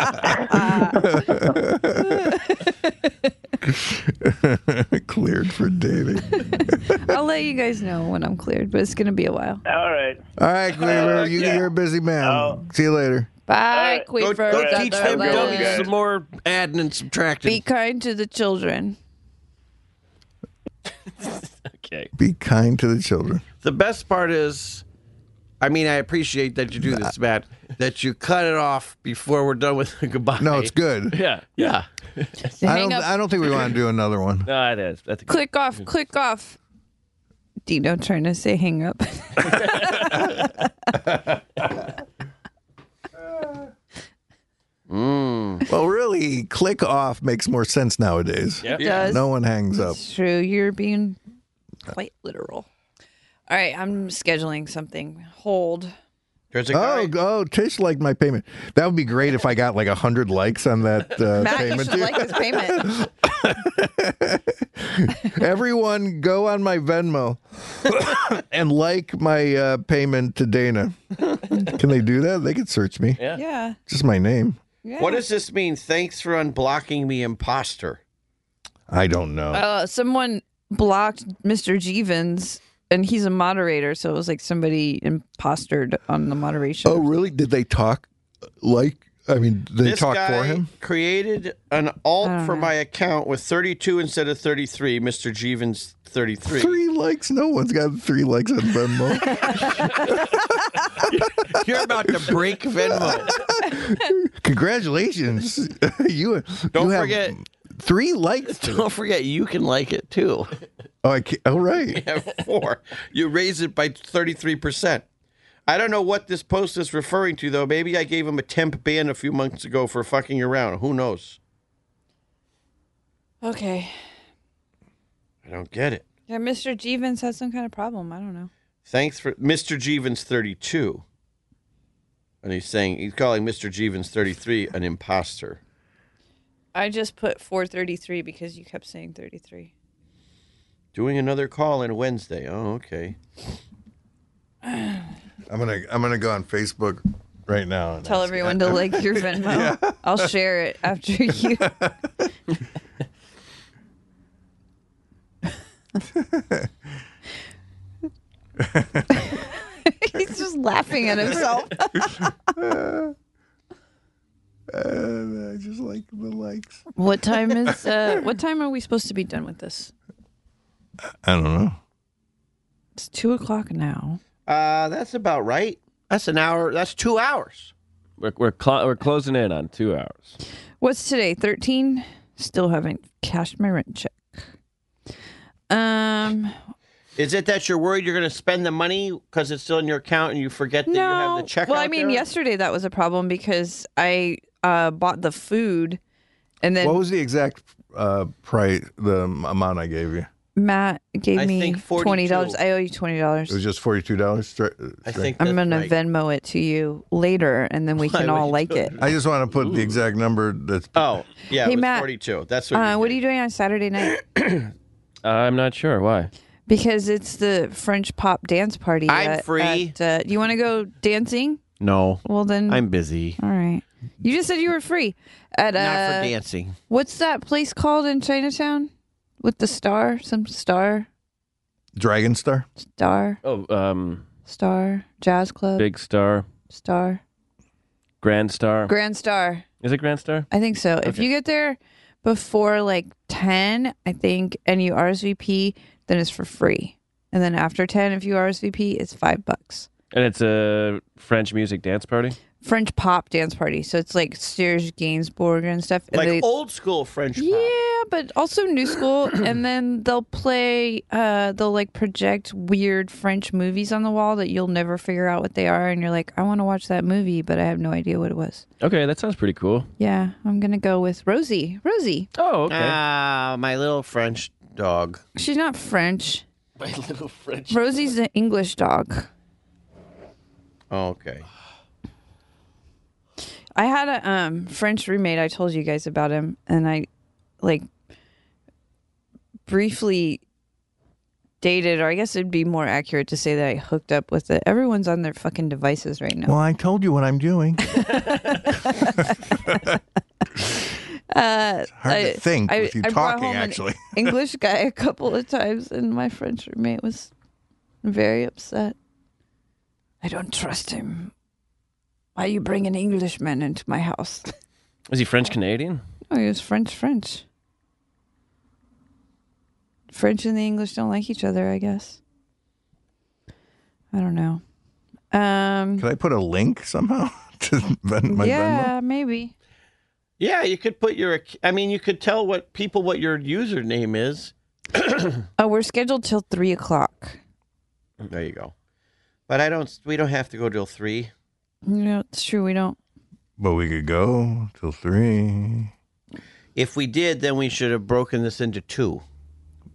B: Cleared for dating.
A: I'll let you guys know when I'm cleared, but it's gonna be a while.
N: All right.
B: All right, Cleaver, you,
N: Yeah.
B: you're a busy man. See you later.
A: Bye,
N: right, go-
A: Queefer.
D: Go
N: Alright,
D: teach
N: have
D: them
N: a good one,
D: dummies
N: guys.
D: some more adding and subtracting.
A: Be kind to the children.
C: Okay.
B: Be kind to the children.
D: the best part is, I mean, I appreciate that you do this, Matt. That you cut it off before we're done with the goodbye.
B: No, it's good.
C: Yeah.
D: yeah.
B: I
A: Hang
B: don't.
A: up.
B: I don't think we want to do another one.
C: No, it is. That's a
A: click off. Click off. Dino trying to say hang up.
B: Well, really, click off makes more sense nowadays.
C: Yeah.
A: Does
B: No one hangs up.
A: It's true. You're being quite literal. All right, I'm scheduling something. Hold.
D: There's a guy.
B: Oh, oh, Tish liked my payment. That would be great if I got like hundred likes on that uh,
A: Matt, you
B: payment.
A: should like this payment.
B: Everyone, go on my Venmo and like my uh, payment to Dana. Can they do that? They could search me.
A: Yeah. Yeah.
B: Just my name.
D: What does this mean? Thanks for unblocking me, imposter.
B: I don't know.
A: Uh, someone blocked Mr. Jevons, and he's a moderator, so it was like somebody impostered on the moderation.
B: Oh, really? Did they talk uh, like? I mean, did they
D: this
B: talk
D: guy
B: for him?
D: created an alt for my account with 32 instead of 33, Mr. Jevons 33.
B: Three likes. No one's got three likes on Venmo.
E: You're about to break Venmo.
B: Congratulations, you.
E: Don't
B: you have
E: forget-
B: three likes.
E: Don't forget, you can like it too.
B: Oh, I can't, oh right.
D: You have four. You raise it by 33%. I don't know what this post is referring to, though. Maybe I gave him a temp ban a few months ago for fucking around. Who knows?
A: Okay.
D: I don't get it.
A: Yeah, Mr. Jevons has some kind of problem. I don't know.
D: Thanks for Mr. Jevons 32. And he's saying he's calling Mr. Jevons 33 an imposter.
A: I just put 433 because you kept saying 33.
D: Doing another call in Wednesday. Oh, okay.
B: I'm gonna I'm gonna go on Facebook right now. and
A: Tell
B: ask-
A: everyone to like your Venmo. I'll share it after you. He's just laughing at himself.
B: Uh, I just like the likes.
A: what time is uh what time are we supposed to be done with this?
B: I don't know.
A: It's two o'clock now.
D: Uh, that's about right. That's an hour. That's two hours.
C: We're we're, clo- we're closing in on two hours.
A: What's today? Thirteen? Still haven't cashed my rent check. Um
D: Is it that you're worried you're going to spend the money because it's still in your account and you forget that you have the check?
A: Well,
D: out
A: I mean,
D: there?
A: yesterday that was a problem because I uh, bought the food, and then
B: what was the exact uh, price? The m- amount I gave you.
A: Matt gave
B: I
A: me
B: think 42.
A: twenty dollars. I owe you twenty
B: It was
A: dollars.
B: just forty two dollars. uh,
D: I think
A: I'm gonna Venmo it to you later, and then we can all like it.
B: I just want to put the exact number. That's
D: oh yeah,
A: Hey, it was Matt.
D: 42. That's
A: uh, what are you doing on Saturday night?
C: Uh, I'm not sure why.
A: Because it's the French pop dance party.
C: I'm
A: at-
C: free.
A: at, uh, you want to go dancing?
E: No.
A: Well, then-
E: I'm busy.
A: All right. You just said you were free at uh,
E: Not for dancing.
A: What's that place called in Chinatown with the star? Some star,
B: Dragon Star.
A: star,
C: Oh, um,
A: star, jazz club,
C: big star,
A: star,
C: grand star.
A: grand star.
C: Is it grand star?
A: I think so. If
C: Okay.
A: you get there before like 10, I think, and you RSVP, then it's for free. And then after 10, if you RSVP, it's five bucks.
C: And it's a French music dance party.
A: French pop dance party. So it's like Serge Gainsbourg and stuff. And
D: like
A: they-
D: old school French pop.
A: yeah, but also new school. and then they'll play, uh, they'll like project weird French movies on the wall that you'll never figure out what they are. And you're like, I want to watch that movie, but I have no idea what it was.
C: Okay, that sounds pretty cool.
A: Yeah, I'm going to go with Rosie. Rosie.
C: Oh,
A: Uh,
D: Ah, my little French dog.
A: She's not French.
D: My little French.
A: Rosie's an English dog.
D: Oh, okay.
A: I had a um, French roommate. I told you guys about him, and I like briefly dated, or I guess it'd be more accurate to say that I hooked up with it. Everyone's on their fucking devices right now.
B: Well, I told you what I'm doing.
A: Uh,
B: hard to think with you
A: brought
B: talking,
A: home an
B: actually.
A: English guy a couple of times, and my French roommate was very upset. I don't trust him. Why you bring an Englishman into my house?
C: Is he French Canadian?
A: Oh, he was French French. French and the English don't like each other, I guess. I don't know. Um
B: Could I put a link somehow to Ven- my Venmo?
A: Yeah, maybe.
D: Yeah, you could put your. ac- I mean, you could tell what people what your username is.
A: Oh, we're scheduled till three o'clock.
D: There you go. But I don't. We don't have to go till three.
A: You know, it's true we don't
B: But we could go till three.
D: If we did, then we should have broken this into two.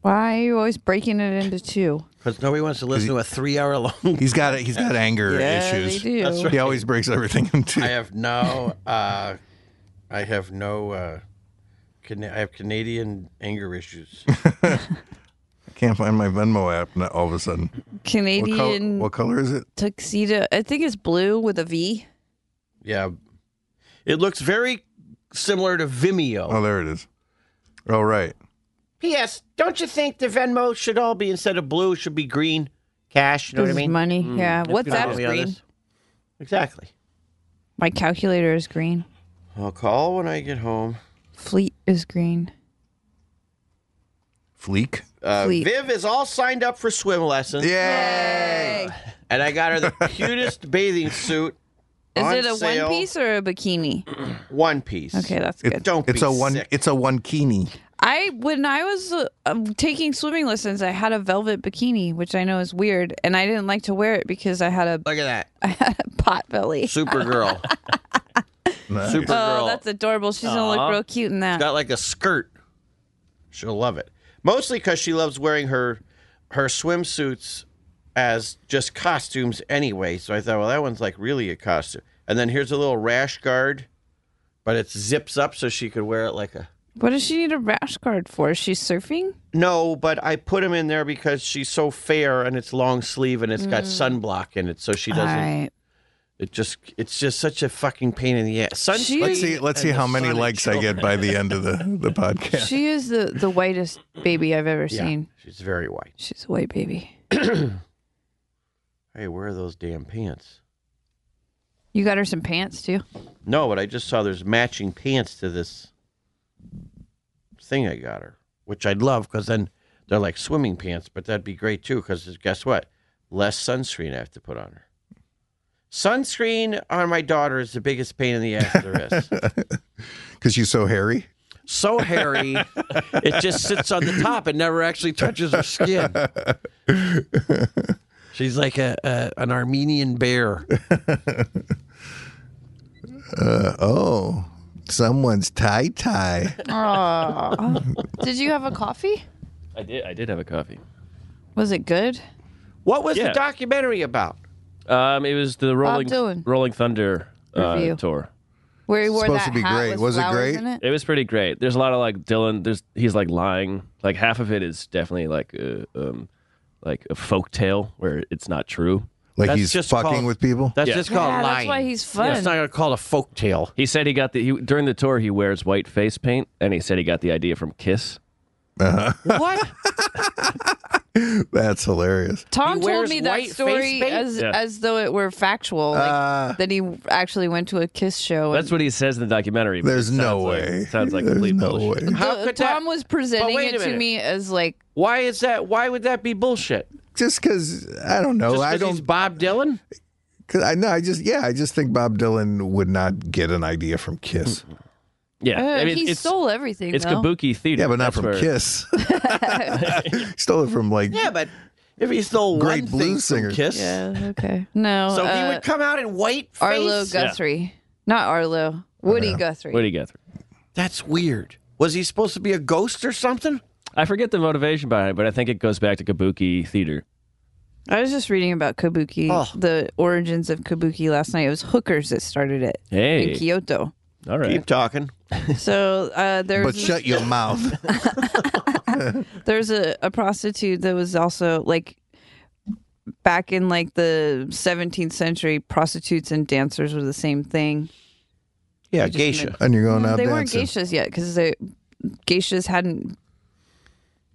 A: why are you always breaking it into two?
D: Because nobody wants to listen to a three-hour long.
B: He's got He's got anger
A: Yeah,
B: issues.
A: they do. That's
B: He
A: right.
B: always breaks everything into.
D: I have no. Uh, I have no. Uh, Cana- I have Canadian anger issues.
B: Can't find my Venmo app now, all of a sudden. What, col-
A: Canadian
B: what color is it?
A: tuxedo. I think it's blue with a V.
E: Yeah. It looks very similar to Vimeo.
B: Oh, there it is. Oh, right.
D: P.S. Don't you think the Venmo should all be instead of blue should be green cash? You know what I
A: This is
D: mean?
A: money, yeah.
D: That's
A: What's
D: gonna
A: that
D: help me
A: is
D: on
A: green?
D: this. Exactly.
A: My calculator is green.
D: I'll call when I get home.
A: Fleet is green.
B: Fleek.
D: Uh,
A: Fleet.
D: Viv is all signed up for swim lessons.
B: Yay!
D: And I got her the cutest bathing suit.
A: Is
D: on
A: it a
D: sale.
A: one piece or a bikini?
D: One piece.
A: Okay, that's
B: It-
A: good.
D: Don't
B: It's
D: be
B: a one.
D: sick.
B: It's a one kini.
A: I when I was uh, um, taking swimming lessons, I had a velvet bikini, which I know is weird, and I didn't like to wear it because I had a
E: Look at that.
A: I had a pot belly.
E: Supergirl.
B: Nice.
E: Supergirl.
A: Oh, that's adorable. She's gonna
E: Aw.
D: Uh-huh.
A: look real cute in
E: It's
A: that.
E: got like a skirt.
D: She'll love it. Mostly because she loves wearing her her swimsuits as just costumes anyway. So I thought, well, that one's like really a costume. And then here's a little rash guard, but it zips up so she could wear it like a.
A: what does she need a rash guard for? Is she surfing?
D: No, but I put him in there because she's so fair and it's long sleeve and it's got
A: Mm.
D: sunblock in it, so she doesn't.
A: Alright.
D: It just it's just such a fucking pain in the ass. Sun
A: She-
B: Let's see. Let's see
D: and
B: how
D: the
B: many
D: sun and
B: likes I get by the end of the the podcast.
A: She is the the whitest baby I've ever
D: Yeah.
A: seen.
D: She's very white.
A: She's a white baby.
D: Hey, where are those damn pants?
A: You got her some pants too.
D: No, but I just saw there's matching pants to this thing I got her, which I'd love because then they're like swimming pants, but that'd be great too because guess what? Less sunscreen I have to put on her. Sunscreen on my daughter is the biggest pain in the ass there is.
B: Because she's so hairy.
E: So hairy, it just sits on the top. It never actually touches her skin. She's like a, a an Armenian bear.
B: Uh, oh, someone's tie tie.
A: Did you have a coffee?
C: I did. I did have a coffee.
A: Was it good?
D: What was
C: Yeah.
D: the documentary about?
C: Um, it was the Rolling
A: Dylan.
C: Rolling Thunder uh,
A: Review.
C: tour.
A: Where he wore
B: supposed
A: that
B: to be
A: hat
B: great.
A: with
B: Was it
A: flowers
B: great?
A: in it?
C: It was pretty great. There's a lot of like Dylan. There's he's like lying. Like half of it is definitely like uh, um, like a folk tale where it's not true.
B: Like
E: That's
B: he's
E: just
B: fucking
E: called-
B: with people.
E: That's
C: Yeah.
E: just called
A: Yeah,
E: lying.
A: that's why he's
E: Yeah,
A: fun.
E: it's not going to call it a folk tale.
C: He said he got the he, during the tour he wears white face paint, and he said he got the idea from Kiss.
E: What?
B: That's hilarious.
A: Tom
E: He
A: told
E: wears
A: me that
E: white face
A: story
E: paint?
A: as
C: Yeah.
A: as though it were factual, like
B: Uh,
A: that he actually went to a Kiss show.
C: That's
A: and
C: what he says in the documentary. but
B: there's
C: it
B: no
C: sounds like-
B: way.
C: sounds like
B: There's
C: complete
B: no
C: bullshit.
B: way.
D: How
A: the-
D: could that-
A: Tom was presenting
D: wait
A: it to
D: a minute.
A: me as like
D: Why is that? Why would that be bullshit?
B: Just because I don't know.
E: Just 'cause
B: Oh, I
E: He's
B: don't.
E: Bob Dylan.
B: Cause I know. I just yeah. I just think Bob Dylan would not get an idea from Kiss.
C: Mm-hmm. Yeah,
A: uh,
C: I mean,
A: he
C: it's,
A: stole everything.
C: it's
A: though.
C: kabuki theater.
B: Yeah, but not
C: That's
B: from
C: where-
B: Kiss. Stole it from like
E: Yeah, but if he stole
B: Great
E: one
B: blues
E: thing
B: singer.
E: from Kiss,
A: Yeah. Okay. No.
E: so
A: uh,
E: he would come out in white face.
A: Arlo Guthrie, not Arlo. Woody Guthrie.
C: What do you get?
E: That's weird. Was he supposed to be a ghost or something?
C: I forget the motivation behind it, but I think it goes back to kabuki theater.
A: I was just reading about kabuki,
E: Oh.
A: the origins of kabuki last night. It was hookers that started it in
C: Hey,
A: Kyoto.
C: all right.
D: Keep talking.
A: So uh, there was
B: But shut your mouth.
A: there's a, a prostitute that was also like back in like the 17th century prostitutes and dancers were the same thing
D: Yeah, geisha.
B: And you're
D: Mm-hmm.
B: going out
A: they weren't
B: dancing.
A: geishas yet because they geishas hadn't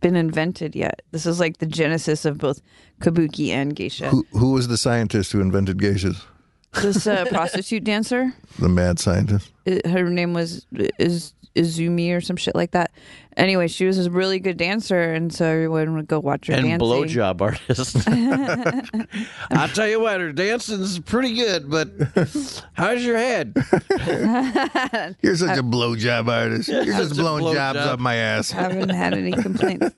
A: been invented yet this is like the genesis of both kabuki and geisha
B: Who, who was the scientist who invented geishas?
A: this uh, prostitute dancer
B: The mad scientist.
A: it- her name was is Izumi or some shit like that. Anyway, she was a really good dancer, and so everyone would go watch her
E: and
A: dancing.
E: blowjob artist. I'll tell you what, her dancing's pretty good, but how's your head?
B: You're such a blowjob artist. Uh, You're just
E: such a
B: blowing jobs
E: blowjob.
B: up my ass.
A: haven't had any complaints.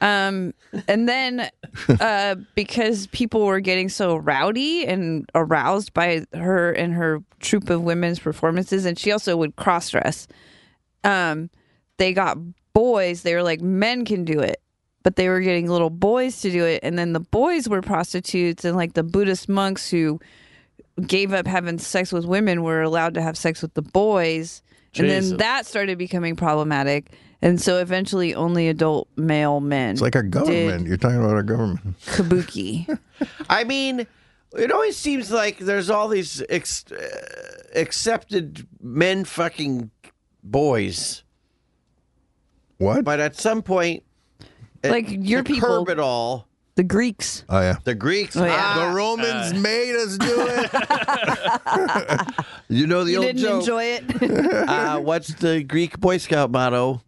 A: Um, and then uh, because people were getting so rowdy and aroused by her and her troupe of women's performances, and she also would cross dress, um, they got boys. They were like, men can do it. But they were getting little boys to do it. And then the boys were prostitutes, and like the Buddhist monks who gave up having sex with women were allowed to have sex with the boys. And
B: Jesus.
A: then that started becoming problematic. And so eventually only adult male men.
B: It's like our
A: did
B: government. You're talking about our government.
A: Kabuki.
D: I mean, it always seems like there's all these ex- uh, accepted men fucking boys.
B: What?
D: But at some point, it-
A: Like your
D: to
A: people-
D: curb it all.
A: the Greeks.
B: Oh yeah,
D: the Greeks.
A: Oh, yeah.
B: The Romans
D: Uh,
B: made us do it.
E: You know the
A: You
E: old
A: didn't
E: joke.
A: enjoy it.
E: uh, what's the Greek Boy Scout motto?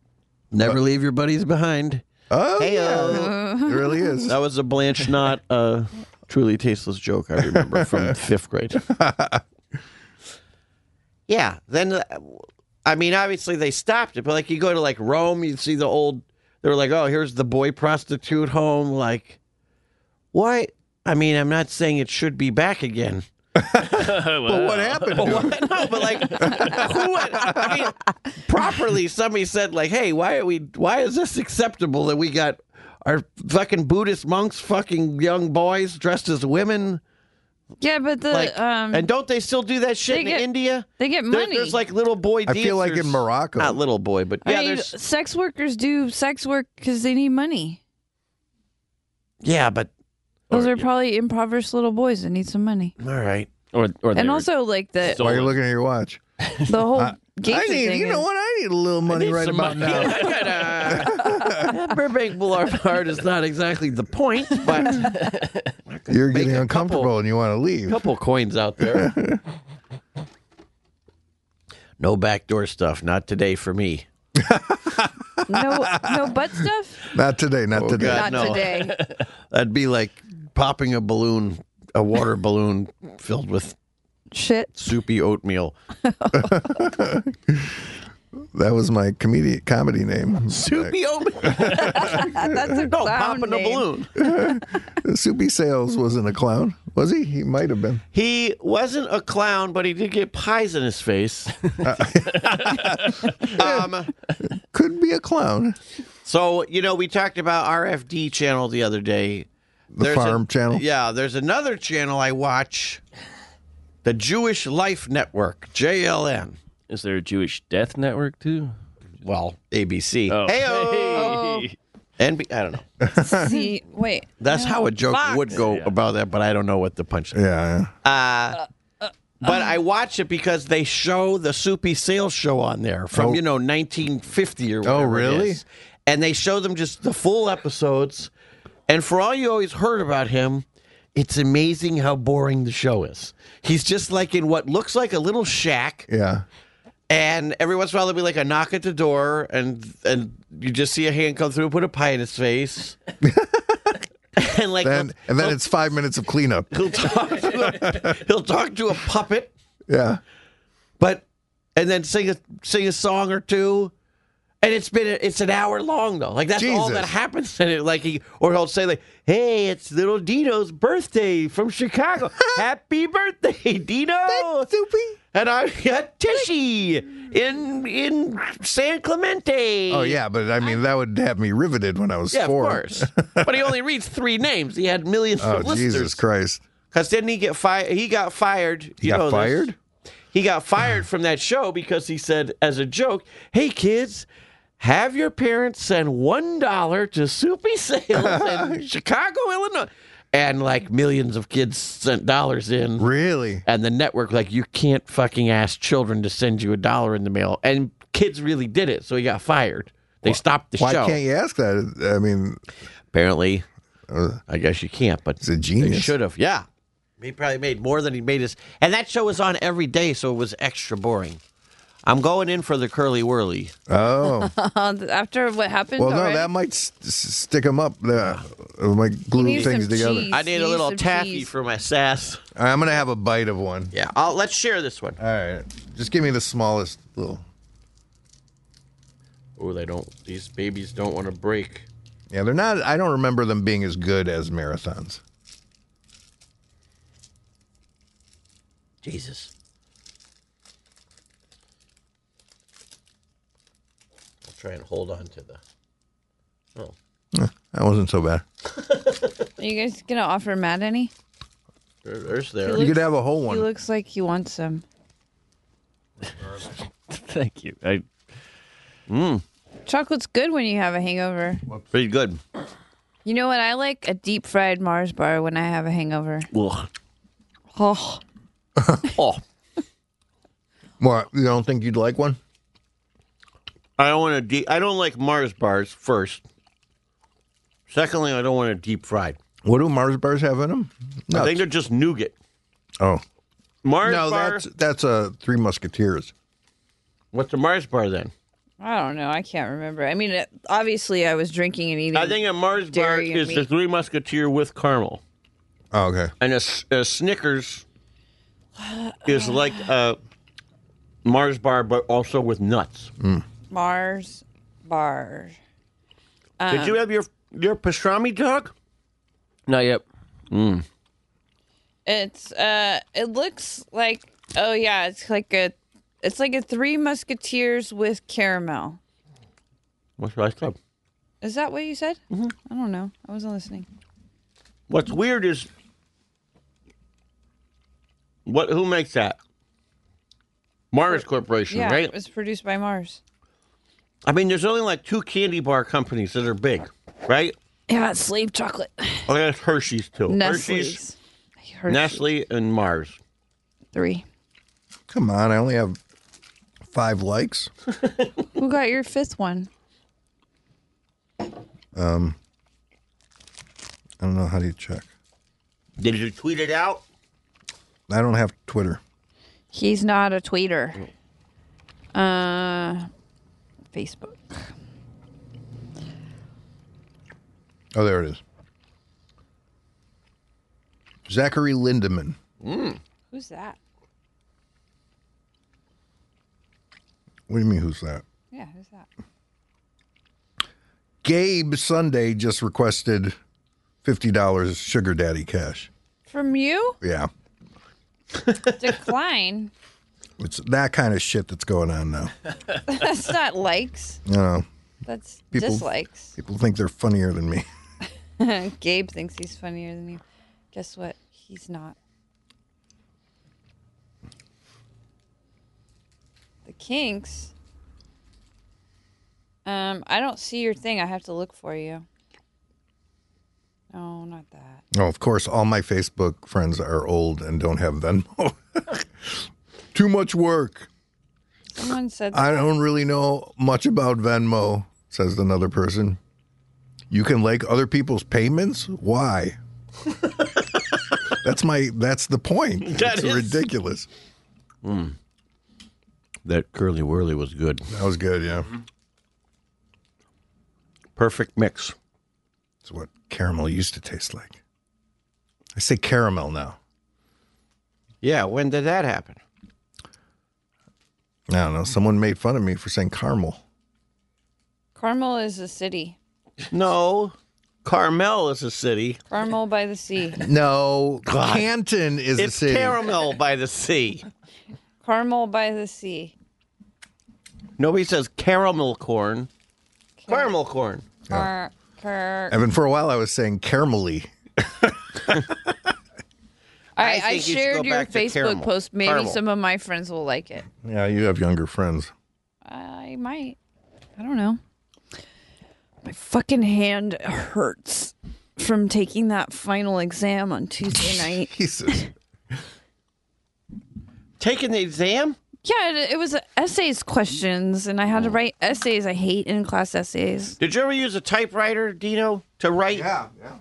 E: Never leave your buddies behind.
B: Oh,
E: Heyo.
B: yeah. it really is.
E: That was a Blanche not uh, truly tasteless joke. I remember from fifth grade.
D: Yeah. Then, uh, I mean, obviously they stopped it, but like you go to like Rome, you see the old. They were like, "Oh, here's the boy prostitute home." Like, what? I mean, I'm not saying it should be back again.
C: Uh,
B: But what happened? To it?
D: But no, but like, who would, I mean, properly, somebody said like, "Hey, why are we? Why is this acceptable that we got our fucking Buddhist monks, fucking young boys dressed as women?
A: yeah, but the
D: Like,
A: um
D: and don't they still do that shit
A: they
D: in
A: get-
D: India?
A: they get
D: There-
A: money.
D: there's like little boy.
B: I feel like in
D: dancers.
B: Morocco.
D: not little boy, but yeah,
A: I mean,
D: there's
A: sex workers do sex work because they need money.
D: yeah, but
A: Those are probably impoverished little boys that need some money.
D: all right.
C: Or or they
A: And
C: were-
A: also like the
B: Why are you
C: Stolen.
B: looking at your watch?
A: the whole gay
B: I need.
A: thing
B: You know
A: is-
B: what? I need a little money right
E: some
B: about
E: money.
B: now.
D: That Burbank Boulevard is not exactly the point, but
B: You're
D: Make
B: getting
D: a
B: uncomfortable
D: couple-
B: and you want to leave.
D: couple coins out there. No backdoor stuff. Not today for me.
A: No, no butt stuff.
B: Not today. Not today.
A: Not
E: God. no.
A: today.
E: That'd be like popping a balloon, a water balloon filled with
A: Shit.
E: soupy oatmeal.
B: That was my comedy comedy name.
E: Soupy oatmeal.
A: That's a
E: No,
A: clown
E: popping a
A: name.
E: balloon.
B: Soupy Sales wasn't a clown, was he? He might have been.
D: He wasn't a clown, but he did get pies in his face. um,
B: Could be a clown.
D: so you know, we talked about RFD channel the other day.
B: The
D: There's a-
B: farm channel.
D: Yeah, there's another channel I watch, the Jewish Life Network (JLN).
C: is there a Jewish death network too?
D: Well, ABC.
C: Oh.
D: Hey-o. NB- I don't know.
A: See, wait.
E: That's how a joke would go about that, but I don't know what the punch.
B: Yeah, yeah.
D: But
B: Um,
D: I watch it because they show the Soupy Sales Show on there from
B: Oh.
D: you know 1950 or whatever. it
B: really?
D: is. And they show them just the full episodes. And for all you always heard about him, it's amazing how boring the show is. He's just like in what looks like a little shack,
B: yeah.
D: and every once in a while there'll be like a knock at the door, and and you just see a hand come through, put a pie in his face, and like
B: Then and then it's five minutes of cleanup.
D: he'll talk to a, he'll talk to a puppet.
B: Yeah.
D: but and then sing a sing a song or two. And it's been it's an hour long though. Like that's all
B: Jesus.
D: that happens. And it like he or he'll say like, "Hey, it's little Dino's birthday from Chicago. Happy birthday, Dino!"
B: Soupy.
D: And I got Tishy in in San Clemente.
B: Oh yeah, but I mean that would have me riveted when I was
D: yeah,
B: four.
D: of course. but he only reads three names. He had millions
B: Oh
D: of listeners.
B: Jesus Christ!
D: Because didn't he get fired? He got fired.
B: He
D: you
B: got
D: know this.
B: fired?
D: He got fired from that show because he said, as a joke, "Hey kids, have your parents send one dollar to Soupy Sales in Chicago, Illinois," and like millions of kids sent dollars in.
B: Really?
D: And the network, like, you can't fucking ask children to send you a dollar in the mail. And kids really did it, so he got fired. They stopped the
B: Why
D: show.
B: can't you ask that? I mean,
D: Apparently, I guess you can't. But
B: it's Uh, a
D: they
B: genius.
D: should have, yeah. He probably made more than he made his. And that show was on every day, so it was extra boring. I'm going in for the curly whirly.
B: Oh
A: Uh, after what happened,
B: well, no,
A: already,
B: that might s- s- stick them up. Uh, it might glue
A: needs
B: things
A: some
B: together.
A: cheese.
D: I need a
A: Need
D: little
A: some
D: taffy
A: cheese.
D: for my sass.
B: All right, I'm gonna have a bite of one.
D: Yeah, I'll, let's share this one.
B: All right, just give me the smallest little.
D: Oh, they don't. These babies don't want to break.
B: Yeah, they're not. I don't remember them being as good as marathons.
D: Jesus. I'll try and hold on to the. Oh,
B: That wasn't so bad.
A: Are you guys gonna offer Matt any?
D: there, there's there.
B: You could have a whole
A: He
B: one.
A: looks like he wants some.
C: Thank you. I,
A: Chocolate's good when you have a hangover.
D: Pretty good.
A: You know what? I like a deep fried Mars bar when I have a hangover.
D: Ugh.
A: Oh,
D: oh.
B: What? You don't think you'd like one?
D: I don't want to. De- I don't like Mars bars. First. Secondly, I don't want it deep fried.
B: What do Mars bars have in them?
D: I think they're just nougat.
B: Oh,
D: Mars
B: no,
D: bar.
B: that's that's uh, Three Musketeers.
D: What's a Mars bar then?
A: I don't know. I can't remember. I mean, it, obviously, I was drinking and eating.
D: I think a Mars bar
A: dairy and
D: is the
A: meat.
D: Three Musketeer with caramel.
B: Oh, okay.
D: And a, s- a Snickers is like a Mars bar, but also with nuts.
A: Mars bar.
D: Did you have your your pastrami dog?
C: Not yet.
D: Mm.
A: It's uh, it looks like oh yeah, it's like a, it's like a Three Musketeers with caramel.
D: What's Rice Club?
A: Is that what you said?
D: Mm-hmm.
A: I don't know. I wasn't listening.
D: What's weird is what? Who makes that? Mars Corporation,
A: yeah,
D: right?
A: it was produced by Mars.
D: I mean, there's only like two candy bar companies that are big, right?
A: Yeah, it's slave chocolate.
D: Oh, that's Hershey's too.
A: Nestle's.
D: Hershey's, Nestle, and Mars.
A: Three.
B: Come on, I only have five likes.
A: Who got your fifth one?
B: Um, I don't know how do you check.
D: Did you tweet it out?
B: I don't have Twitter.
A: He's not a tweeter.
D: Oh.
A: Uh, Facebook.
B: Oh, there it is. Zachary Lindemann.
A: Who's that?
B: What do you mean? Who's that?
A: Yeah, who's that?
B: Gabe Sunday just requested fifty dollars sugar daddy cash.
A: From you?
B: Yeah,
A: Decline.
B: it's that kind of shit that's going on now.
A: That's not likes.
B: You know,
A: That's
B: People-
A: dislikes.
B: people think they're funnier than me.
A: Gabe thinks he's funnier than you. Guess what? He's not. The Kinks. Um, I don't see your thing. I have to look for you. No, not that.
B: Oh, of course, all my Facebook friends are old and don't have Venmo. Too much work.
A: Someone said
B: I don't really know much about Venmo, says another person. You can like other people's payments? Why? that's my that's the point.
D: That
B: That's
D: is-
B: ridiculous.
D: Mm. That curly whirly was good.
B: That was good, yeah.
D: Perfect mix.
B: It's what caramel used to taste like. I say caramel now.
D: Yeah, when did that happen?
B: I don't know. Someone made fun of me for saying caramel.
A: Carmel is a city.
D: No, Carmel is a city.
A: Carmel by the sea.
B: No,
D: God.
B: Canton is
D: it's
B: a city.
D: Caramel by the sea.
A: Carmel by the sea.
D: Nobody says caramel corn. Caramel corn.
A: Car, car.
B: Evan, for a while I was saying caramelly.
A: I,
D: I
A: I,
D: think you should go
A: shared your
D: back to
A: Facebook
D: caramel.
A: post. Maybe
D: Caramel.
A: some of my friends will like it.
B: Yeah, you have younger friends.
A: I might. I don't know. My fucking hand hurts from taking that final exam on Tuesday night.
B: Jesus.
D: Taking the exam?
A: Yeah, it, it was essays questions, and I had to write essays. I hate in class essays.
D: Did you ever use a typewriter, Dino, to write?
B: Yeah, yeah.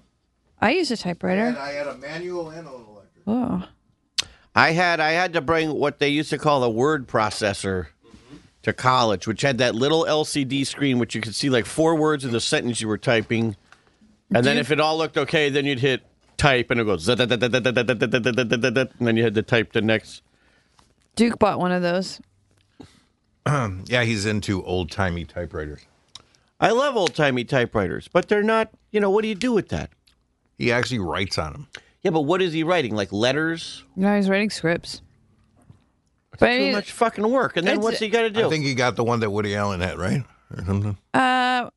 A: I use a typewriter.
B: I had a manual and a little
A: Oh,
D: I had I had to bring what they used to call a word processor to college, which had that little LCD screen which you could see like four words in the sentence you were typing, and then if it all looked okay, then you'd hit type and it goes and then you had to type the next.
A: Duke bought one of those.
B: yeah, he's into old timey typewriters.
D: I love old timey typewriters, but they're not. You know what do you do with that?
B: He actually writes on them.
D: Yeah, but what is he writing? Like letters?
A: No, he's writing scripts. But I
D: Too
A: mean,
D: much fucking work. And then
A: It's-
D: what's he got to
B: I
D: do?
B: think he got the one that Woody Allen had, right? Or something.
A: uh,
B: Or
A: I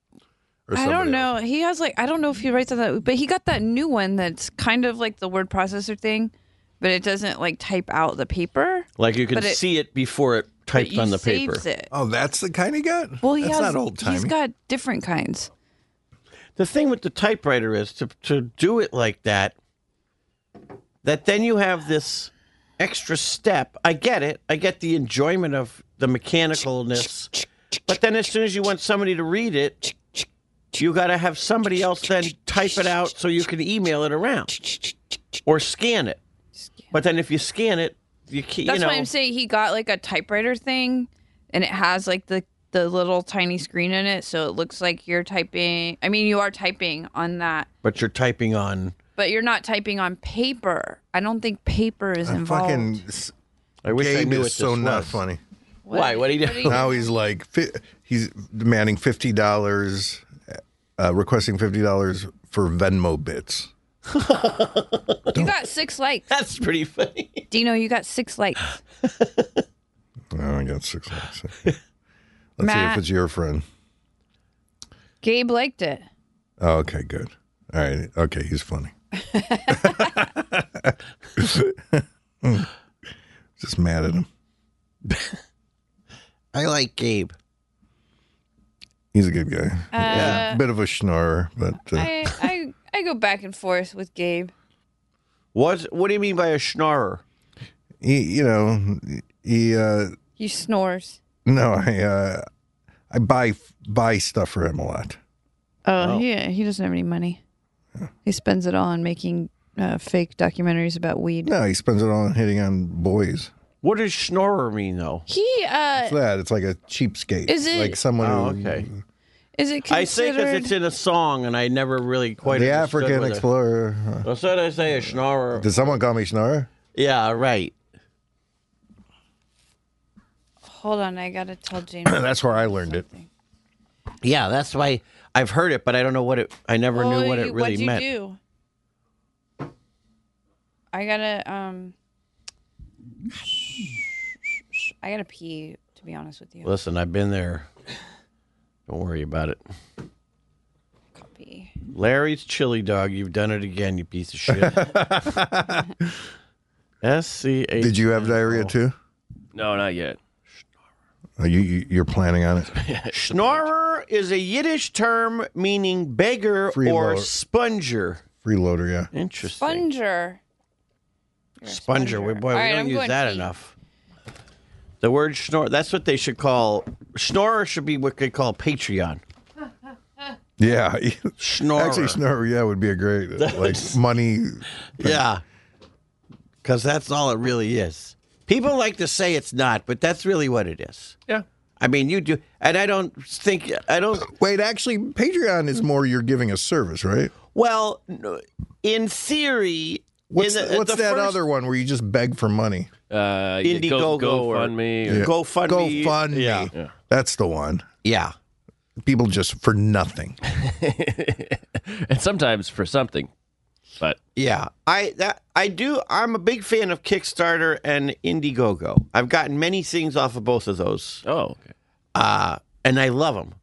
B: somebody
A: don't
B: else.
A: know. He has like I don't know if he writes on that, but he got that new one that's kind of like the word processor thing, but it doesn't like type out the paper.
D: Like you can
A: But it-
D: see it before it typed
A: you
D: on the paper.
A: saves it.
B: Oh, that's the kind he got.
A: Well, he
D: That's
A: has.
D: not old-timey.
A: He's got different kinds.
D: The thing with the typewriter is to to do it like that. That then you have this extra step. I get it. I get the enjoyment of the mechanicalness. But then as soon as you want somebody to read it, you got to have somebody else then type it out so you can email it around or scan it. But then if you scan it, you can't.
A: That's
D: you know,
A: why I'm saying he got like a typewriter thing, and it has like the the little tiny screen in it, so it looks like you're typing. I mean, you are typing on that,
D: but you're typing on.
A: but you're not typing on paper. I don't think paper is involved.
B: Fucking.
D: I wish I
B: Gabe
D: knew
B: is
D: what
B: so
D: this
B: not
D: was.
B: funny.
A: What? Why? What'd he do? What'd he do?
B: Now he's like fi- he's demanding fifty dollars, uh, requesting fifty dollars for Venmo bits.
A: you got six likes.
D: That's pretty funny.
A: Dino, you got six likes.
B: Oh, I got six likes. Let's see
A: Matt.
B: if it's your friend.
A: Gabe liked it.
B: Oh, okay, good. All right. Okay, he's funny. Just mad at him.
D: I like Gabe.
B: He's a good guy.
A: Yeah.
B: Bit of a schnorrer, but uh,
A: Uh, I, I I go back and forth with Gabe.
D: What What do you mean by a schnorrer?
B: he, you know, he. Uh,
A: He snores.
B: no, I. Uh, I buy buy stuff for him a lot.
A: Oh, yeah, he doesn't have any money. He spends it all on making uh, fake documentaries about weed.
B: No, he spends it all on hitting on boys.
D: What does schnorrer mean, though?
A: He uh,
B: It's that. It's like a cheapskate.
A: Is it-
B: like someone
D: Oh,
B: who?
D: okay.
A: is it
D: I say because
A: considered?
D: it's in a song, and I never really quite
B: The
D: understood
B: African
D: what a-
B: explorer. Uh,
D: That's what I say, a schnorrer.
B: Did someone call me schnorrer?
D: Yeah, right.
A: Hold on, I gotta tell James.
B: That's where I learned it.
D: Yeah, that's why I've heard it, but I don't know what it. I never knew what it really
A: would you
D: meant.
A: do? I gotta um. I gotta pee. To be honest with you,
D: Listen, I've been there. Don't worry about it.
A: copy.
D: Larry's chili dog. You've done it again, you piece of shit. S C A.
B: Did you have diarrhea too?
C: No, not yet.
B: Oh, you, you you're planning on it.
D: Schnorrer is a Yiddish term meaning beggar or
B: Freeloader.
D: sponger.
B: Freeloader, yeah.
D: Interesting.
A: Sponger.
D: Sponger. We, boy,
A: All
D: we
A: right,
D: don't
A: I'm
D: use
A: going
D: that
A: pee.
D: enough. The word snore, that's what they should call. Snorer should be what they call Patreon.
B: Yeah.
D: Schnorrer.
B: Actually, schnorrer, yeah, would be a great uh, like money.
D: Yeah. Because that's all it really is. People like to say it's not, but that's really what it is.
C: Yeah.
D: I mean, you do. And I don't think, I don't,
B: Wait, actually, Patreon is more you're giving a service, right?
D: well, no, in theory,
B: What's,
D: in the-
B: what's
D: the
B: that
D: first-
B: other one where you just beg for money?
C: Uh, yeah,
D: Indiegogo
C: go, go
D: or-
C: fund me. Or,
B: Yeah.
D: GoFundMe.
B: GoFundMe.
D: Yeah.
C: Yeah.
B: That's the one.
D: Yeah.
B: People just for nothing.
C: and sometimes for something, but
D: Yeah, I that I do. I'm a big fan of Kickstarter and Indiegogo. I've gotten many things off of both of those,
C: oh, okay.
D: uh, and I love them.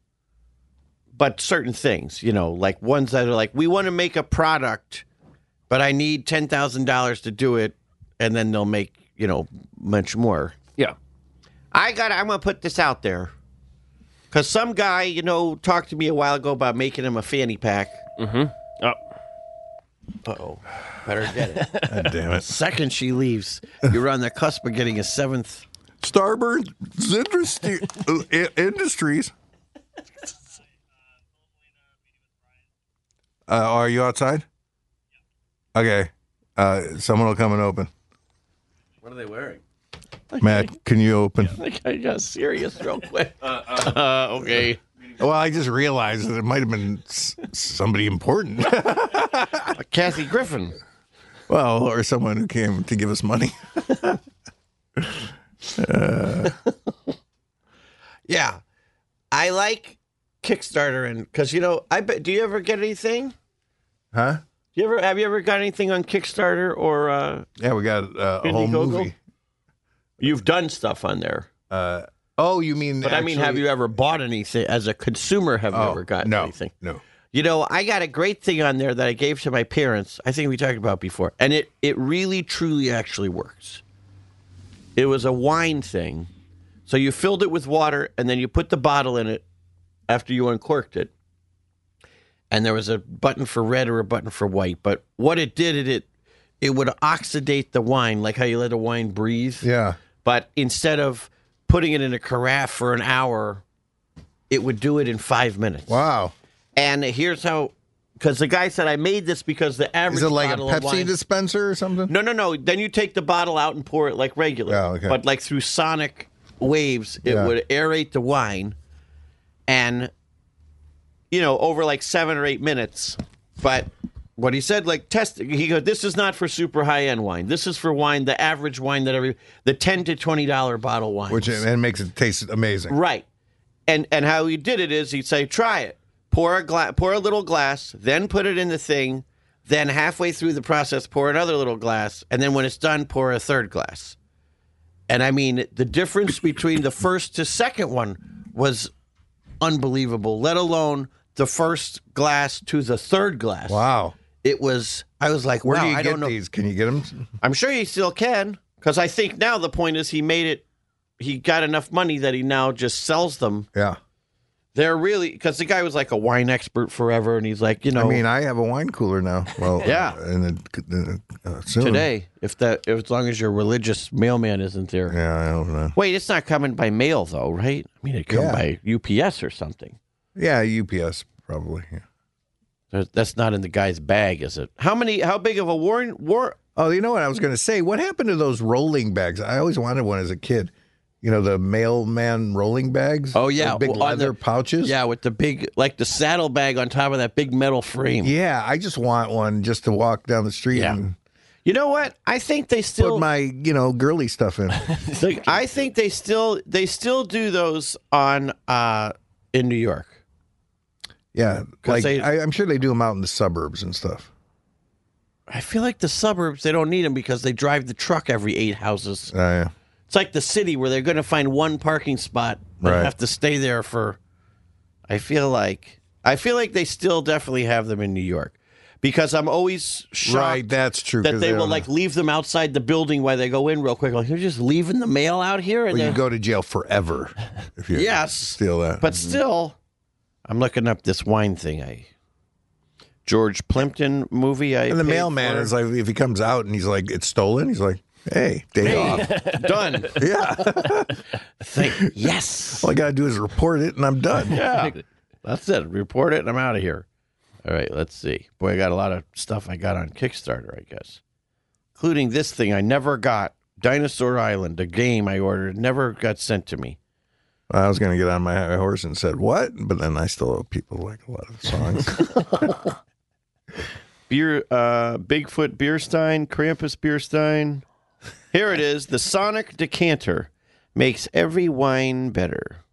D: But certain things, you know, like ones that are like, we want to make a product, but I need ten thousand dollars to do it, and then they'll make you know much more.
C: yeah.
D: I got. I'm gonna put this out there, because some guy, you know, talked to me a while ago about making him a fanny pack.
C: Oh,
D: Uh oh, better get it.
B: God damn it.
D: second she leaves, you're on the cusp of getting a seventh.
B: Starboard Industry, uh, I- Industries. Uh, are you outside? Okay. Uh, someone will come and open.
C: what are they wearing?
B: Matt, can you open?
D: Like I got serious real quick.
U: okay.
B: Well, I just realized that it might have been s- somebody important.
D: Kathy Griffin.
B: well, or someone who came to give us money.
D: Yeah, I like Kickstarter and because you know I bet. Do you ever get anything?
B: Huh?
D: Do you ever have you ever got anything on Kickstarter or uh,
B: Yeah, we got uh, a whole
D: Indiegogo?
B: movie.
D: you've done stuff on there?
B: Uh, oh, you mean?
D: But I mean, have
B: actually-
D: you ever bought anything as a consumer? Have you
B: Oh,
D: ever gotten
B: no,
D: anything?
B: No.
D: You know, I got a great thing on there that I gave to my parents. I think we talked about before, and it it really, truly, actually works. It was a wine thing, So you filled it with water and then you put the bottle in it after you uncorked it. And there was a button for red or a button for white. But what it did, it it, it would oxidate the wine, like how you let a wine breathe.
B: Yeah.
D: But instead of putting it in a carafe for an hour, it would do it in five minutes.
B: Wow.
D: And here's how because the guy said I made this because the average
B: Is it like a
D: bottle of
B: Pepsi
D: wine-
B: dispenser or something?
D: no, no, no. Then you take the bottle out and pour it like regular.
B: Oh, okay.
D: But like through sonic waves, it
B: Yeah.
D: would aerate the wine, and you know, over like seven or eight minutes. But what he said, like test, he goes, "This is not for super high end wine. This is for wine, the average wine that every the ten to twenty dollar bottle wine,
B: Which and it makes it taste amazing.
D: Right. And and how he did it is he'd say, try it. Pour a gla- pour a little glass, then put it in the thing, then halfway through the process, pour another little glass, and then when it's done, pour a third glass. And I mean, the difference between the first to second one was unbelievable, let alone the first glass to the third glass.
B: Wow.
D: It was I was like,
B: Where
D: wow,
B: do you
D: I
B: get
D: don't know.
B: these? Can you get them?
D: I'm sure he still can because I think now the point is he made it. He got enough money that he now just sells them.
B: Yeah.
D: They're really because the guy was like a wine expert forever, and he's like, you know,
B: I mean, I have a wine cooler now. Well,
D: Yeah.
B: uh, and it, uh, soon.
D: today if that if, as long as your religious mailman isn't there.
B: Yeah, I don't know.
D: Wait, it's not coming by mail though, right? I mean, it come
B: Yeah.
D: by UPS or something.
B: Yeah, UPS probably. Yeah.
D: There- That's not in the guy's bag, is it? How many? How big of a warn war?
B: Oh, you know what I was going to say? What happened to those rolling bags? I always wanted one as a kid. You know, the mailman rolling bags.
D: Oh yeah,
B: The big
D: well, on
B: leather
D: the-
B: pouches.
D: Yeah, with the big like the saddlebag on top of that big metal frame.
B: Yeah, I just want one just to walk down the street
D: Yeah.
B: and
D: You know what? I think they still
B: put my, you know, girly stuff in.
D: Like, I think they still they still do those on uh in New York.
B: Yeah,
D: 'Cause
B: like
D: they-
B: I, I'm sure they do them out in the suburbs and stuff.
D: I feel like the suburbs they don't need them because they drive the truck every eight houses.
B: Oh, yeah.
D: It's like the city where they're going to find one parking spot and
B: Right.
D: have to stay there for. I feel like I feel like they still definitely have them in New York because I'm always shocked
B: Right, that's true.
D: that
B: 'cause
D: they will
B: don't-
D: like leave them outside the building while they go in real quick. Like you're just leaving the mail out here and
B: Well, you
D: they're-
B: go to jail forever if you
D: Yes.
B: steal that.
D: But still, I'm looking up this wine thing. I George Plimpton movie. I
B: and the
D: paid
B: mailman
D: for.
B: is like, if he comes out and he's like, it's stolen, he's like, hey, day off.
D: done.
B: Yeah.
D: Think- yes.
B: All I got to do is report it and I'm done.
D: Yeah. That's it. Report it, and I'm out of here. All right. Let's see. Boy, I got a lot of stuff I got on Kickstarter. I guess, including this thing I never got. Dinosaur Island, a game I ordered, never got sent to me.
B: I was going to get on my high horse and said, what? But then I still owe people like a lot of songs.
D: Beer, uh, Bigfoot beer stein, Krampus beer stein. Here it is. The Sonic decanter makes every wine better.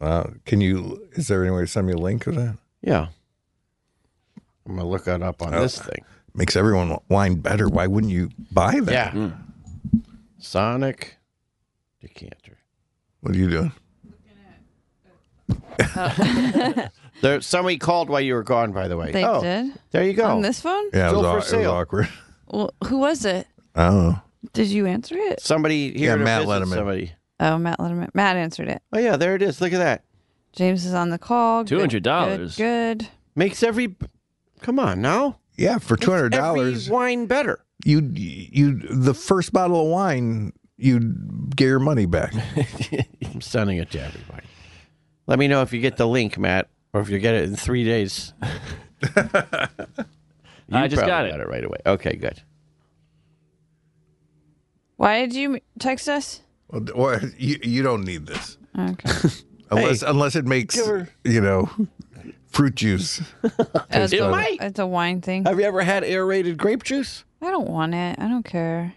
B: wow. Uh, Can you, is there any way to send me a link of that?
D: Yeah. I'm gonna look that up on
B: Oh.
D: this thing.
B: Makes everyone wine better. Why wouldn't you buy that?
D: Yeah. Sonic decanter.
B: What are you doing?
D: There somebody called while you were gone, by the way.
A: They
D: oh,
A: did?
D: There you go.
A: On this phone?
B: Yeah, it was,
D: Still for
B: aw- it was
D: sale.
B: awkward.
A: Well, who was it?
B: I don't know.
A: Did you answer it?
D: Somebody here.
B: Yeah,
D: to
B: Matt
D: visit
B: Letterman.
D: Somebody.
A: Oh, Matt Letterman. Matt answered it.
D: Oh yeah, there it is. Look at that.
A: James is on the call. Good,
C: $200.
A: Good. good.
D: Makes every. Come on now.
B: Yeah, for two hundred dollars,
D: Every wine better.
B: you you the first bottle of wine, you'd get your money back.
D: I'm sending it to everybody. Let me know if you get the link, Matt, or if you get it in three days.
C: I just
D: You probably
C: got it.
D: Got it right away. Okay, good.
A: Why did you m- text us?
B: Well, d- Or you, you don't need this
A: Okay.
B: unless unless it makes
D: give her-
B: you know fruit juice.
A: It's a-
D: might.
A: It's a wine thing.
D: Have you ever had aerated grape juice?
A: I don't want it. I don't care.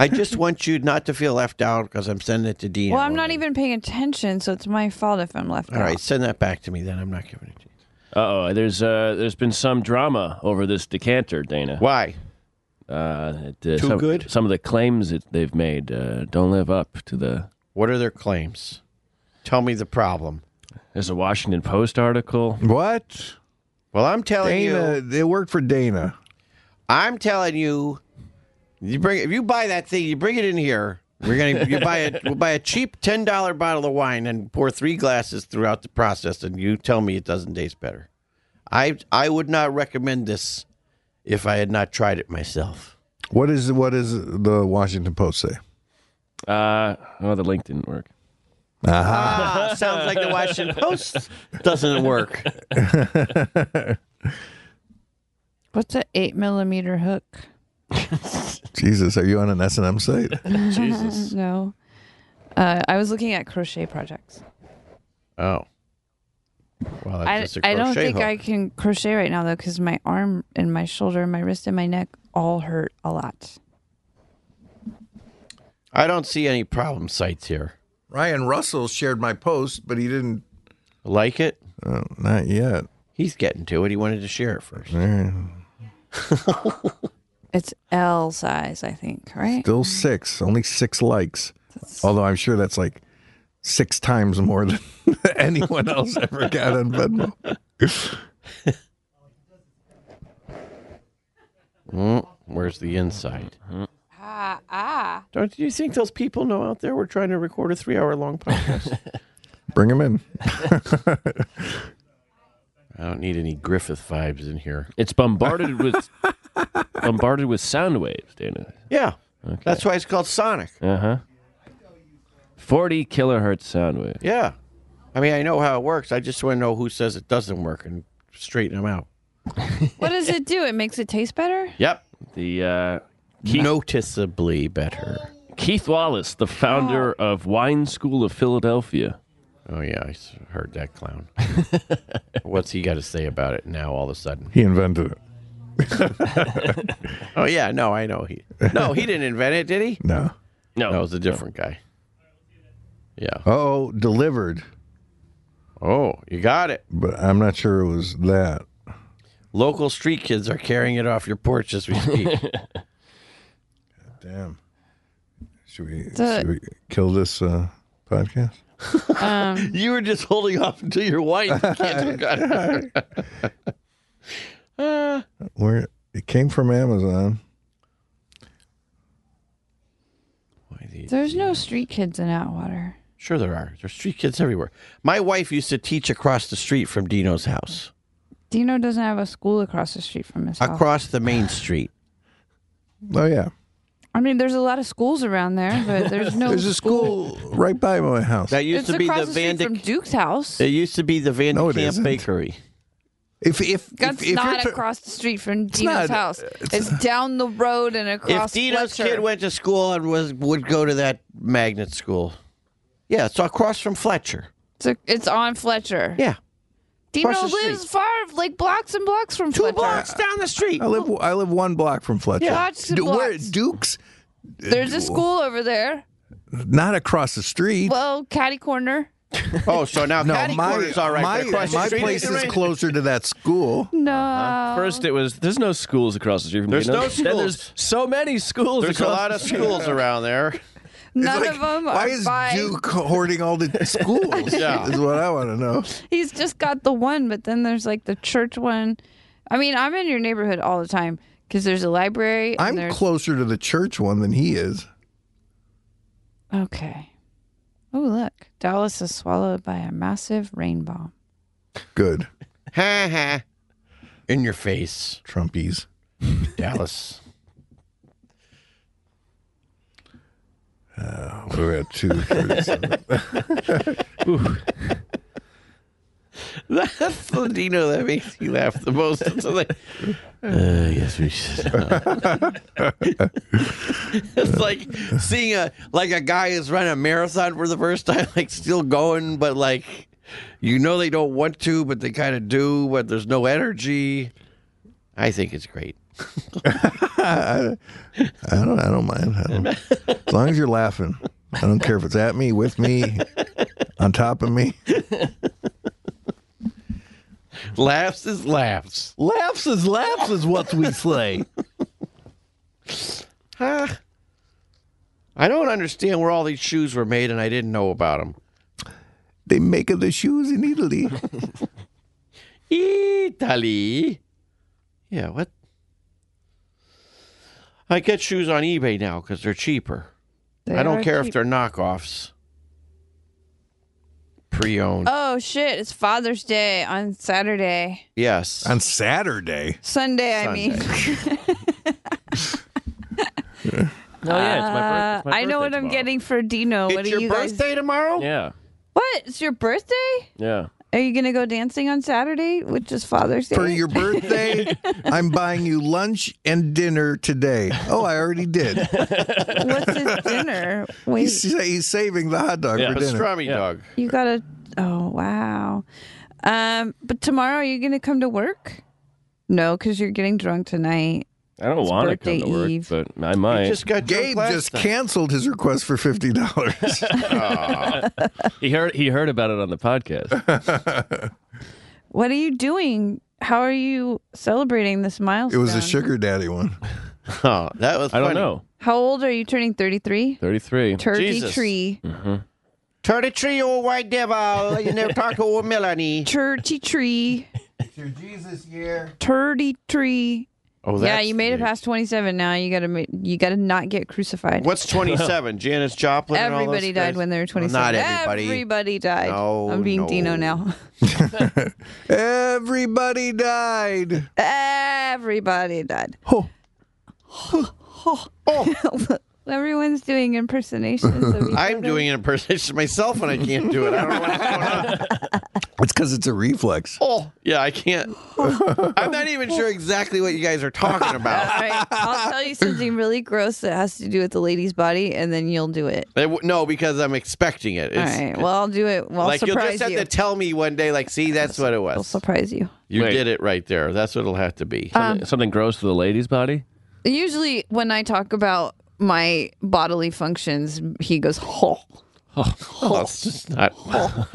D: I just want you not to feel left out because I'm sending it to Dean.
A: well, I'm not even paying attention, so it's my fault if I'm left
D: All
A: out.
D: right, send that back to me then. I'm not giving it to you.
C: Uh oh, there's uh, there's been some drama over this decanter, Dana.
D: Why?
C: Uh, it, uh,
D: Too
C: some,
D: good?
C: Some of the claims that they've made uh, don't live up to the.
D: What are their claims? Tell me the problem.
C: There's a Washington Post article.
B: What
D: Well, I'm telling
B: Dana?
D: you,
B: They worked for Dana.
D: I'm telling you, you bring if you buy that thing, you bring it in here. We're gonna you buy a we'll buy a cheap ten dollar bottle of wine and pour three glasses throughout the process, and you tell me it doesn't taste better. I I would not recommend this if I had not tried it myself.
B: What is what is the Washington Post say?
C: Uh, oh, the link didn't work.
B: Uh-huh.
D: Ah, sounds like the Washington Post doesn't work.
A: What's an eight millimeter hook?
B: Jesus, are you on an S and M site?
A: Jesus. no. Uh, I was looking at crochet projects.
D: Oh. Well,
A: I, I don't think I can crochet right now though, because my arm and my shoulder, and my wrist and my neck all hurt a lot.
D: I don't see any problem sites here.
B: Ryan Russell shared my post, but he didn't
D: like it.
B: Uh, not yet.
D: He's getting to it. He wanted to share it first.
A: It's L size, I think, right?
B: Still six, only six likes. Although I'm sure that's like six times more than anyone else ever got on Venmo.
D: Mm, where's the inside?
A: Ah, ah.
D: Don't you think those people know out there we're trying to record a three hour long podcast?
B: Bring him in.
D: I don't need any Griffith vibes in here.
C: It's bombarded with bombarded with sound waves, Dana.
D: Yeah. That's why it's called Sonic.
C: Uh huh. Forty kilohertz sound wave.
D: Yeah. I mean, I know how it works. I just want to know who says it doesn't work and straighten them out.
A: What does it do? It makes it taste better?
D: Yep.
C: The uh,
D: noticeably better.
C: Keith Wallace, the founder of Wine School of Philadelphia.
D: Oh yeah, I s- heard that clown. What's he got to say about it now? All of a sudden.
B: he invented it.
D: Oh yeah, no, I know he. No, he didn't invent it, did he?
B: No.
C: No,
D: it was a different guy. Yeah.
B: Oh, delivered,
D: Oh, you got it.
B: but I'm not sure it was that.
D: Local street kids are carrying it off your porch as we speak.
B: Damn. Should we,
A: The-
B: should we kill this uh, podcast?
A: Um,
D: you were just holding off until your wife. kids got it. Uh,
B: Where it came from Amazon.
D: why the-
A: there's no street kids in Atwater.
D: Sure, there are. There's street kids everywhere. My wife used to teach across the street from Dino's house,
A: Dino doesn't have a school across the street from his house.
D: across the main street.
B: Oh yeah,
A: I mean, there's a lot of schools around there, but there's no.
B: there's a school right by my house.
D: That used
A: It's
D: to be
A: across
D: the
A: the, street
D: Van.
A: from Duke's house.
D: It used to be the Van
B: No, it
D: Camp
B: isn't.
D: Bakery.
B: If if
A: That's
B: if, if
A: not
B: you're-
A: across the street from Dino's
B: not-
A: house. It's, down the road and across.
D: if Dino's
A: Fletcher.
D: kid went to school and was would go to that magnet school, yeah, it's across from Fletcher.
A: it's, a- it's on Fletcher.
D: Yeah,
A: Dino
D: across the
A: lives far, like blocks and blocks from
D: two
A: Fletcher.
D: blocks down the street.
B: I live I live one block from Fletcher.
A: Yeah. Lots of
B: D- Where
A: blocks.
B: Duke's
A: There's a school over there.
B: not across the street.
A: Well, Catty Corner.
D: Oh, so now
B: no,
D: Patty
B: my
D: Corner's all right.
B: my,
D: but across the
B: my
D: street
B: place is
D: right.
B: closer to that school.
A: No.
C: Uh-huh.
A: Oh.
C: First, it was there's no schools across the street from
D: There's
C: Dino.
D: no
C: Then there's
D: schools.
C: so many schools.
D: There's a
C: across
D: lot
C: the
D: of
C: street.
D: schools around there.
A: None
B: Like,
A: of them are
B: why is
A: by.
B: Duke hoarding all the schools?
D: Yeah.
B: is what I want to know.
A: He's just got the one, but then there's like the church one. I mean, I'm in your neighborhood all the time because there's a library. And
B: I'm
A: there's...
B: closer to the church one than he is.
A: Okay. Oh, look. Dallas is swallowed by a massive rain bomb.
B: Good,
D: Ha ha. In your face,
B: Trumpies.
D: Dallas.
B: We're at two.
D: That's the Dino that makes me laugh the most. It's like, uh, yes, we should. it's like seeing a like a guy who's running a marathon for the first time, like still going, but like you know they don't want to, but they kind of do. But there's no energy. I think it's great.
B: I don't. I don't mind. I don't, as long as you're laughing, I don't care if it's at me, with me, on top of me.
D: Laughs is laughs.
B: Laughs is laughs is what we say.
D: Huh? I don't understand where all these shoes were made, and I didn't know about them.
B: They make of the shoes in Italy.
D: Italy. Yeah, what? I get shoes on eBay now because they're cheaper.
A: They
D: I don't
A: are
D: care
A: cheap.
D: if they're knockoffs. Pre-owned.
A: Oh shit! It's Father's Day on Saturday,
D: yes.
B: On Saturday.
A: Sunday. I mean,
C: No, oh, yeah, it's my, birth- it's my
A: Uh, I know what I'm getting for Dino. what
D: It's
A: are
D: your
A: you guys?
D: birthday tomorrow?
C: Yeah,
A: What? It's your birthday?
C: yeah.
A: Are you gonna go dancing on Saturday, which is Father's Day?
B: For your birthday, I'm buying you lunch and dinner today. Oh, I already did.
A: What's his dinner? Wait,
B: He's, he's saving the hot dog for dinner.
D: Pastrami dog.
A: you gotta. Oh wow. Um, but tomorrow are you gonna come to work? No, because you're getting drunk tonight.
C: I don't
A: It's
C: want to
A: birthday
C: come to work,
A: eve.
C: but I might.
D: got
B: Gabe just canceled his request for fifty dollars.
C: he heard he heard about it on the podcast.
A: What are you doing? How are you celebrating this
B: it
A: milestone?
B: was a sugar daddy one.
D: Oh, that was
C: I don't
D: funny.
C: know.
A: How old are you turning? Thirty-three.
C: Thirty three.
A: Turkey
D: Jesus.
A: tree.
D: Thirty-three old white devil. You never talk to old Melanie.
A: Turkey tree.
B: It's your Jesus year.
A: Turdy tree.
D: Oh,
A: yeah,
D: that's
A: you made it
D: the-
A: past twenty-seven. Now you gotta ma- you gotta not get crucified.
D: What's twenty-seven? Janice Joplin. and all those
A: Everybody
D: guys?
A: died when they were
D: Well,
A: twenty-seven.
D: Not everybody.
A: Everybody died.
D: No,
A: I'm being
D: no.
A: Dino now.
B: Everybody died.
A: Everybody died. Everyone's doing impersonations of each
D: I'm
A: other.
D: doing an impersonation of myself and I can't do it. I don't know what's going on.
B: It's because it's a reflex.
D: Oh, yeah, I can't. I'm not even sure exactly what you guys are talking
A: All
D: about.
A: right, I'll tell you something really gross that has to do with the lady's body, and then you'll do it.
D: It w- no, because I'm expecting it.
A: All
D: It's,
A: right. Well, I'll do it. Well, I'll
D: like you'll
A: surprise
D: just have
A: you.
D: to tell me one day. Like, see, that's what it
A: I'll
D: was.
A: surprise you.
D: You
C: Wait.
D: did it right there. That's what it'll have to be.
C: Something gross to the lady's body.
A: Usually, when I talk about my bodily functions, he goes, "Ho."
D: Oh, it's just not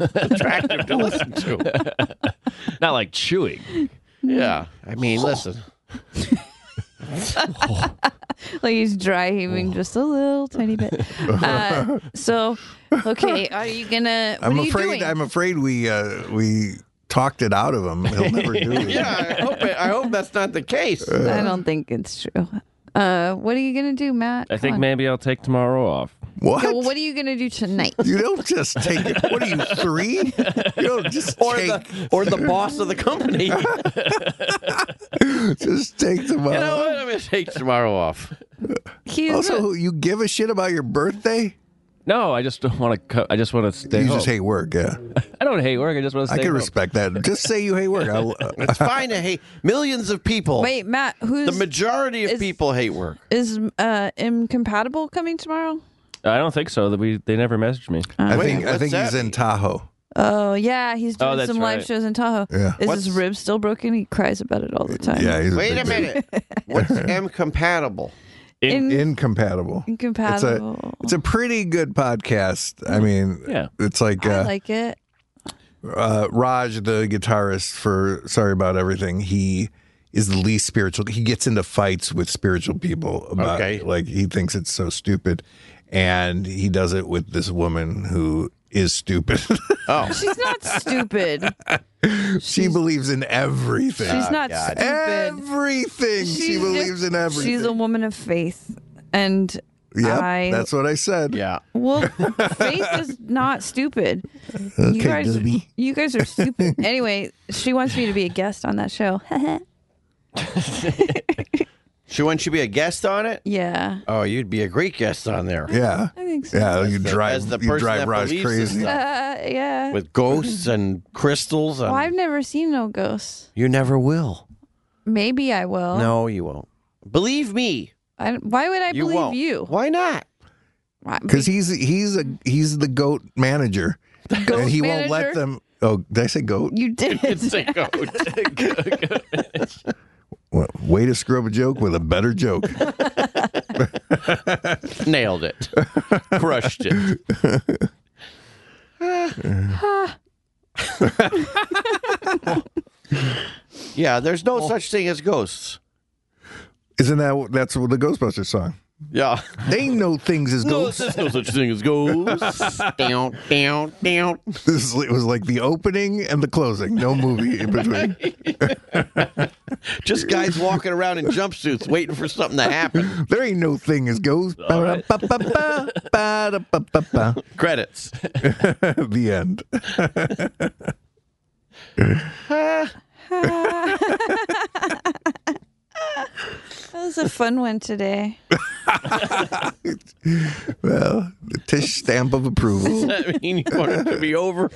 D: attractive to listen to.
C: Not like chewing.
D: Yeah, I mean, listen.
A: Like he's dry
B: Oh.
A: heaving just a little tiny bit. Uh, so, okay, are you gonna? What
B: I'm
A: are you
B: afraid.
A: doing?
B: I'm afraid we uh, we talked it out of him. He'll never do it.
D: Yeah, I hope it, I hope that's not the case.
A: I don't think it's true. Uh, what are you gonna do, Matt?
C: I
A: Come
C: think
A: on.
C: maybe I'll take tomorrow off.
B: What?
A: Yeah, well, what are you gonna do tonight?
B: you don't just take it. What are you three? You don't just
D: Or
B: take
D: the or the boss of the company. you know
B: just take them out.
D: what? I'm gonna take tomorrow off.
A: He's
B: also, you give a shit about your birthday?
C: No, I just don't want to. Co- I just want to stay.
B: you
C: home.
B: just hate work, yeah.
C: I don't hate work. I just want to
B: I
C: stay.
B: can
C: home.
B: respect that. Just say you hate work. I'll,
D: It's fine to hate. Millions of people.
A: wait, Matt. Who's
D: the majority of
A: is-
D: people hate work.
A: is uh incompatible coming tomorrow?
C: I don't think so. That we they never messaged me.
A: Uh.
B: I
D: Wait,
B: think I
D: what's
B: think
D: that
B: he's
D: mean?
B: in Tahoe.
A: Oh yeah, he's
C: Oh,
A: doing
C: that's
A: some live
C: right.
A: shows in Tahoe.
B: Yeah.
A: Is
D: What's-
A: his rib still broken? He cries about it all the time.
B: Yeah, he's
D: Wait
B: big
D: a
B: dude.
D: minute. What's M compatible?
A: In-
B: Incompatible.
A: incompatible.
B: It's a it's a pretty good podcast. I mean,
C: Yeah.
B: it's like,
A: I
B: uh,
A: like it.
B: uh, Raj, the guitarist for Sorry About Everything. He is the least spiritual. He gets into fights with spiritual people about
D: Okay.
B: like he thinks it's so stupid, and he does it with this woman who is stupid.
D: Oh,
A: She's not stupid.
B: she believes in everything.
A: She's not
D: God.
A: stupid.
B: everything. she
A: She's
B: believes
A: just-
B: in everything.
A: She's a woman of faith, and
B: Yep,
A: I
B: that's what I said.
D: Yeah.
A: well, faith is not stupid. you guys,
B: Debbie.
A: you guys are stupid. anyway, she wants me to be a guest on that show.
D: She wants you to be a guest on it?
A: yeah,
D: Oh, you'd be a great guest on there.
B: Yeah.
A: I think so.
B: Yeah, you drive
D: As the
B: you
D: person
B: drive
D: that
B: Raj
D: believes
B: crazy.
D: this stuff.
A: Uh, yeah.
D: With um, ghosts and crystals and
A: well, I've never seen no ghosts.
D: you never will.
A: Maybe I will.
D: No, you won't. Believe me.
A: I, why would I
D: you
A: believe
D: won't.
A: you?
D: Why not?
A: Why-
B: because he's he's a he's the goat manager, and he won't let
A: manager?
B: them. Oh, did I say goat?
A: You did.
B: Well, Way to screw up a joke with a better joke.
D: Nailed it. Crushed it. yeah, there's no such thing as ghosts.
B: Isn't that that's what the Ghostbusters song?
D: Yeah.
B: They know things as ghosts.
D: there's no such thing as ghosts. down, down, down.
B: This is- it was like the opening and the closing. No movie in between.
D: Just guys walking around in jumpsuits waiting for something to happen.
B: There ain't no thing as ghosts. Ba-da-ba-ba-ba, ba-da-ba-ba-ba.
D: Credits.
B: the end.
A: That was a fun one today.
B: well, the Tish stamp of
D: Does
B: approval.
D: that mean you want it to be over?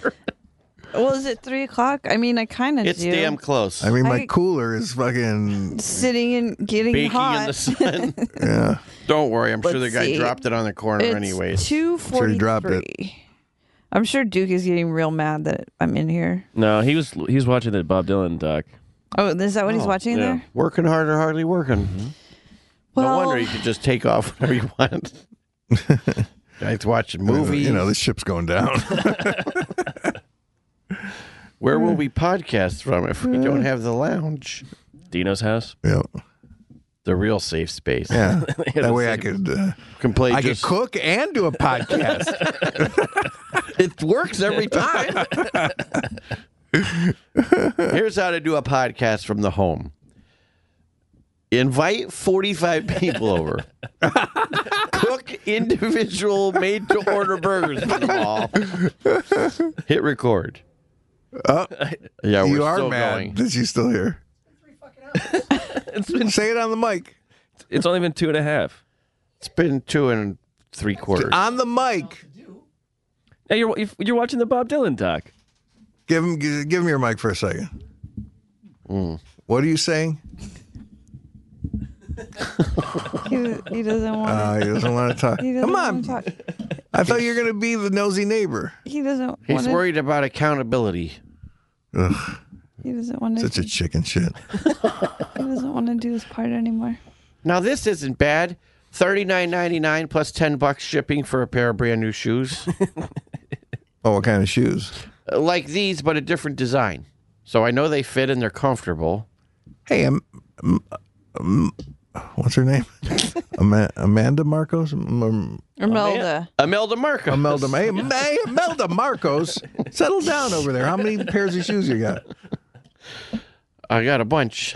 A: Well, is it three o'clock? I mean, I kind of
D: It's
A: do.
D: damn close.
B: I mean, my
A: I-
B: cooler is fucking.
A: Sitting and getting
D: Baking
A: hot.
D: in the sun.
B: Yeah.
D: Don't worry, I'm sure the
A: Let's
D: guy
A: see.
D: dropped it on the corner
A: it's
D: anyways.
A: Two
B: Sure he
A: forty-three.
B: dropped it.
A: I'm sure Duke is getting real mad that I'm in here.
C: No, he was he was watching the Bob Dylan doc.
A: Oh, is that what he's
D: Oh,
A: watching
C: yeah.
A: there?
D: Working hard or hardly working. no
A: Well-
D: wonder you can just take off whenever you want. Guys watching movies.
B: You know, this ship's going down.
D: Where will we podcast from if we don't have the lounge?
C: Dino's house.
B: yeah.
D: The real safe space.
B: Yeah. That way I
C: same-
B: could. Uh,
D: Can play
B: I could
D: just,
B: cook and do a podcast.
D: It works every time. Here's how to do a podcast from the home. Invite 45 people over. Cook individual made to order burgers for them all. Hit record.
B: Oh,
D: Yeah, we're
B: you are
D: still
B: mad
D: going.
B: that you still here.
C: It's been
B: Say it on the mic.
C: it's only been two and a half.
D: It's been two and three quarters.
B: On the mic.
C: Hey, you're you're watching the Bob Dylan doc.
B: Give him give him your mic for a second. What are you saying?
A: He, he doesn't want.
B: Uh, he doesn't want to talk.
A: he doesn't
B: Come on.
A: want to talk.
B: I thought you were going to be the nosy neighbor.
A: He doesn't.
D: He's
A: wanna,
D: worried about accountability.
B: Ugh,
A: He doesn't want to.
B: such a chicken shit.
A: He doesn't want to do this part anymore.
D: Now this isn't bad. Thirty nine ninety nine plus ten bucks shipping for a pair of brand new shoes,
B: Oh, what kind of shoes?
D: Uh, like these but a different design. So I know they fit and they're comfortable.
B: Hey, um, um, um, what's her name? Ama- Amanda Marcos? Um, um,
D: Oh,
A: Imelda.
D: Imelda Marco.
B: Imelda, hey, hey, Imelda Marcos. Settle down over there. How many pairs of shoes you got?
D: I got a bunch.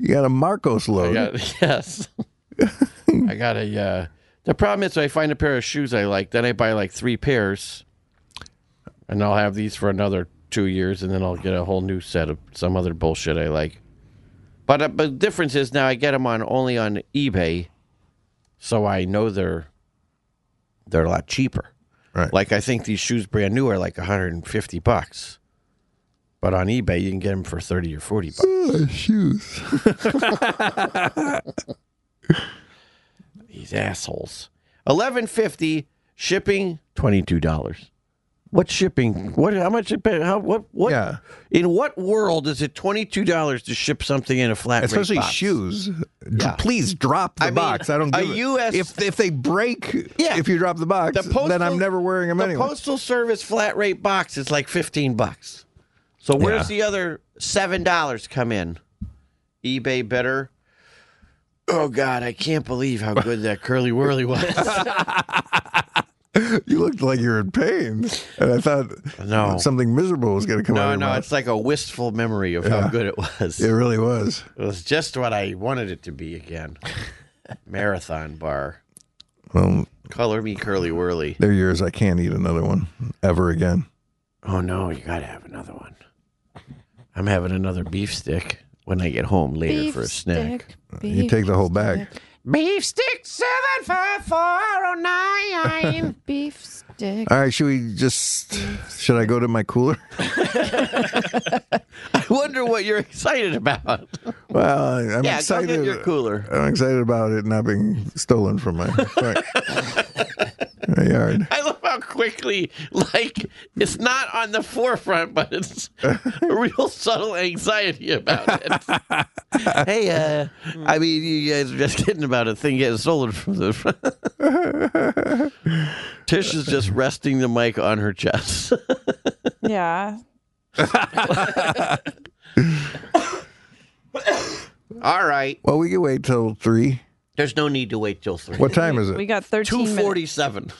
B: You got a Marcos
D: I
B: load.
D: got yes. I got a. Uh, the problem is, I find a pair of shoes I like, then I buy like three pairs, and I'll have these for another two years, and then I'll get a whole new set of some other bullshit I like. But uh, but the difference is now I get them on only on eBay, so I know they're they're a lot cheaper.
B: Right.
D: Like I think these shoes brand new are like 150 bucks. But on eBay you can get them for 30 or 40 bucks.
B: Uh, shoes.
D: These assholes. Eleven fifty shipping. Twenty two dollars. What shipping? What? How much? It pay, how? What? What?
B: Yeah.
D: In what world is it twenty two dollars to ship something in a flat rate
B: Especially
D: box?
B: shoes. D-
D: Yeah.
B: Please drop the
D: I mean,
B: box. I don't
D: a
B: give
D: US
B: it. If if they break,
D: Yeah.
B: if you drop the box,
D: The postal,
B: then I'm never wearing them
D: the
B: anyway.
D: postal service flat rate box is like fifteen bucks. So where's the other seven dollars come in? eBay better. Oh God, I can't believe how good that curly whirly was.
B: you looked like you were in pain, and I thought
D: No.
B: something miserable was going to come out.
D: No,
B: of your
D: no,
B: mouth.
D: it's like a wistful memory of how good it was.
B: It really was.
D: It was just what I wanted it to be again. Marathon bar.
B: Well,
D: Color me curly whirly.
B: they're yours. I can't eat another one ever again.
D: Oh no, you gotta have another one. I'm having another beef stick when I get home later for a snack.
B: you take the whole bag.
D: Beef stick seven five four oh nine.
A: Beef stick.
B: All right, should we just? Should I go to my cooler?
D: I wonder what you're excited about.
B: Well, I- I'm
D: yeah,
B: excited.
D: go get your cooler.
B: I'm excited about it not being stolen from my, my yard.
D: I love how quickly, like, it's not on the forefront, but it's a real subtle anxiety about it. hey, uh, I mean, you guys are just kidding about a thing getting stolen from the. Tish is just resting the mic on her chest.
A: Yeah.
D: All right.
B: Well, we can wait till three.
D: There's no need to wait till three.
B: What time is it? We
A: got 13
D: Two
A: minutes.
D: forty-seven.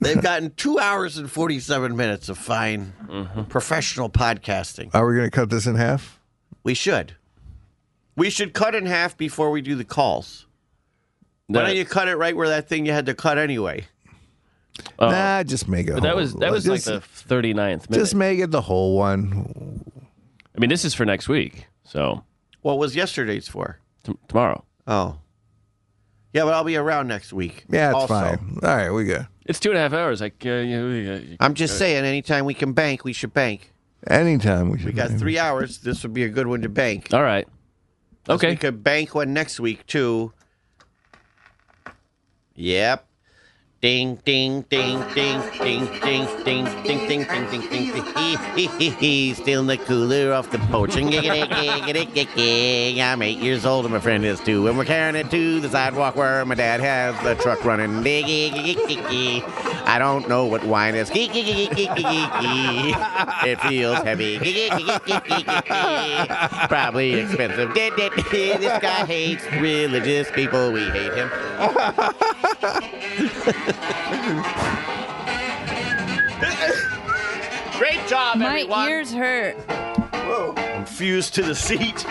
D: They've gotten two hours and forty-seven minutes of fine professional podcasting.
B: Are we going to cut this in half?
D: We should. We should cut in half before we do the calls. Why don't you cut it right where that thing you had to cut anyway?
B: nah, just make it.
C: Oh, But Uh, that
B: whole-
C: was that was
B: just-
C: like the 39th minute.
B: Just make it the whole one.
C: I mean, this is for next week, so
D: What was yesterday's for?
C: t- tomorrow.
D: Oh, Yeah, but I'll be around next week.
B: Yeah, it's
D: Also.
B: fine. All right, we good.
C: it's two and a half hours. Like, uh, you, you- you-
D: I'm just saying, anytime we can bank, we should bank.
B: Anytime we
D: We
B: should.
D: got three hours. This would be a good one to bank.
B: Uh,
C: All right.
D: Okay. We could bank one next week too. Yep. Ding ding ding ding ding ding ding ding ding ding ding ding ding. Hee, hee, hee, hee. Stealing the cooler off the porch. I'm eight years old and my friend is too, and we're carrying it to the sidewalk where my dad has the truck running. I don't know what wine is. It feels heavy. Probably expensive. This guy hates religious people. We hate him. Great job,
A: My ears hurt.
D: I'm fused to the seat.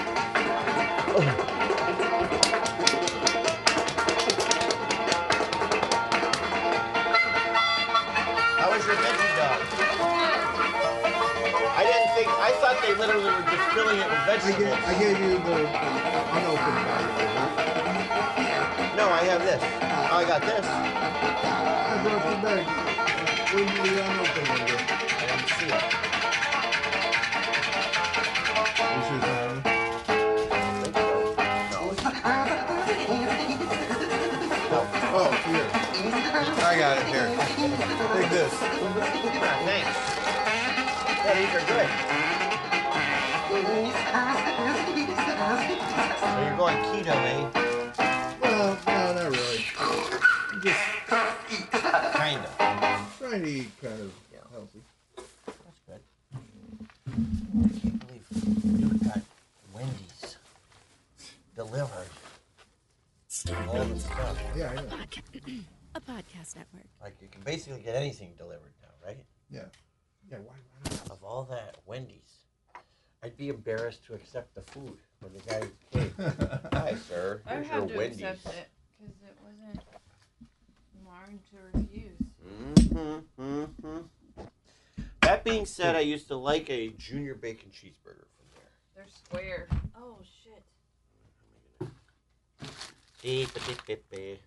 D: How was your veggie dog? I didn't think. I thought they literally were just filling it with vegetables. I gave, you the unopened No, I have this. Oh, I got this. I brought you back. When did the unopened one I didn't see it.
B: Oh, here. I got it here. Take this.
D: Thanks. Yeah, these are good. So you're going keto, eh?
V: Well, no, not really. Just
D: Kind of.
V: trying to eat kind of healthy.
D: You got Wendy's delivered. All the stuff.
V: Yeah, I know.
W: A podcast network.
D: Like you can basically get anything delivered now, right?
V: Yeah. Yeah, why?
D: Of all that Wendy's, I'd be embarrassed to accept the food when the guy came. Hi, sir. Here's your Wendy's.
A: because it wasn't mine to refuse.
D: Mm-hmm, mm-hmm. That being said, I used to like a junior bacon cheeseburger.
A: They're square. Oh shit.
D: Dee-ba-dee-dee-dee.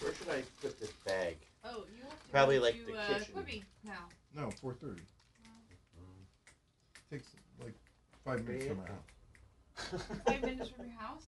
D: Where should I put this bag?
A: Oh, you have to
D: Probably
A: go
D: like
A: to,
D: the
A: uh,
D: kitchen.
A: Quibi now.
V: No, 4.30. Takes like five minutes from my house.
A: Five minutes from your house.